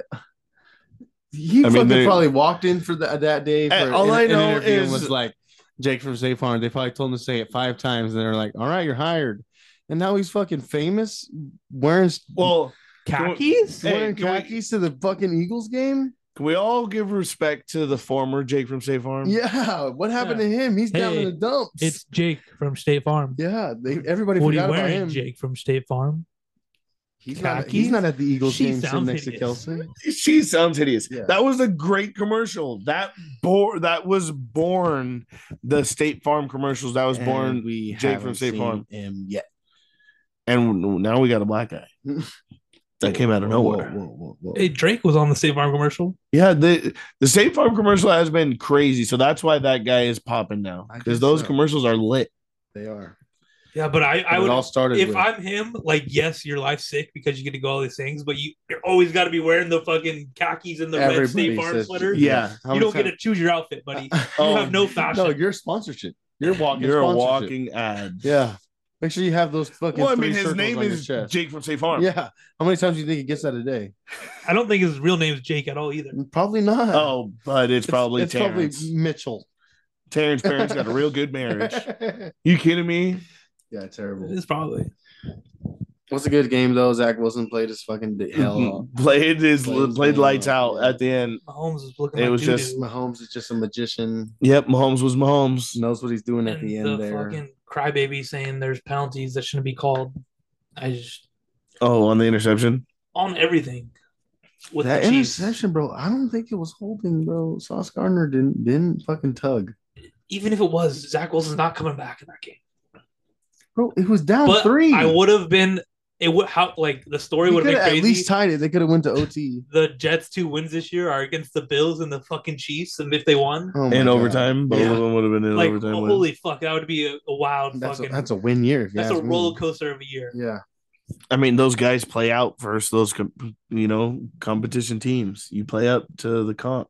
Speaker 2: He
Speaker 1: I mean,
Speaker 2: fucking
Speaker 1: they-
Speaker 2: probably walked in for the, that day. For
Speaker 1: Hey, all I know
Speaker 2: interview and
Speaker 1: is-
Speaker 2: was like Jake from State Farm. They probably told him to say it five times, and they're like, "All right, you're hired." And now he's fucking famous, wearing
Speaker 1: Well,
Speaker 3: khakis?
Speaker 1: Hey,
Speaker 2: wearing
Speaker 1: can we-
Speaker 2: khakis to the fucking Eagles game.
Speaker 1: can we all give respect to the former Jake from State Farm?
Speaker 2: Yeah, what happened to him? He's down in
Speaker 3: Hey,
Speaker 2: the dumps.
Speaker 3: It's Jake from State Farm.
Speaker 2: yeah, they everybody
Speaker 3: what are
Speaker 2: forgot
Speaker 3: you
Speaker 2: about
Speaker 3: wearing,
Speaker 2: him.
Speaker 3: Jake from State Farm?
Speaker 2: He's not,
Speaker 3: Khakis?
Speaker 2: he's not at the Eagles
Speaker 3: She
Speaker 2: game sitting
Speaker 3: sounds
Speaker 2: next to
Speaker 3: hideous.
Speaker 2: Kelsey.
Speaker 1: She sounds hideous.
Speaker 2: Yeah.
Speaker 1: That was a great commercial. That bore that was born the State Farm commercials. That was born,
Speaker 2: And we
Speaker 1: Jake from
Speaker 2: haven't
Speaker 1: State
Speaker 2: seen
Speaker 1: Farm.
Speaker 2: him yet.
Speaker 1: and now we got a black guy that came out of
Speaker 2: Whoa,
Speaker 1: nowhere.
Speaker 2: Whoa, whoa, whoa, whoa.
Speaker 3: Hey, Drake was on the State Farm commercial.
Speaker 1: Yeah, the the State Farm commercial has been crazy, so that's why that guy is popping now
Speaker 2: I
Speaker 1: because
Speaker 2: guess
Speaker 1: those
Speaker 2: so.
Speaker 1: commercials are lit.
Speaker 2: They are.
Speaker 3: Yeah, but I, I
Speaker 2: It
Speaker 3: would
Speaker 2: all started
Speaker 3: if
Speaker 2: with
Speaker 3: I'm him, like, yes, your life's sick because you get to go all these things, but you, you're always got to be wearing the fucking khakis and the red State Farm
Speaker 2: says-
Speaker 3: sweater.
Speaker 1: Yeah.
Speaker 3: you
Speaker 2: How many
Speaker 3: don't get
Speaker 2: times-
Speaker 3: to choose your outfit, buddy.
Speaker 1: Oh,
Speaker 3: You have no fashion.
Speaker 2: No, you're sponsorship. You're walking.
Speaker 1: You're a
Speaker 2: sponsorship.
Speaker 1: walking ad.
Speaker 2: Yeah. Make sure you have those fucking.
Speaker 1: Well, I
Speaker 2: three
Speaker 1: mean, his
Speaker 2: circles
Speaker 1: name
Speaker 2: on your
Speaker 1: is
Speaker 2: chest.
Speaker 1: Jake from State Farm.
Speaker 2: Yeah. How many times do you think he gets that a day?
Speaker 3: I don't think his real name is Jake at all either.
Speaker 2: Probably not.
Speaker 1: Oh, but it's, probably
Speaker 2: it's probably
Speaker 1: Terrence.
Speaker 2: Mitchell.
Speaker 1: Terrence parents got a real good marriage. You kidding me?
Speaker 2: yeah, terrible.
Speaker 3: It's probably.
Speaker 2: What's a good game though? Zach Wilson played his fucking d-
Speaker 1: Mm-hmm.
Speaker 2: hell
Speaker 3: Mm-hmm.
Speaker 2: off.
Speaker 1: Played his
Speaker 2: Played-
Speaker 1: played lights out
Speaker 2: yeah.
Speaker 1: at the end.
Speaker 3: Mahomes was looking.
Speaker 1: It
Speaker 3: like
Speaker 1: was
Speaker 3: doo-doo.
Speaker 1: just
Speaker 2: Mahomes is just a magician.
Speaker 1: Yep, Mahomes was Mahomes.
Speaker 2: Knows what he's doing at
Speaker 3: and
Speaker 2: the end there.
Speaker 3: fucking crybaby saying there's penalties that shouldn't be called. I just
Speaker 1: Oh, on the interception.
Speaker 3: on everything with
Speaker 2: that
Speaker 3: the Chiefs.
Speaker 2: interception, bro. I don't think it was holding, bro. Sauce Gardner didn't didn't fucking tug,
Speaker 3: Even if it was, Zach Wilson's not coming back in that game.
Speaker 2: bro. It was down
Speaker 3: But
Speaker 2: three.
Speaker 3: I would have been. It would how like the story
Speaker 2: They
Speaker 3: would have
Speaker 2: coulda
Speaker 3: been
Speaker 2: at
Speaker 3: crazy.
Speaker 2: least tied it. They could have went to OT.
Speaker 3: the Jets' two wins this year are against the Bills and the fucking Chiefs, and if they won,
Speaker 2: Oh my
Speaker 1: in
Speaker 2: God.
Speaker 1: overtime. Both
Speaker 2: Yeah.
Speaker 1: of them would have been in
Speaker 3: like
Speaker 1: overtime. win.
Speaker 3: holy fuck, that would be a, a wild
Speaker 2: That's a,
Speaker 3: fucking.
Speaker 2: that's a win year. if you
Speaker 3: that's a
Speaker 2: ask me.
Speaker 3: roller coaster of a year.
Speaker 2: Yeah,
Speaker 1: I mean, those guys play out versus those, com- you know, competition teams. You play up to the comp.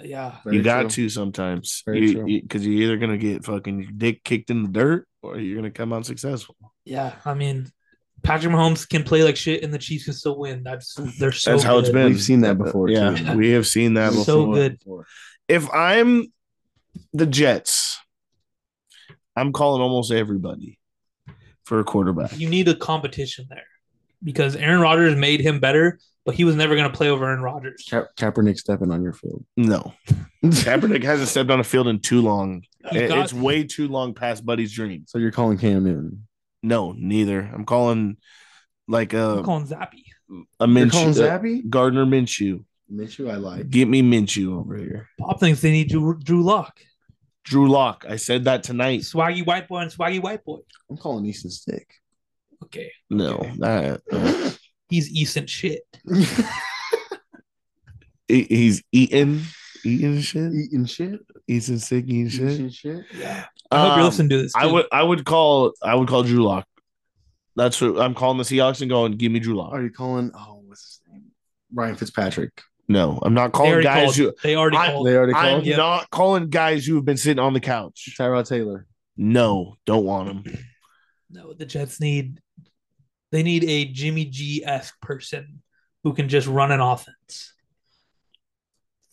Speaker 3: Yeah,
Speaker 1: you
Speaker 2: Very
Speaker 1: got
Speaker 2: true.
Speaker 1: to sometimes.
Speaker 2: Very
Speaker 1: you,
Speaker 2: true.
Speaker 1: Because you, are either going to get fucking your dick kicked in the dirt or you're going to come out successful.
Speaker 3: yeah. I mean, Patrick Mahomes can play like shit, and the Chiefs can still win. That's they're so.
Speaker 1: That's how it's
Speaker 3: good.
Speaker 1: been.
Speaker 2: We've seen that before,
Speaker 1: Yeah.
Speaker 2: too.
Speaker 1: We have seen that
Speaker 3: So
Speaker 1: before.
Speaker 3: good.
Speaker 1: If I'm the Jets, I'm calling almost everybody for a quarterback.
Speaker 3: You need a competition there because Aaron Rodgers made him better, but he was never going to play over Aaron Rodgers.
Speaker 2: Ka- Kaepernick stepping on your field.
Speaker 1: No. Kaepernick hasn't stepped on a field in too long.
Speaker 3: You
Speaker 1: It-
Speaker 3: got-
Speaker 1: it's way too long past Buddy's dreams.
Speaker 2: So you're calling Cam Newton.
Speaker 1: No, neither. I'm calling like a
Speaker 3: I'm calling Zappy.
Speaker 1: a
Speaker 2: You're calling
Speaker 1: Minshew, uh,
Speaker 2: Zappy?
Speaker 1: Gardner Minshew.
Speaker 2: Minshew, I like.
Speaker 1: Get me Minshew over here.
Speaker 3: Bob thinks they need Drew, Drew Lock,
Speaker 1: Drew Lock. I said that tonight.
Speaker 3: Swaggy White Boy, and Swaggy White Boy.
Speaker 2: I'm calling Easton Stick.
Speaker 3: Okay,
Speaker 1: No,
Speaker 3: Okay.
Speaker 1: that, uh,
Speaker 3: he's decent shit.
Speaker 1: he- he's eating, eating shit,
Speaker 2: Eating shit.
Speaker 1: eating sick, eating shit.
Speaker 2: Eating shit.
Speaker 3: Yeah, I hope
Speaker 1: Um,
Speaker 3: you're listening to this.
Speaker 1: I
Speaker 3: too.
Speaker 1: would, I would call, I would call Drew Lock. That's what I'm calling the Seahawks and going. Give me Drew Lock.
Speaker 2: Are you calling? Oh, what's his name? Ryan Fitzpatrick.
Speaker 1: No, I'm not
Speaker 3: They
Speaker 1: calling
Speaker 3: already
Speaker 1: guys
Speaker 3: called.
Speaker 1: who.
Speaker 3: They already
Speaker 1: I-
Speaker 3: called.
Speaker 2: They already
Speaker 1: I'm
Speaker 2: called
Speaker 3: Yeah.
Speaker 1: not calling guys who have been sitting on the couch.
Speaker 2: Tyrod Taylor.
Speaker 1: No, don't want them.
Speaker 3: No, the Jets need they need a Jimmy G esque person who can just run an offense.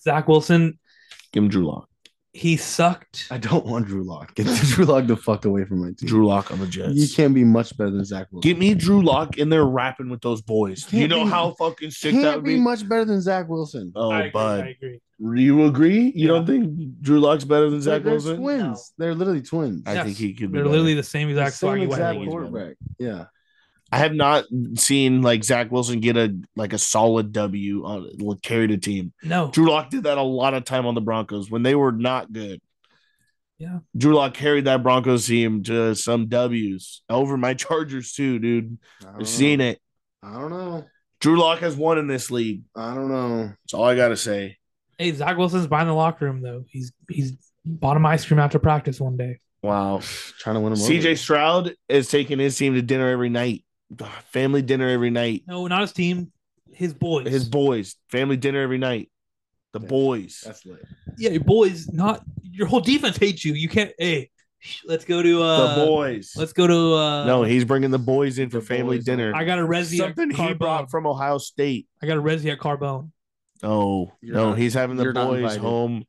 Speaker 3: Zach Wilson,
Speaker 1: Give him Drew Lock.
Speaker 3: he sucked.
Speaker 2: I don't want Drew Lock. Get Drew Lock the fuck away from my team.
Speaker 1: Drew Lock on the
Speaker 2: you
Speaker 1: Jets.
Speaker 2: can't be much better than Zach Wilson.
Speaker 1: Get me Drew Lock in there rapping with those boys.
Speaker 2: Can't
Speaker 1: you know
Speaker 2: be-
Speaker 1: how fucking sick
Speaker 2: can't
Speaker 1: that would
Speaker 2: be,
Speaker 1: be.
Speaker 2: much better than Zach Wilson.
Speaker 1: oh,
Speaker 3: I agree, I
Speaker 1: bud,
Speaker 3: agree.
Speaker 1: you agree? You
Speaker 3: Yeah.
Speaker 1: don't think Drew Lock's better than
Speaker 2: They're-
Speaker 1: Zach
Speaker 2: they're
Speaker 1: Wilson?
Speaker 2: twins. They're literally twins.
Speaker 1: I
Speaker 3: Yes.
Speaker 1: think he could be.
Speaker 3: They're
Speaker 1: better.
Speaker 3: literally the same
Speaker 2: The
Speaker 3: exact
Speaker 2: same
Speaker 3: swaggy
Speaker 2: exact
Speaker 3: white boy.
Speaker 2: quarterback. Yeah.
Speaker 1: I have not seen like Zach Wilson get a like a solid W on carried a team.
Speaker 3: No,
Speaker 1: Drew Lock did that a lot of time on the Broncos when they were not good.
Speaker 3: Yeah.
Speaker 1: Drew Lock carried that Broncos team to some W's over my Chargers too, dude.
Speaker 2: I
Speaker 1: I've seen it.
Speaker 2: I don't know.
Speaker 1: Drew Lock has won in this league.
Speaker 2: I don't know.
Speaker 1: That's all I gotta say.
Speaker 3: hey, Zach Wilson's behind the locker room though. He's he's bought him ice cream after practice one day.
Speaker 1: Wow.
Speaker 2: Trying to win him
Speaker 1: CJ Stroud is taking his team to dinner every night. Family dinner every night.
Speaker 3: No, not his team, his boys.
Speaker 1: His boys. Family dinner every night. The
Speaker 2: Yeah.
Speaker 1: boys.
Speaker 2: That's lit.
Speaker 3: yeah, your boys. Not your whole defense hates you. You can't. Hey, let's go to uh,
Speaker 1: the boys.
Speaker 3: Let's go to uh,
Speaker 1: no, he's bringing the boys in for
Speaker 2: The
Speaker 1: family
Speaker 2: boys.
Speaker 1: dinner.
Speaker 3: I got a resi at
Speaker 1: Something he
Speaker 3: Carbone.
Speaker 1: brought from Ohio State.
Speaker 3: I got a resi at Carbone.
Speaker 1: Oh
Speaker 2: You're
Speaker 1: no,
Speaker 2: not-
Speaker 1: he's having the
Speaker 2: you're not
Speaker 1: boys
Speaker 2: invited.
Speaker 1: home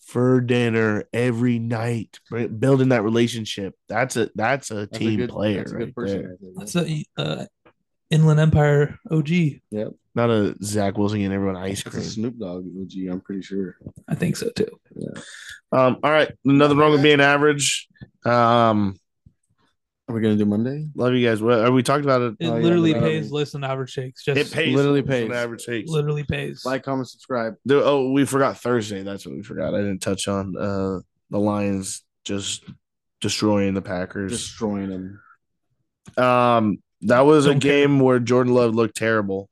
Speaker 1: for dinner every night, b- building that relationship. That's a that's a
Speaker 2: That's a
Speaker 1: team
Speaker 2: good-
Speaker 1: player
Speaker 2: That's a
Speaker 1: right
Speaker 2: good person.
Speaker 1: there.
Speaker 2: right there, man.
Speaker 3: That's a uh, Inland Empire OG.
Speaker 1: Not a Zach Wilson and everyone ice
Speaker 2: That's a
Speaker 1: cream.
Speaker 2: Snoop Dogg OG. I'm pretty sure.
Speaker 3: I think so
Speaker 1: Oh,
Speaker 3: too.
Speaker 1: Um, all right, nothing wrong with being average. Um,
Speaker 2: Are we gonna do Monday?
Speaker 1: Love you guys. What are we talked about it?
Speaker 3: It
Speaker 2: Oh, yeah,
Speaker 3: literally
Speaker 2: but, um,
Speaker 3: pays less than average shakes. Just
Speaker 1: It pays
Speaker 2: literally
Speaker 1: less than
Speaker 2: pays.
Speaker 1: average takes.
Speaker 3: literally pays.
Speaker 2: Like, comment, subscribe.
Speaker 1: Dude, oh, we forgot Thursday. That's what we forgot. I didn't touch on uh the Lions just destroying the Packers.
Speaker 2: Destroying them.
Speaker 1: um, that was a
Speaker 3: Don't care.
Speaker 1: game where Jordan Love looked terrible.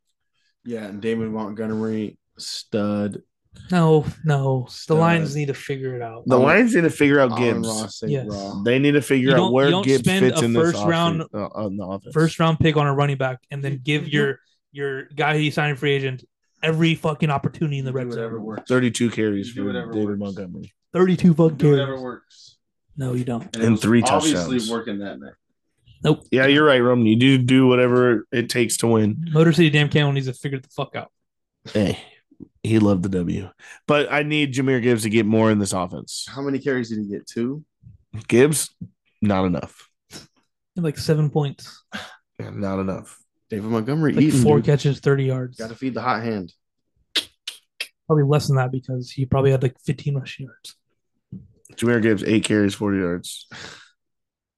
Speaker 2: Yeah, and David Montgomery stud.
Speaker 3: no, no. The
Speaker 2: Uh,
Speaker 3: Lions need to figure it out.
Speaker 1: The
Speaker 2: Um,
Speaker 1: Lions need to figure out
Speaker 2: Allen
Speaker 1: Gibbs.
Speaker 2: Ross, St.
Speaker 3: Yes.
Speaker 2: Brown.
Speaker 1: They need to figure
Speaker 3: You
Speaker 1: out
Speaker 3: don't- you
Speaker 1: where
Speaker 3: don't
Speaker 1: Gibbs
Speaker 3: spend
Speaker 1: fits
Speaker 3: a
Speaker 1: in this
Speaker 3: first
Speaker 1: offseason-
Speaker 3: round-
Speaker 1: uh, on the offense.
Speaker 3: First round pick on a running back, and then give
Speaker 2: Mm-hmm.
Speaker 3: your your guy who's signing free agent every fucking opportunity in the red
Speaker 2: whatever
Speaker 3: zone.
Speaker 2: works.
Speaker 1: 32 carries
Speaker 2: You do
Speaker 1: for
Speaker 2: whatever
Speaker 1: David
Speaker 2: works.
Speaker 1: Montgomery.
Speaker 3: Thirty-two fucking
Speaker 2: Do whatever
Speaker 3: carries.
Speaker 2: works.
Speaker 3: No, you don't.
Speaker 1: And
Speaker 2: it was
Speaker 1: three touchdowns.
Speaker 2: Obviously working that night.
Speaker 3: Nope.
Speaker 1: Yeah, you're right, Roman. You do do whatever it takes to win.
Speaker 3: Motor City Damn Camel needs to figure the fuck out.
Speaker 1: Hey, he loved the W. But I need Jameer Gibbs to get more in this offense.
Speaker 2: How many carries did he get? Two.
Speaker 1: Gibbs, not enough.
Speaker 3: He had, Like seven points,
Speaker 1: Not enough.
Speaker 2: David Montgomery
Speaker 3: like
Speaker 2: eating.
Speaker 3: four
Speaker 2: dude.
Speaker 3: catches, thirty yards.
Speaker 2: Got to feed the hot hand.
Speaker 3: Probably less than that because he probably had like fifteen rushing yards.
Speaker 1: Jameer Gibbs, eight carries, 40 yards.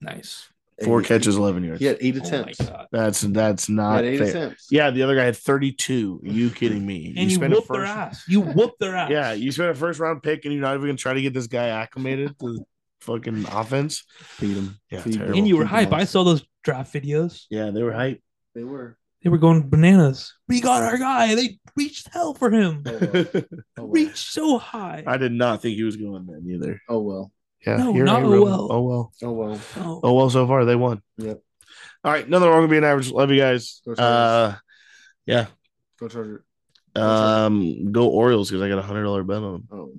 Speaker 3: Nice.
Speaker 1: Four
Speaker 2: Eight-
Speaker 1: catches, 11 yards.
Speaker 2: He had eight
Speaker 3: Oh
Speaker 2: attempts.
Speaker 3: my God.
Speaker 1: That's that's
Speaker 2: He had
Speaker 1: not
Speaker 2: eight
Speaker 1: fair.
Speaker 2: attempts.
Speaker 1: Yeah, the other guy had 32. Are you kidding me?
Speaker 3: And you,
Speaker 1: spent a
Speaker 3: whoop their
Speaker 1: first-
Speaker 3: ass. You whoop their ass.
Speaker 1: Yeah, you spent a first round pick and you're not even gonna try to get this guy acclimated to the fucking offense.
Speaker 2: Feed him.
Speaker 1: Yeah,
Speaker 2: Feed
Speaker 1: terrible.
Speaker 3: and you were
Speaker 2: Keep him
Speaker 3: hype. I
Speaker 2: honest.
Speaker 3: saw those draft videos.
Speaker 1: Yeah, they were hype.
Speaker 2: They were.
Speaker 3: They were going bananas. We got our guy. They reached hell for him.
Speaker 2: Oh, well. Oh, well.
Speaker 3: Reached so high.
Speaker 1: I did not think he was going then either.
Speaker 2: Oh well.
Speaker 1: Yeah,
Speaker 3: No,
Speaker 1: you're
Speaker 3: not
Speaker 1: right, Ruben.
Speaker 3: Owell.
Speaker 1: Oh well.
Speaker 2: Oh well.
Speaker 3: Oh.
Speaker 1: Oh well, so far they won.
Speaker 2: Yep.
Speaker 1: All right, nothing wrong with being average. Love you guys.
Speaker 2: Go Chargers.
Speaker 1: Uh, yeah.
Speaker 2: Go Charger.
Speaker 1: Um, go Orioles because I got a hundred dollar bet on them.
Speaker 2: Oh.